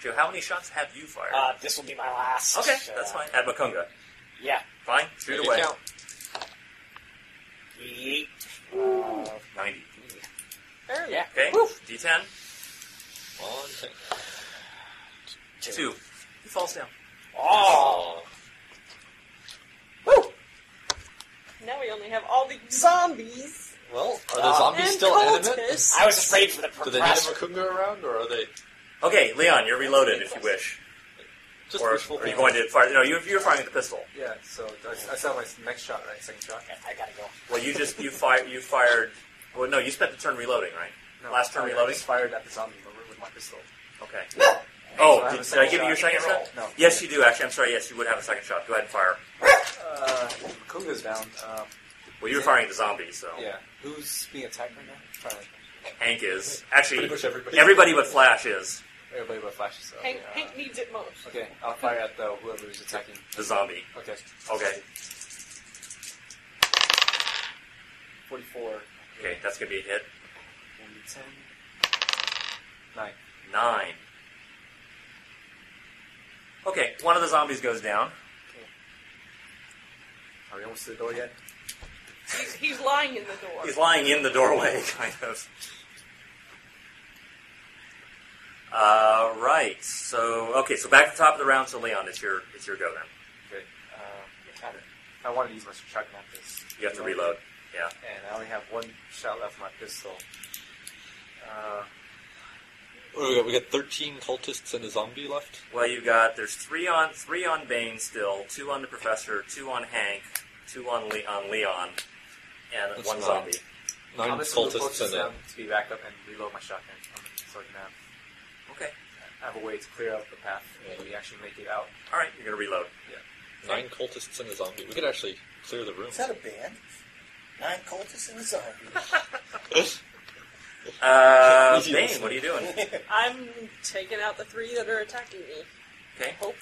Speaker 5: Joe, how many shots have you fired?
Speaker 3: Uh, this will be my last.
Speaker 5: okay,
Speaker 3: uh,
Speaker 5: that's fine. At Makunga.
Speaker 3: Yeah.
Speaker 5: Fine, shoot
Speaker 4: Make it
Speaker 5: away.
Speaker 4: count.
Speaker 3: Yeet. Uh,
Speaker 5: 90.
Speaker 2: Barely.
Speaker 3: yeah.
Speaker 5: Okay, D10,
Speaker 4: One thing.
Speaker 5: 2. He falls down.
Speaker 3: Oh.
Speaker 2: Now we only have all the zombies.
Speaker 4: Well, are the
Speaker 3: Uh,
Speaker 4: zombies
Speaker 2: and
Speaker 4: still animate?
Speaker 2: cultists.
Speaker 3: I was afraid for the
Speaker 4: Do they have
Speaker 3: professor.
Speaker 4: a Kunga around, or are they
Speaker 5: Okay, Leon, you're reloaded if you wish.
Speaker 4: just
Speaker 5: Or,
Speaker 4: wishful
Speaker 5: or are you
Speaker 4: thinking?
Speaker 5: going to fire? No, you, you're firing at the pistol.
Speaker 8: Yeah, so that's, that's not my next shot, right? Second shot?
Speaker 3: Okay, I gotta go.
Speaker 5: Well, you just you fired. You fired. Well, no, you spent the turn reloading, right? Last turn
Speaker 8: I- I
Speaker 5: reloading?
Speaker 8: just fired at the zombie with my pistol.
Speaker 5: Okay. Oh,
Speaker 8: I have a
Speaker 5: did, did I
Speaker 8: second
Speaker 5: give you your
Speaker 8: shot.
Speaker 5: second shot?
Speaker 8: No.
Speaker 5: Yes, you do. Actually, I'm sorry. Yes, you would have a second shot. Go ahead and fire.
Speaker 8: Uh, Kunga's down. Um,
Speaker 5: Well, you were firing the zombie, so
Speaker 8: yeah. Who's being attacked right now? Trying to-
Speaker 5: Hank is actually
Speaker 4: Pretty much everybody.
Speaker 5: everybody but Flash is
Speaker 8: Everybody but flashes. So,
Speaker 2: Hank,
Speaker 8: yeah.
Speaker 2: Hank needs it most.
Speaker 8: Okay, I'll fire at the whoever is attacking.
Speaker 5: the zombie.
Speaker 8: Okay,
Speaker 5: Okay.
Speaker 8: 44,
Speaker 5: Okay, that's gonna be a hit.
Speaker 8: 10, 9.
Speaker 5: Nine. Okay, one of the zombies goes down.
Speaker 8: Are we almost to the door yet?
Speaker 2: He's, he's lying in the door.
Speaker 5: He's lying in the doorway, kind of. Uh, right. So okay. So back to the top of the round. So Leon, it's your it's your go then.
Speaker 8: Great. Um, I, I wanted to use my shotgun at this.
Speaker 5: You have to reload.
Speaker 8: And I only have one shot left in my pistol. Uh,
Speaker 4: Oh, we got- we got 13 cultists and a zombie left.
Speaker 5: Well, you've got there's three on three on Bane still, two on the Professor, two on Hank, two on Le- on Leon, and
Speaker 4: That's
Speaker 5: one
Speaker 4: nine.
Speaker 5: zombie.
Speaker 4: Nine
Speaker 8: I'll just move
Speaker 4: cultists
Speaker 8: closest
Speaker 4: and a
Speaker 8: down to be back up and reload my shotgun um, so I can have,
Speaker 5: Okay.
Speaker 8: I have a way to clear out the path and we actually make it out.
Speaker 5: All right. You're gonna reload.
Speaker 4: nine cultists and a zombie. We could actually clear the room.
Speaker 7: Is that a band? Nine cultists and a zombie.
Speaker 5: Uh,
Speaker 4: Easy
Speaker 5: Bane,
Speaker 4: listening.
Speaker 5: what are you doing?
Speaker 10: I'm taking out the three that are attacking me. Oh,
Speaker 5: Okay.
Speaker 10: Hope.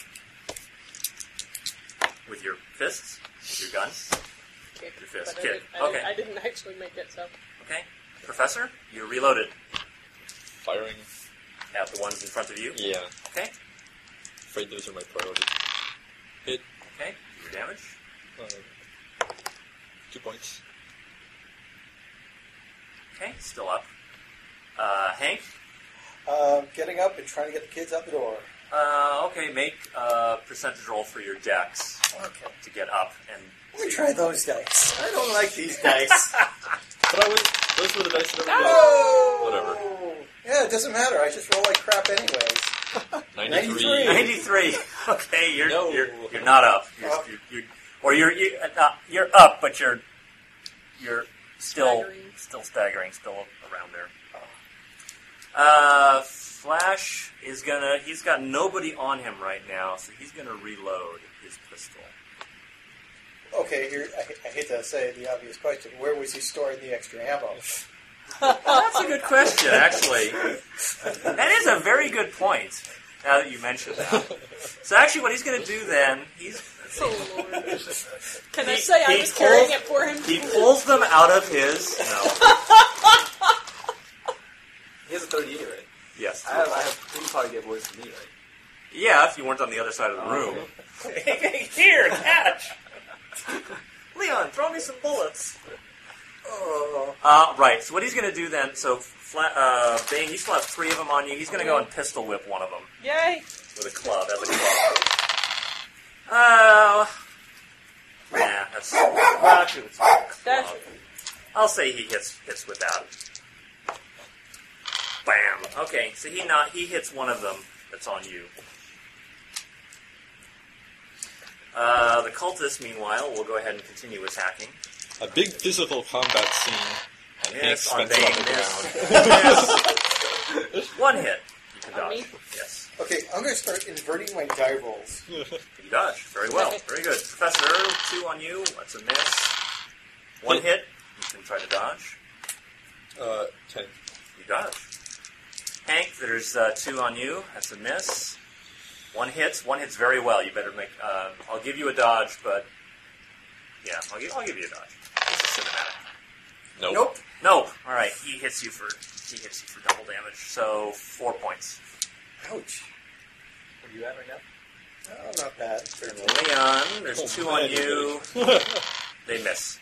Speaker 5: With your fists, with your gun.
Speaker 10: Kick.
Speaker 5: Your fist
Speaker 10: But I,
Speaker 5: kick.
Speaker 10: Did, I,
Speaker 5: Okay.
Speaker 10: did, I didn't actually make it, so.
Speaker 5: Okay. Professor, you're reloaded
Speaker 4: Firing.
Speaker 5: at the ones in front of you.
Speaker 4: Yeah.
Speaker 5: Okay.
Speaker 4: Afraid those are my priorities. Hit.
Speaker 5: Okay. Your damage.
Speaker 4: Uh, two points.
Speaker 5: Okay. Still up. Uh, Hank.
Speaker 7: Um, getting up and trying to get the kids out the door.
Speaker 5: Uh, okay. Make a percentage roll for your dex
Speaker 7: Okay.
Speaker 5: to get up and.
Speaker 7: Let me try those dice. I don't like these dice.
Speaker 4: But I was, those were the dice that I
Speaker 7: Oh!
Speaker 4: Whatever.
Speaker 7: Yeah, it doesn't matter. I just roll like crap anyways.
Speaker 4: rolled.
Speaker 7: 93.
Speaker 5: 93. Okay, you're
Speaker 4: No.
Speaker 5: you're, you're not up. You're,
Speaker 7: Up.
Speaker 5: you're, you're, or you're you uh, not- you're up, but you're you're still
Speaker 10: Staggering.
Speaker 5: still staggering, still around there. Uh, Flash is gonna. He's got nobody on him right now, so he's gonna reload his pistol.
Speaker 7: Okay, here I, I hate to say the obvious question: Where was he storing the extra ammo?
Speaker 5: Oh, That's a good question, actually. that is a very good point. Now that you mention that, so actually, what he's going to do then? He's
Speaker 10: Oh, Lord. Can I
Speaker 5: He-
Speaker 10: say I
Speaker 5: he
Speaker 10: was carrying
Speaker 5: pulls-
Speaker 10: it for him?
Speaker 5: he pulls them out of his. No.
Speaker 8: He has a 38, right?
Speaker 5: Yes.
Speaker 8: I have, I have three probably get boys from me, right?
Speaker 5: Yeah, if you weren't on the other side of the room.
Speaker 3: Here, catch.
Speaker 5: Leon, throw me some bullets.
Speaker 7: Oh,
Speaker 5: Uh, right. So what he's going to do then? So, Fla- uh, Bane, you still have three of them on you. He's going to go and pistol whip one of them
Speaker 2: Yay!
Speaker 5: with a club as a club. Oh. Nah, that's well, actually, it's a club.
Speaker 2: That's
Speaker 5: I'll say he hits hits with that. Bam. Okay, so he not he hits one of them that's on you. Uh, the cultists, meanwhile, will go ahead and continue attacking.
Speaker 4: A big physical combat scene. And Hank
Speaker 5: Miss on
Speaker 4: Spencer
Speaker 5: Bane.
Speaker 4: on the ground.
Speaker 5: Miss. Miss. One hit. You can
Speaker 10: On
Speaker 5: dodge.
Speaker 10: me?
Speaker 5: Yes.
Speaker 7: okay. I'm going to start inverting my die rolls.
Speaker 5: You dodge. Very well. Very good. Professor, two on you. That's a miss. One hit. You can try to dodge.
Speaker 4: Uh, ten.
Speaker 5: You dodge. Hank, there's uh, two on you. That's a miss. One hits. One hits very well. You better make. Uh, I'll give you a dodge, but yeah, I'll give, I'll give you a dodge. It's a cinematic.
Speaker 4: Nope.
Speaker 5: Nope. Nope. All right. He hits you for he hits you for double damage. So four points.
Speaker 7: Ouch.
Speaker 8: are you at right now?
Speaker 7: Oh, not bad.
Speaker 5: Leon, there's two on you. Oh, They miss.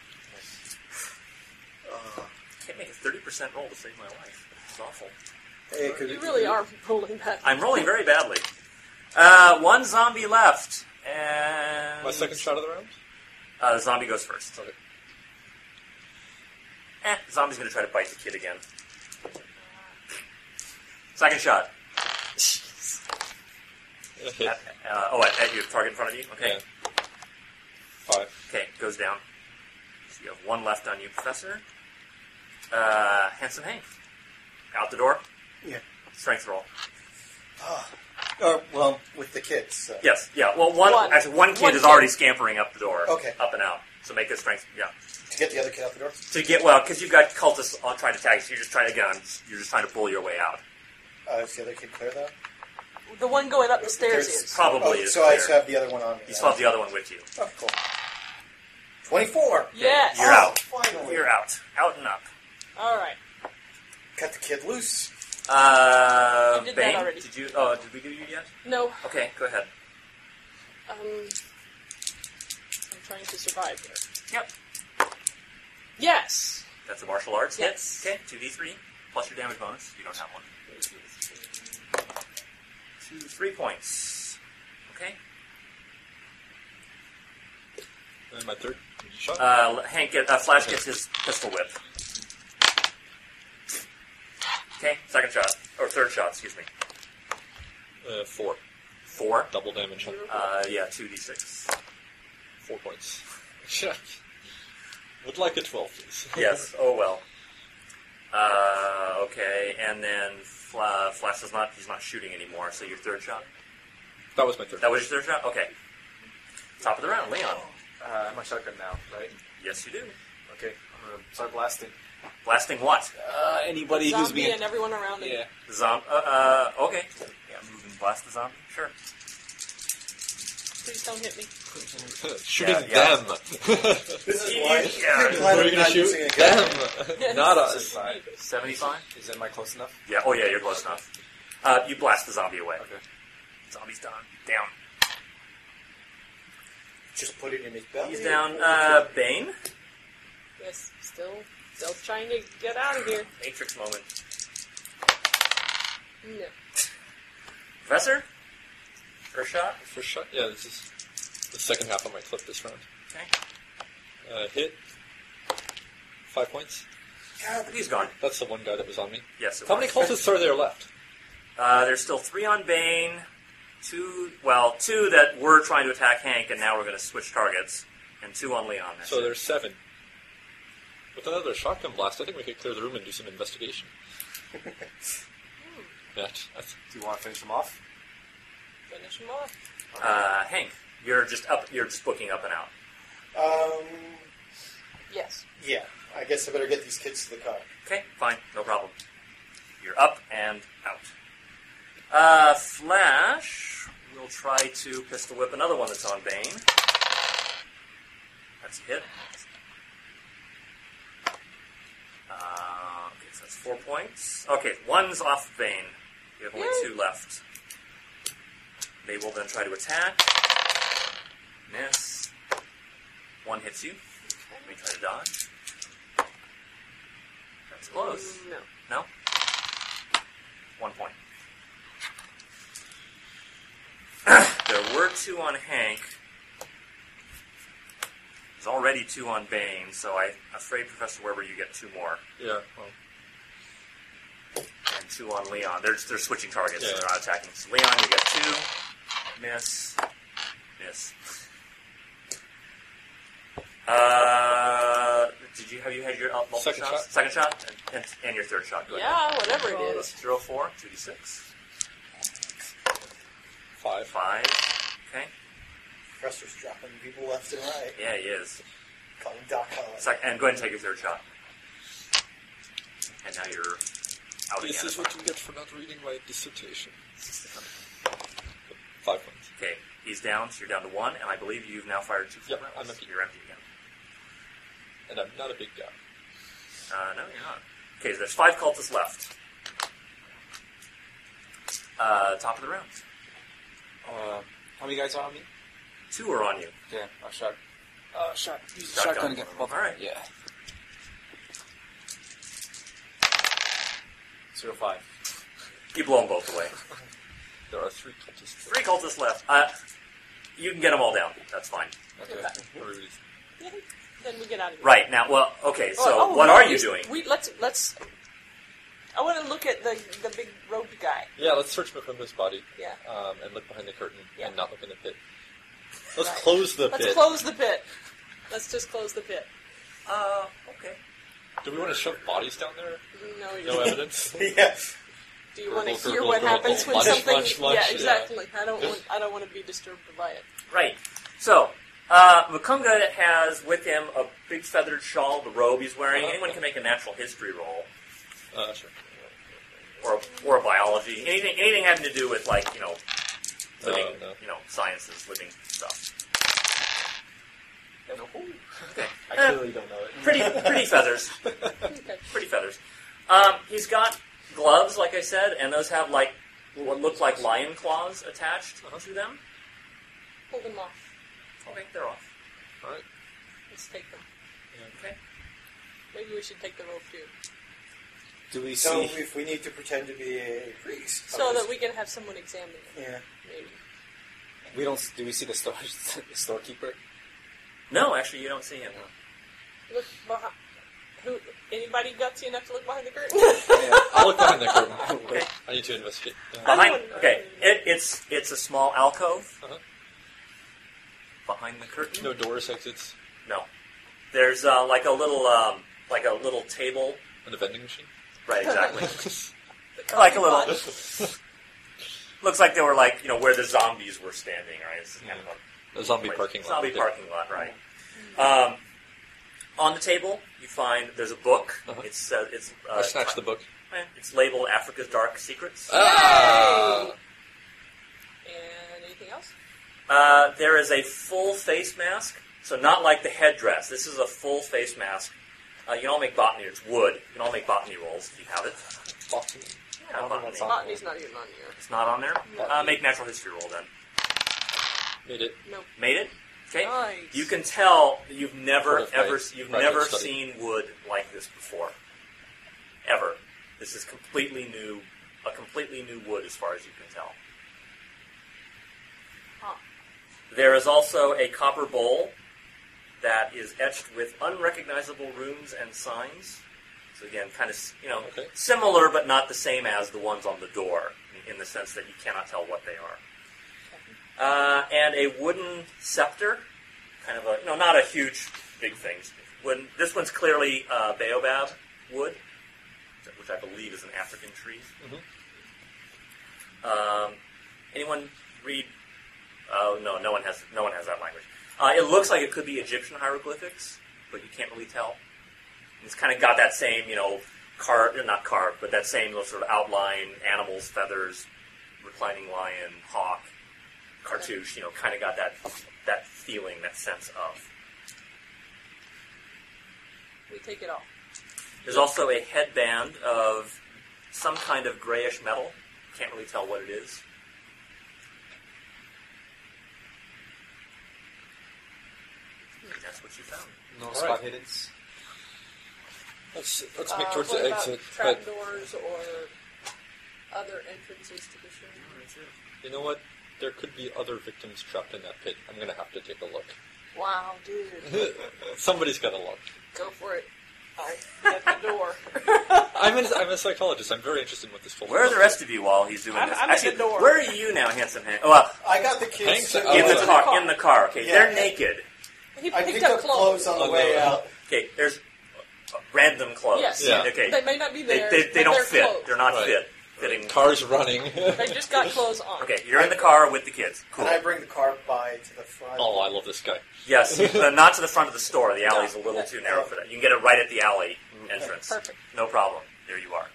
Speaker 6: Uh,
Speaker 5: Can't make a thirty percent roll to save my life. It's awful.
Speaker 7: Hey, could
Speaker 10: You really are rolling that.
Speaker 5: I'm rolling very badly. Uh, one zombie left, and
Speaker 4: My second shot of the round?
Speaker 5: Uh, the zombie goes first.
Speaker 4: Okay.
Speaker 5: Eh, zombie's gonna try to bite the kid again. Second shot.
Speaker 4: A hit.
Speaker 5: At- uh, oh, at, at your target in front of you. Okay.
Speaker 4: Yeah. Five.
Speaker 5: Okay, goes down. So you have one left on you, Professor. Uh, handsome Hank. Out the door.
Speaker 7: Yeah.
Speaker 5: Strength roll.
Speaker 7: Or, well, with the kids. So.
Speaker 5: Yes, yeah. Well, one,
Speaker 10: One.
Speaker 5: actually, one kid
Speaker 10: One
Speaker 5: is
Speaker 10: kid.
Speaker 5: already scampering up the door.
Speaker 7: Okay.
Speaker 5: Up and out. So make a strength. Yeah.
Speaker 7: To get the other kid out the door.
Speaker 5: To get well, because you've got cultists on trying to tag you. So you're just trying to get on. You're just trying to bull your way out.
Speaker 7: Uh, is the other kid clear, though?
Speaker 10: The one going up the stairs
Speaker 7: There's-
Speaker 10: is.
Speaker 7: Oh,
Speaker 5: Probably. is
Speaker 7: so I
Speaker 5: clear.
Speaker 7: still have the other one on me.
Speaker 5: you still have the other one with you.
Speaker 7: Oh, cool. 24.
Speaker 10: Yes.
Speaker 5: You're out.
Speaker 7: Oh, finally.
Speaker 5: You're out. Out and up.
Speaker 10: All right.
Speaker 7: Cut the kid loose.
Speaker 5: Uh,
Speaker 10: You did that
Speaker 5: Bane,
Speaker 10: already.
Speaker 5: did you? Oh, did we do you yet?
Speaker 10: No.
Speaker 5: Okay, go ahead.
Speaker 10: Um, I'm trying to survive here.
Speaker 5: Yep.
Speaker 10: Yes.
Speaker 5: That's a martial arts hit.
Speaker 10: Yes.
Speaker 5: Okay, two d three plus your damage bonus. You don't have one. Two three points. Okay.
Speaker 4: And my third shot?
Speaker 5: Uh, Hank, get, uh, Flash gets his pistol whip. Okay, second shot or third shot. Excuse me.
Speaker 4: Uh, four.
Speaker 5: Four.
Speaker 4: Double damage. on-
Speaker 5: Uh, yeah, two d six.
Speaker 4: Four points. Would like a 12, please.
Speaker 5: Yes. Oh well. Uh, okay, and then Fla- Flash is not. He's not shooting anymore. So your third shot.
Speaker 4: That was my third.
Speaker 5: That was your third shot. Okay. Top of the round, Leon.
Speaker 8: Uh, I'm a shotgun now, right?
Speaker 5: Yes, you do.
Speaker 8: Okay, I'm gonna start blasting.
Speaker 5: Blasting what?
Speaker 8: Uh, anybody who's
Speaker 10: Zombie
Speaker 8: being
Speaker 10: and everyone around him.
Speaker 8: yeah,
Speaker 5: Zom. Uh, uh, okay. Yeah, move and blast the zombie. Sure.
Speaker 10: Please don't hit me.
Speaker 4: Shooting
Speaker 5: Yeah, yeah.
Speaker 4: them.
Speaker 7: This is
Speaker 5: You-
Speaker 7: why.
Speaker 5: yeah.
Speaker 7: I'm
Speaker 4: Where
Speaker 7: glad
Speaker 4: are
Speaker 7: I'm
Speaker 4: you going to
Speaker 7: not
Speaker 4: shoot?
Speaker 7: using a gun.
Speaker 4: Them. Not us.
Speaker 8: Five.
Speaker 5: Seventy-five.
Speaker 8: Is am I close enough?
Speaker 5: Yeah. Oh yeah, you're close enough. Uh, you blast the zombie away.
Speaker 8: Okay.
Speaker 5: Zombie's down. Down.
Speaker 7: Just put it in his belly.
Speaker 5: He's down. Uh, Bane.
Speaker 10: Yes. Still, still trying to get out of here.
Speaker 5: Matrix moment.
Speaker 10: No.
Speaker 5: Professor. First shot.
Speaker 4: First shot? Yeah, this is the second half of my clip this round.
Speaker 5: Okay.
Speaker 4: Uh, hit. Five points.
Speaker 5: He's gone.
Speaker 4: That's the one guy that was on me.
Speaker 5: Yes. it
Speaker 4: How many
Speaker 5: was.
Speaker 4: cultists are there left?
Speaker 5: Uh, there's still three on Bane, two, well, two that were trying to attack Hank, and now we're going to switch targets, and two on Leon. That's
Speaker 4: So
Speaker 5: it.
Speaker 4: there's seven. With another shotgun blast, I think we could clear the room and do some investigation. That, that's,
Speaker 8: Do you want to finish them off?
Speaker 10: Finish him off.
Speaker 5: uh, Hank, you're just up. You're just booking up and out.
Speaker 7: Um,
Speaker 10: Yes.
Speaker 7: yeah, I guess I better get these kids to the car.
Speaker 5: Okay, fine, no problem. You're up and out. Uh, Flash will try to pistol whip another one that's on Bane. That's a hit. Uh, okay, so that's four points. Okay, one's off Bane. You have only
Speaker 10: Yay.
Speaker 5: two left. They will then try to attack. Miss. One hits you. Let me try to dodge. That's close.
Speaker 10: No.
Speaker 5: No? One point. there were two on Hank. There's already two on Bane, so I'm afraid, Professor Weber, you get two more.
Speaker 4: yeah, well,
Speaker 5: And two on Leon. They're, they're switching targets, so
Speaker 4: Yeah.
Speaker 5: they're not attacking. So Leon, you get two. Miss. Miss. Uh, did you have you had your uh, multiple
Speaker 4: Second
Speaker 5: shots?
Speaker 4: shot.
Speaker 5: Second shot and, and, and your third shot. Go ahead.
Speaker 10: Yeah, whatever it is.
Speaker 5: Zero four, two d six,
Speaker 4: five.
Speaker 5: five. Okay.
Speaker 7: Presser's dropping people left and right.
Speaker 5: Yeah, he is.
Speaker 7: Call him Doc Holland.
Speaker 5: Sec- and go ahead and take your third shot. And now you're out
Speaker 4: This
Speaker 5: again.
Speaker 4: is what you get for not reading my dissertation. Five points.
Speaker 5: Okay, he's down, so you're down to one, and I believe you've now fired two full
Speaker 4: Yep,
Speaker 5: rounds.
Speaker 4: I'm empty.
Speaker 5: You're empty again.
Speaker 4: And I'm not a big guy.
Speaker 5: Uh, no, you're not. Okay, so there's five cultists left. Uh, top of the round.
Speaker 8: Uh, how many guys are on me?
Speaker 5: Two are on you.
Speaker 8: Yeah, I shot. Uh, shot. Use the shotgun
Speaker 5: Shotgun.
Speaker 8: again.
Speaker 5: All right.
Speaker 8: Yeah. Zero five.
Speaker 5: You blow them both away.
Speaker 4: There are three cultists.
Speaker 5: Three cultists left. Uh, you can get them all down. That's fine.
Speaker 8: Okay.
Speaker 4: Everybody's
Speaker 2: Then we get out of here.
Speaker 5: Right now, well, okay. So
Speaker 2: Oh, oh,
Speaker 5: what
Speaker 2: no,
Speaker 5: are you
Speaker 2: we-
Speaker 5: doing?
Speaker 2: We let's let's. I want to look at the the big robed guy.
Speaker 4: Yeah, let's search Makumba's body
Speaker 2: Yeah.
Speaker 4: um, and look behind the curtain
Speaker 2: Yeah.
Speaker 4: and not look in the pit. Let's
Speaker 2: Right.
Speaker 4: close the
Speaker 2: Let's
Speaker 4: pit.
Speaker 2: close the pit. Let's just close the pit.
Speaker 5: Uh, okay.
Speaker 4: Do we want to shove bodies down there?
Speaker 2: No, you
Speaker 4: No
Speaker 2: don't.
Speaker 4: evidence.
Speaker 7: yeah.
Speaker 2: Do you want to
Speaker 4: Gurgle,
Speaker 2: hear
Speaker 4: gurgle,
Speaker 2: what
Speaker 4: gurgle,
Speaker 2: happens when
Speaker 4: munch,
Speaker 2: something?
Speaker 4: munch, munch,
Speaker 2: yeah,
Speaker 4: yeah.
Speaker 2: exactly. I don't want. I don't want to be disturbed by it.
Speaker 5: Right. So uh, Mukunga has with him a big feathered shawl, the robe he's wearing. Anyone can make a natural history roll
Speaker 4: Uh, sure.
Speaker 5: or or a biology, anything anything having to do with like you know living,
Speaker 4: Uh, no.
Speaker 5: you know sciences, living stuff.
Speaker 8: I clearly don't know it.
Speaker 5: Pretty pretty feathers.
Speaker 2: Okay.
Speaker 5: pretty feathers. Um, he's got gloves, like I said, and those have like what look like lion claws attached
Speaker 4: Uh-huh.
Speaker 5: to them.
Speaker 2: Pull them off.
Speaker 5: Okay, they're off.
Speaker 2: Let's take them.
Speaker 5: Okay.
Speaker 2: Maybe we should take the robe too,
Speaker 8: Do we
Speaker 7: So
Speaker 8: see?
Speaker 7: if we need to pretend to be a priest,
Speaker 2: so that we can have someone examine it.
Speaker 7: yeah.
Speaker 2: Maybe.
Speaker 8: We don't. Do we see the store the storekeeper?
Speaker 5: No, actually, you don't see him.
Speaker 2: Look behind. Who? Anybody gutsy enough to look behind the curtain?
Speaker 8: Yeah.
Speaker 4: I'll look behind the curtain. I need to investigate. Uh,
Speaker 5: Behind,
Speaker 2: I don't-
Speaker 5: okay, it, it's it's a small alcove
Speaker 4: Uh-huh.
Speaker 5: behind the curtain.
Speaker 4: no doors, exits,
Speaker 5: No. there's uh, like a little um, like a little table.
Speaker 4: and a vending machine.
Speaker 5: Right, exactly. like a little. Looks like they were like you know where the zombies were standing. Right, it's kind of a
Speaker 4: A zombie
Speaker 5: Right.
Speaker 4: parking lot.
Speaker 5: Zombie
Speaker 4: Yeah. Hmm.
Speaker 5: parking lot, right. Um, on the table, you find there's a book.
Speaker 4: Uh-huh.
Speaker 5: It's uh, it's uh,
Speaker 4: I snatched the book.
Speaker 5: eh, It's labeled Africa's Dark Secrets.
Speaker 4: Ah!
Speaker 2: and anything else?
Speaker 5: Uh, there is a full face mask, so not like the headdress. This is a full face mask. Uh, you can all make botany. It's wood. You can all make botany rolls if you have it.
Speaker 8: Botany.
Speaker 5: Yeah, botany.
Speaker 8: what's on-
Speaker 2: Botany's not even on here.
Speaker 5: It's not on there. Uh, make natural history roll then.
Speaker 4: Made it.
Speaker 5: Made it. Okay.
Speaker 2: Nice.
Speaker 5: You can tell that you've never
Speaker 4: Sort of
Speaker 5: ever
Speaker 4: like
Speaker 5: you've
Speaker 4: private
Speaker 5: never
Speaker 4: study.
Speaker 5: seen wood like this before. Ever. This is completely new, a completely new wood as far as you can tell.
Speaker 2: Huh.
Speaker 5: There is also a copper bowl that is etched with unrecognizable runes and signs. So again, kind of you know
Speaker 4: Okay.
Speaker 5: similar but not the same as the ones on the door in- in the sense that you cannot tell what they are. Uh, and a wooden scepter kind of a no, not a huge big thing. When this one's clearly uh, baobab wood, which I believe is an African tree. Um, anyone read? Oh no, no one has no one has that language. Uh, it looks like it could be Egyptian hieroglyphics, but you can't really tell. It's kind of got that same, you know, carved uh, not carved, but that same little sort of outline, animals, feathers, reclining lion, hawk, cartouche. You know, kind of got that that feeling, that sense of.
Speaker 2: We take it all.
Speaker 5: There's also a headband of some kind of grayish metal. Can't really tell what it is. That's what you found.
Speaker 8: No
Speaker 4: right.
Speaker 8: spot hidden.
Speaker 4: Let's let's make
Speaker 2: Uh,
Speaker 4: towards
Speaker 2: what
Speaker 4: the
Speaker 2: about
Speaker 4: exit. But
Speaker 2: Trapdoors or other entrances to the shrine.
Speaker 4: you know what? There could be other victims trapped in that pit. I'm gonna have to take a look.
Speaker 2: Wow, dude,
Speaker 4: Somebody's gotta look.
Speaker 2: go for it. I'll get the door.
Speaker 4: I'm an, I'm a psychologist. I'm very interested in what this. whole
Speaker 5: Where are the rest of you while he's doing
Speaker 2: I'm-
Speaker 5: this?
Speaker 2: I'm at
Speaker 5: Actually,
Speaker 2: the door.
Speaker 5: where are you now, handsome Hank? Oh, well,
Speaker 7: I got the kids.
Speaker 4: Thanks,
Speaker 7: to-
Speaker 4: Oh,
Speaker 5: in
Speaker 4: uh,
Speaker 5: the car. In the car. Okay,
Speaker 7: Yeah.
Speaker 5: they're naked.
Speaker 2: He
Speaker 7: I
Speaker 2: picked,
Speaker 7: picked
Speaker 2: up
Speaker 7: up clothes on
Speaker 4: Oh,
Speaker 7: the way
Speaker 4: no.
Speaker 7: out.
Speaker 5: Okay, there's uh, random clothes.
Speaker 2: Yes.
Speaker 4: Yeah.
Speaker 5: Okay.
Speaker 2: They may not be
Speaker 5: They,
Speaker 2: there.
Speaker 5: they, they
Speaker 2: but
Speaker 5: don't
Speaker 2: they're
Speaker 5: fit.
Speaker 2: Clothes.
Speaker 5: They're not
Speaker 4: Right.
Speaker 5: fit. Fitting.
Speaker 4: Cars running.
Speaker 2: They just got clothes on.
Speaker 5: Okay, you're in the car with the kids. Cool.
Speaker 7: And I bring the car by to the front.
Speaker 4: oh, I love this guy.
Speaker 5: Yes, but not to the front of the store. The alley's a little
Speaker 2: No.
Speaker 5: too narrow for that. You can get it right at the alley entrance.
Speaker 2: Perfect.
Speaker 5: No problem. There you are.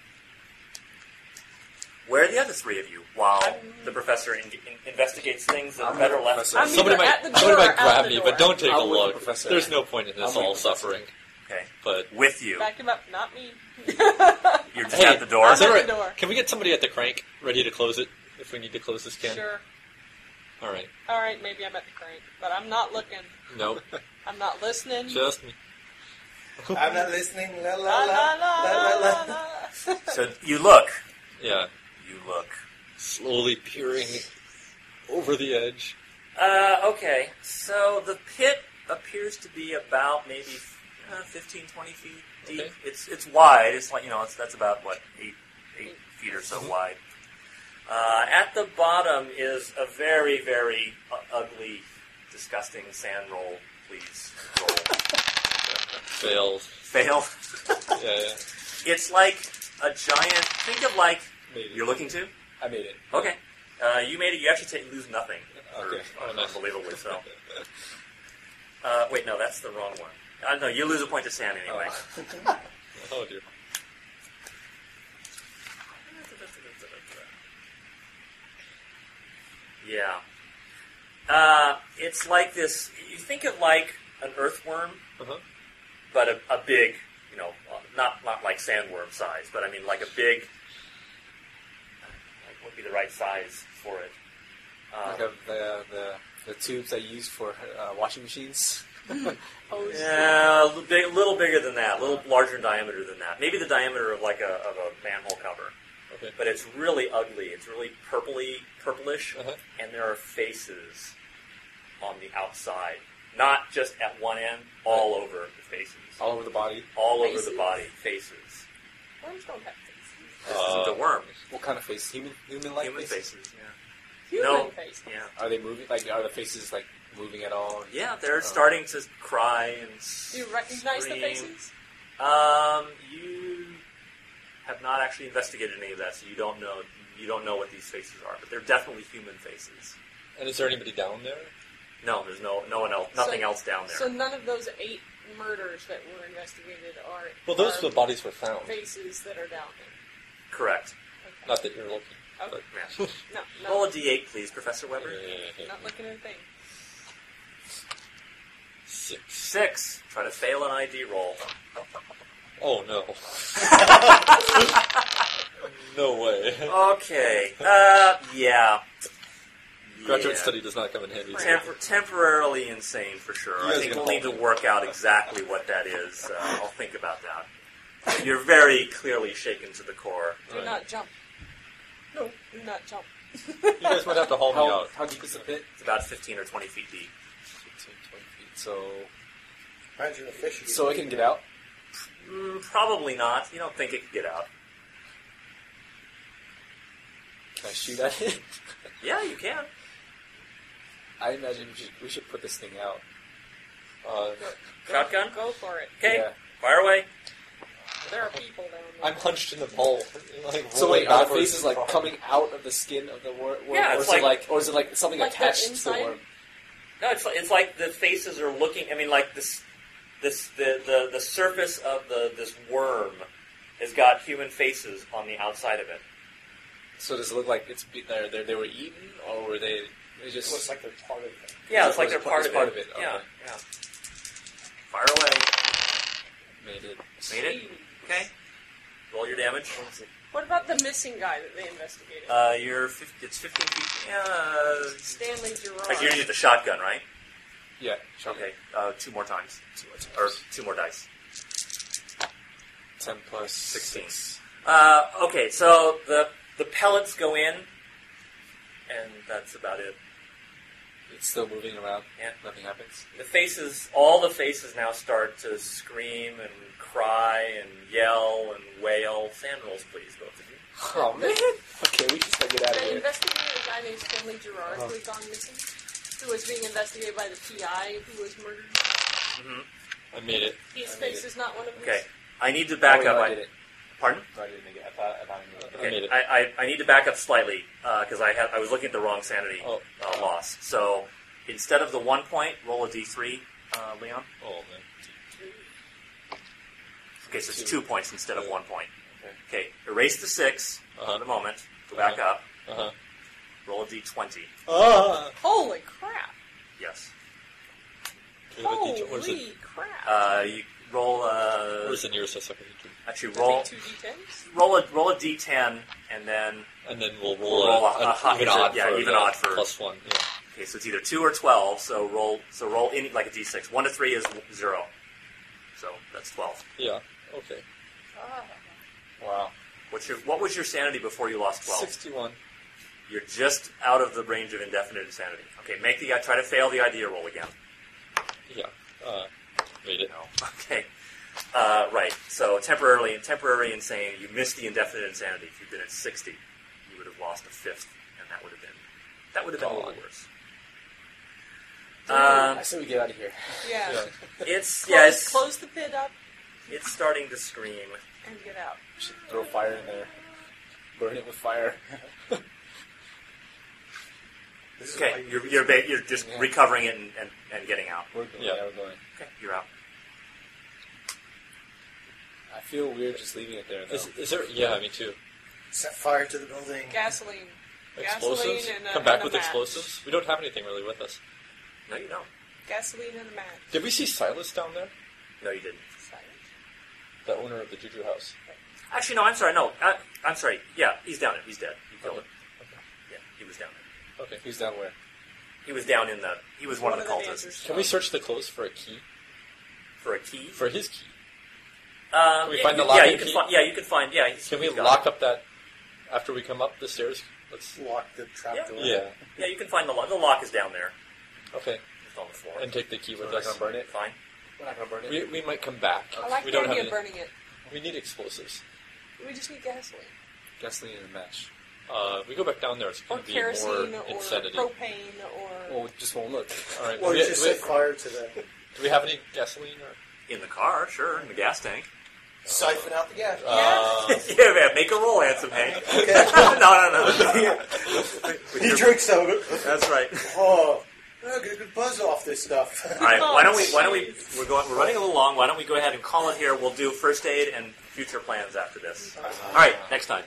Speaker 5: Where are the other three of you while the professor in- in- investigates things that are
Speaker 8: I'm
Speaker 5: better
Speaker 8: the
Speaker 5: left?
Speaker 8: professor. I'm
Speaker 4: somebody
Speaker 2: either
Speaker 4: might
Speaker 2: at the
Speaker 4: somebody
Speaker 2: door or
Speaker 4: might
Speaker 2: out
Speaker 4: grab
Speaker 2: the
Speaker 4: me,
Speaker 2: door.
Speaker 4: but don't take
Speaker 8: I'm
Speaker 4: a
Speaker 8: with the
Speaker 4: look.
Speaker 8: professor.
Speaker 4: There's no point in this
Speaker 8: I'm with
Speaker 4: all
Speaker 8: the professor.
Speaker 4: suffering.
Speaker 5: Okay,
Speaker 4: But
Speaker 5: with you.
Speaker 2: Back him up, not me.
Speaker 5: You're just
Speaker 4: hey,
Speaker 5: at the door.
Speaker 4: is there
Speaker 2: I'm at
Speaker 4: a-
Speaker 2: the door.
Speaker 4: Can we get somebody at the crank ready to close it if we need to close this can?
Speaker 2: sure.
Speaker 4: All right.
Speaker 2: All right, maybe I'm at the crank, but I'm not looking.
Speaker 4: Nope.
Speaker 2: I'm not listening.
Speaker 4: Just me.
Speaker 7: I'm not listening. La la
Speaker 2: La, la, la,
Speaker 7: la la la.
Speaker 2: la.
Speaker 5: So you look.
Speaker 4: Yeah.
Speaker 5: You look.
Speaker 4: Slowly peering over the edge.
Speaker 5: Uh, okay, so the pit appears to be about maybe uh, 15, 20 feet deep.
Speaker 4: Okay.
Speaker 5: It's it's wide. It's like you know, it's, that's about what eight eight feet or so wide. Uh, at the bottom is a very very u- ugly, disgusting sand roll. Please roll
Speaker 4: Failed.
Speaker 5: fail.
Speaker 4: Yeah, yeah.
Speaker 5: It's like a giant. Think of like
Speaker 4: Made it.
Speaker 5: you're looking to.
Speaker 8: I made it.
Speaker 5: Okay. Uh, you made it. You actually take, lose nothing. or
Speaker 4: Okay. Oh, nice.
Speaker 5: Unbelievably so. Uh, wait, no, that's the wrong one. Uh, no, you lose a point to sand anyway.
Speaker 4: Oh dear.
Speaker 5: Yeah. Uh, it's like this. You think of like an earthworm,
Speaker 4: Uh-huh.
Speaker 5: but a, a big, you know, uh, not not like sandworm size, but I mean like a big. Like, what would be the right size for it? Um,
Speaker 8: Like uh, the, the the tubes I use for uh, washing machines.
Speaker 7: Oh,
Speaker 5: Yeah, a little big, little bigger than that, a little larger in diameter than that. Maybe the diameter of like a of a manhole cover.
Speaker 4: Okay.
Speaker 5: But it's really ugly. It's really purpley, purplish,
Speaker 4: Uh-huh.
Speaker 5: and there are faces on the outside, not just at one end, all over the faces,
Speaker 8: all over the body.
Speaker 5: all over
Speaker 10: Faces?
Speaker 5: the body, faces.
Speaker 10: Worms don't have faces.
Speaker 5: This
Speaker 4: Uh,
Speaker 5: is the worm,
Speaker 8: What kind of face? Human human like
Speaker 5: human
Speaker 8: faces?
Speaker 5: faces.
Speaker 10: Human
Speaker 5: No.
Speaker 10: faces.
Speaker 5: Yeah, yeah.
Speaker 8: Are they moving? Like are the faces like moving at all?
Speaker 5: Yeah, they're
Speaker 4: Uh,
Speaker 8: Oh.
Speaker 5: starting to cry and.
Speaker 10: Do you recognize
Speaker 5: scream.
Speaker 10: the faces?
Speaker 5: Um, you have not actually investigated any of that, so you don't know you don't know what these faces are, but they're definitely human faces.
Speaker 4: And is there anybody down there?
Speaker 5: No, there's no no one else, nothing
Speaker 10: So-
Speaker 5: else down there.
Speaker 10: So none of those eight murders that were investigated are
Speaker 4: Well, those
Speaker 10: are
Speaker 4: the bodies were found.
Speaker 10: faces that are down there.
Speaker 5: Correct.
Speaker 4: Not that you're looking.
Speaker 10: Okay.
Speaker 5: Yeah.
Speaker 10: No, no,
Speaker 5: Roll a d8, please, Professor Weber.
Speaker 10: not looking at a thing.
Speaker 4: Six.
Speaker 5: Six. Try to fail an ID roll.
Speaker 4: Oh no. no way.
Speaker 5: Okay. Uh, yeah.
Speaker 4: Graduate
Speaker 5: Yeah.
Speaker 4: study does not come in handy. does it?
Speaker 5: Tempor- temporarily insane for sure.
Speaker 4: You
Speaker 5: I
Speaker 4: guys
Speaker 5: think
Speaker 4: can
Speaker 5: we'll
Speaker 4: help
Speaker 5: need to
Speaker 4: me.
Speaker 5: work out exactly what that is. Uh, I'll think about that. You're very clearly shaken to the core.
Speaker 10: Do not jump. No, do not jump.
Speaker 4: You guys might have to haul me
Speaker 8: How,
Speaker 4: out.
Speaker 8: how deep is the pit?
Speaker 5: It's about 15 or 20 feet deep.
Speaker 8: 15, 20 feet. So
Speaker 7: Imagine a fish. you
Speaker 8: so I can get out.
Speaker 5: Mm, probably not. You don't think it could get out.
Speaker 8: Can I shoot at it?
Speaker 5: Yeah, you can.
Speaker 8: I imagine we should, we should put this thing out.
Speaker 4: Uh,
Speaker 5: Shotgun?
Speaker 10: Go for it.
Speaker 5: Okay,
Speaker 8: Yeah.
Speaker 5: fire away.
Speaker 10: There are people down there.
Speaker 4: I'm hunched in the bowl. Like,
Speaker 8: So
Speaker 4: rolling
Speaker 8: wait, are the
Speaker 4: backwards.
Speaker 8: faces like coming out of the skin of the wor- worm,
Speaker 5: Yeah,
Speaker 8: or
Speaker 5: it's
Speaker 8: is it
Speaker 5: like-
Speaker 8: like, or is it like something
Speaker 10: Like the
Speaker 8: attached to the
Speaker 10: inside?
Speaker 8: worm?
Speaker 5: No, it's, it's like the faces are looking. I mean, like this, this the, the, the surface of the this worm has got human faces on the outside of it.
Speaker 8: So does it look like it's be- they're, they're, they were eaten, or were they? It just
Speaker 3: looks like they're part of it.
Speaker 8: It's
Speaker 5: Yeah, it's like they're
Speaker 8: part-
Speaker 5: part,
Speaker 8: it's
Speaker 5: of,
Speaker 8: part
Speaker 5: it.
Speaker 8: of it, okay.
Speaker 5: Yeah, yeah. Fire away.
Speaker 8: made it.
Speaker 5: Made it. Okay. Roll your damage.
Speaker 10: What about the missing guy that they investigated?
Speaker 5: Uh, you're 50, it's 15 feet. Uh,
Speaker 10: Stanley Gerard.
Speaker 5: like you're gonna use the shotgun, right?
Speaker 8: Yeah.
Speaker 5: Okay. Uh, two more times, or two more dice.
Speaker 8: Ten plus
Speaker 5: 16.
Speaker 8: six.
Speaker 5: Uh, okay, so the the pellets go in, and that's about it.
Speaker 8: It's still moving around.
Speaker 5: Yeah.
Speaker 8: Nothing happens.
Speaker 5: The faces, all the faces now start to scream and cry and yell and wail. Sand rolls, please, both of you.
Speaker 8: Oh man. Okay, we just gotta get out of
Speaker 10: They
Speaker 8: here.
Speaker 10: investigated a guy named Stanley Gerard who had gone missing, who was being investigated by the PI who was murdered.
Speaker 4: I made it.
Speaker 10: His
Speaker 8: I made
Speaker 10: face
Speaker 8: it.
Speaker 10: is not one of
Speaker 5: Okay,
Speaker 10: his.
Speaker 5: I need to back
Speaker 8: oh,
Speaker 5: up.
Speaker 8: No,
Speaker 5: I,
Speaker 8: I did it.
Speaker 5: Pardon?
Speaker 8: No, I didn't make it. I thought I thought I made it.
Speaker 4: made
Speaker 5: Okay,
Speaker 4: it.
Speaker 5: I, I, I need to back up slightly because I had I was looking at the wrong sanity
Speaker 4: Oh.
Speaker 5: uh, loss. So instead of the one point, roll a d3, uh, Leon.
Speaker 4: Oh man.
Speaker 5: Okay, so it's
Speaker 4: Two.
Speaker 5: two points instead of
Speaker 4: Yeah.
Speaker 5: one point. Okay, erase the six
Speaker 4: Uh-huh.
Speaker 5: for the moment. Go back
Speaker 4: Uh-huh.
Speaker 5: up.
Speaker 4: Uh huh.
Speaker 5: Roll a d20.
Speaker 4: Ah.
Speaker 10: Holy crap!
Speaker 5: Yes.
Speaker 4: We have a
Speaker 10: Holy
Speaker 4: D20. Where's the,
Speaker 10: crap!
Speaker 5: Uh, you roll uh,
Speaker 4: where's the nearest second D20?
Speaker 5: actually
Speaker 10: That'd be
Speaker 5: roll
Speaker 10: two d10s.
Speaker 5: roll a roll a d10 and then
Speaker 4: And then we'll roll,
Speaker 5: Roll
Speaker 4: a,
Speaker 5: a- a
Speaker 4: an
Speaker 5: hot-
Speaker 4: even
Speaker 5: it's a-
Speaker 4: odd
Speaker 5: yeah,
Speaker 4: for
Speaker 5: uh, even
Speaker 4: the
Speaker 5: odd for-
Speaker 4: plus one. Yeah.
Speaker 5: Okay, so it's either two or twelve. So roll. So roll any like a d6. One to three is zero. So that's twelve.
Speaker 4: Yeah. Okay.
Speaker 10: Ah.
Speaker 4: Wow.
Speaker 5: What's your What was your sanity before you lost twelve?
Speaker 4: Sixty-one.
Speaker 5: You're just out of the range of indefinite insanity. Okay, make the try to fail the idea roll again.
Speaker 4: Yeah. Uh, made it.
Speaker 5: No. Okay. Uh, right. So temporarily temporary insane. You missed the indefinite insanity. If you'd been at sixty, you would have lost a fifth, and that would have been that would have been a little worse. Um,
Speaker 8: uh, I said we get out of here.
Speaker 2: Yeah.
Speaker 4: Yeah.
Speaker 5: it's
Speaker 2: Close,
Speaker 5: yeah, it's,
Speaker 2: close the pit up
Speaker 5: it's starting to scream.
Speaker 2: and get out.
Speaker 8: We should throw fire in there. Burn it with fire.
Speaker 7: This is why
Speaker 5: Okay,
Speaker 7: you
Speaker 5: you're
Speaker 7: do
Speaker 5: you're,
Speaker 7: something.
Speaker 5: ba- you're just
Speaker 8: Yeah.
Speaker 5: recovering it and, and, and getting out.
Speaker 8: We're going.
Speaker 4: Yeah.
Speaker 8: Yeah. we're going.
Speaker 5: Okay, you're out.
Speaker 8: I feel weird just leaving it there. Though.
Speaker 4: Is, is there? Yeah, me too.
Speaker 7: Set fire to the building.
Speaker 2: Gasoline. Gasoline
Speaker 4: Explosives.
Speaker 2: and a,
Speaker 4: Come back
Speaker 2: and a
Speaker 4: with
Speaker 2: match.
Speaker 4: explosives. We don't have anything really with us.
Speaker 5: No, you don't.
Speaker 2: Gasoline and a match.
Speaker 4: Did we see Silas down there?
Speaker 5: No, you didn't.
Speaker 4: The owner of the Juju House.
Speaker 5: Actually, no. I'm sorry. No, I, I'm sorry. Yeah, he's down. There. He's dead. You killed
Speaker 4: Okay.
Speaker 5: him. Yeah, he was down. There.
Speaker 4: Okay.
Speaker 8: Who's down where?
Speaker 5: He was down in the. He was one, of the cultists
Speaker 2: dancers.
Speaker 4: Can we search the clothes for a key?
Speaker 5: for a key.
Speaker 4: For his key.
Speaker 5: Uh,
Speaker 4: Can we
Speaker 5: yeah,
Speaker 4: find the
Speaker 5: you-
Speaker 4: locking
Speaker 5: yeah, you can
Speaker 4: key?
Speaker 5: find. Yeah, you can find. Yeah, he's-
Speaker 4: Can we
Speaker 5: he's got
Speaker 4: lock
Speaker 5: it.
Speaker 4: up that after we come up the stairs? Let's.
Speaker 7: Lock the trap
Speaker 5: Yeah.
Speaker 7: door.
Speaker 4: Yeah.
Speaker 5: Yeah, you can find the lock. The lock is down there.
Speaker 4: Okay.
Speaker 5: It's on the floor.
Speaker 4: And take the key
Speaker 8: We're
Speaker 4: with
Speaker 8: not gonna
Speaker 4: us.
Speaker 8: burn it.
Speaker 5: Fine.
Speaker 8: We're not gonna burn it.
Speaker 4: We, we might come back.
Speaker 2: I like
Speaker 4: we
Speaker 2: the
Speaker 4: don't have
Speaker 2: idea
Speaker 4: any,
Speaker 2: of burning it.
Speaker 4: We need explosives.
Speaker 2: We just need gasoline.
Speaker 8: Gasoline and a match.
Speaker 4: Uh, we go back down there. It's
Speaker 2: Or
Speaker 4: going to be
Speaker 2: kerosene
Speaker 4: more
Speaker 2: or
Speaker 4: insanity. All
Speaker 2: propane or.
Speaker 8: Well, we just won't look.
Speaker 4: right.
Speaker 7: Or
Speaker 4: do, we,
Speaker 7: just
Speaker 4: do we-
Speaker 7: set fire to the
Speaker 4: do we have any gasoline? Or,
Speaker 5: In the car, sure. In the gas tank.
Speaker 7: siphon out the gas.
Speaker 4: uh,
Speaker 5: yeah, man. Make a roll, handsome Hank.
Speaker 7: Okay.
Speaker 5: no, no, no.
Speaker 7: he drinks some of it.
Speaker 5: That's right.
Speaker 7: Oh, I get a good buzz off this stuff.
Speaker 5: All right. Why don't we? Why don't we? We're going. We're running a little long. Why don't we go ahead and call it here? We'll do first aid and future plans after this. All right. Next time.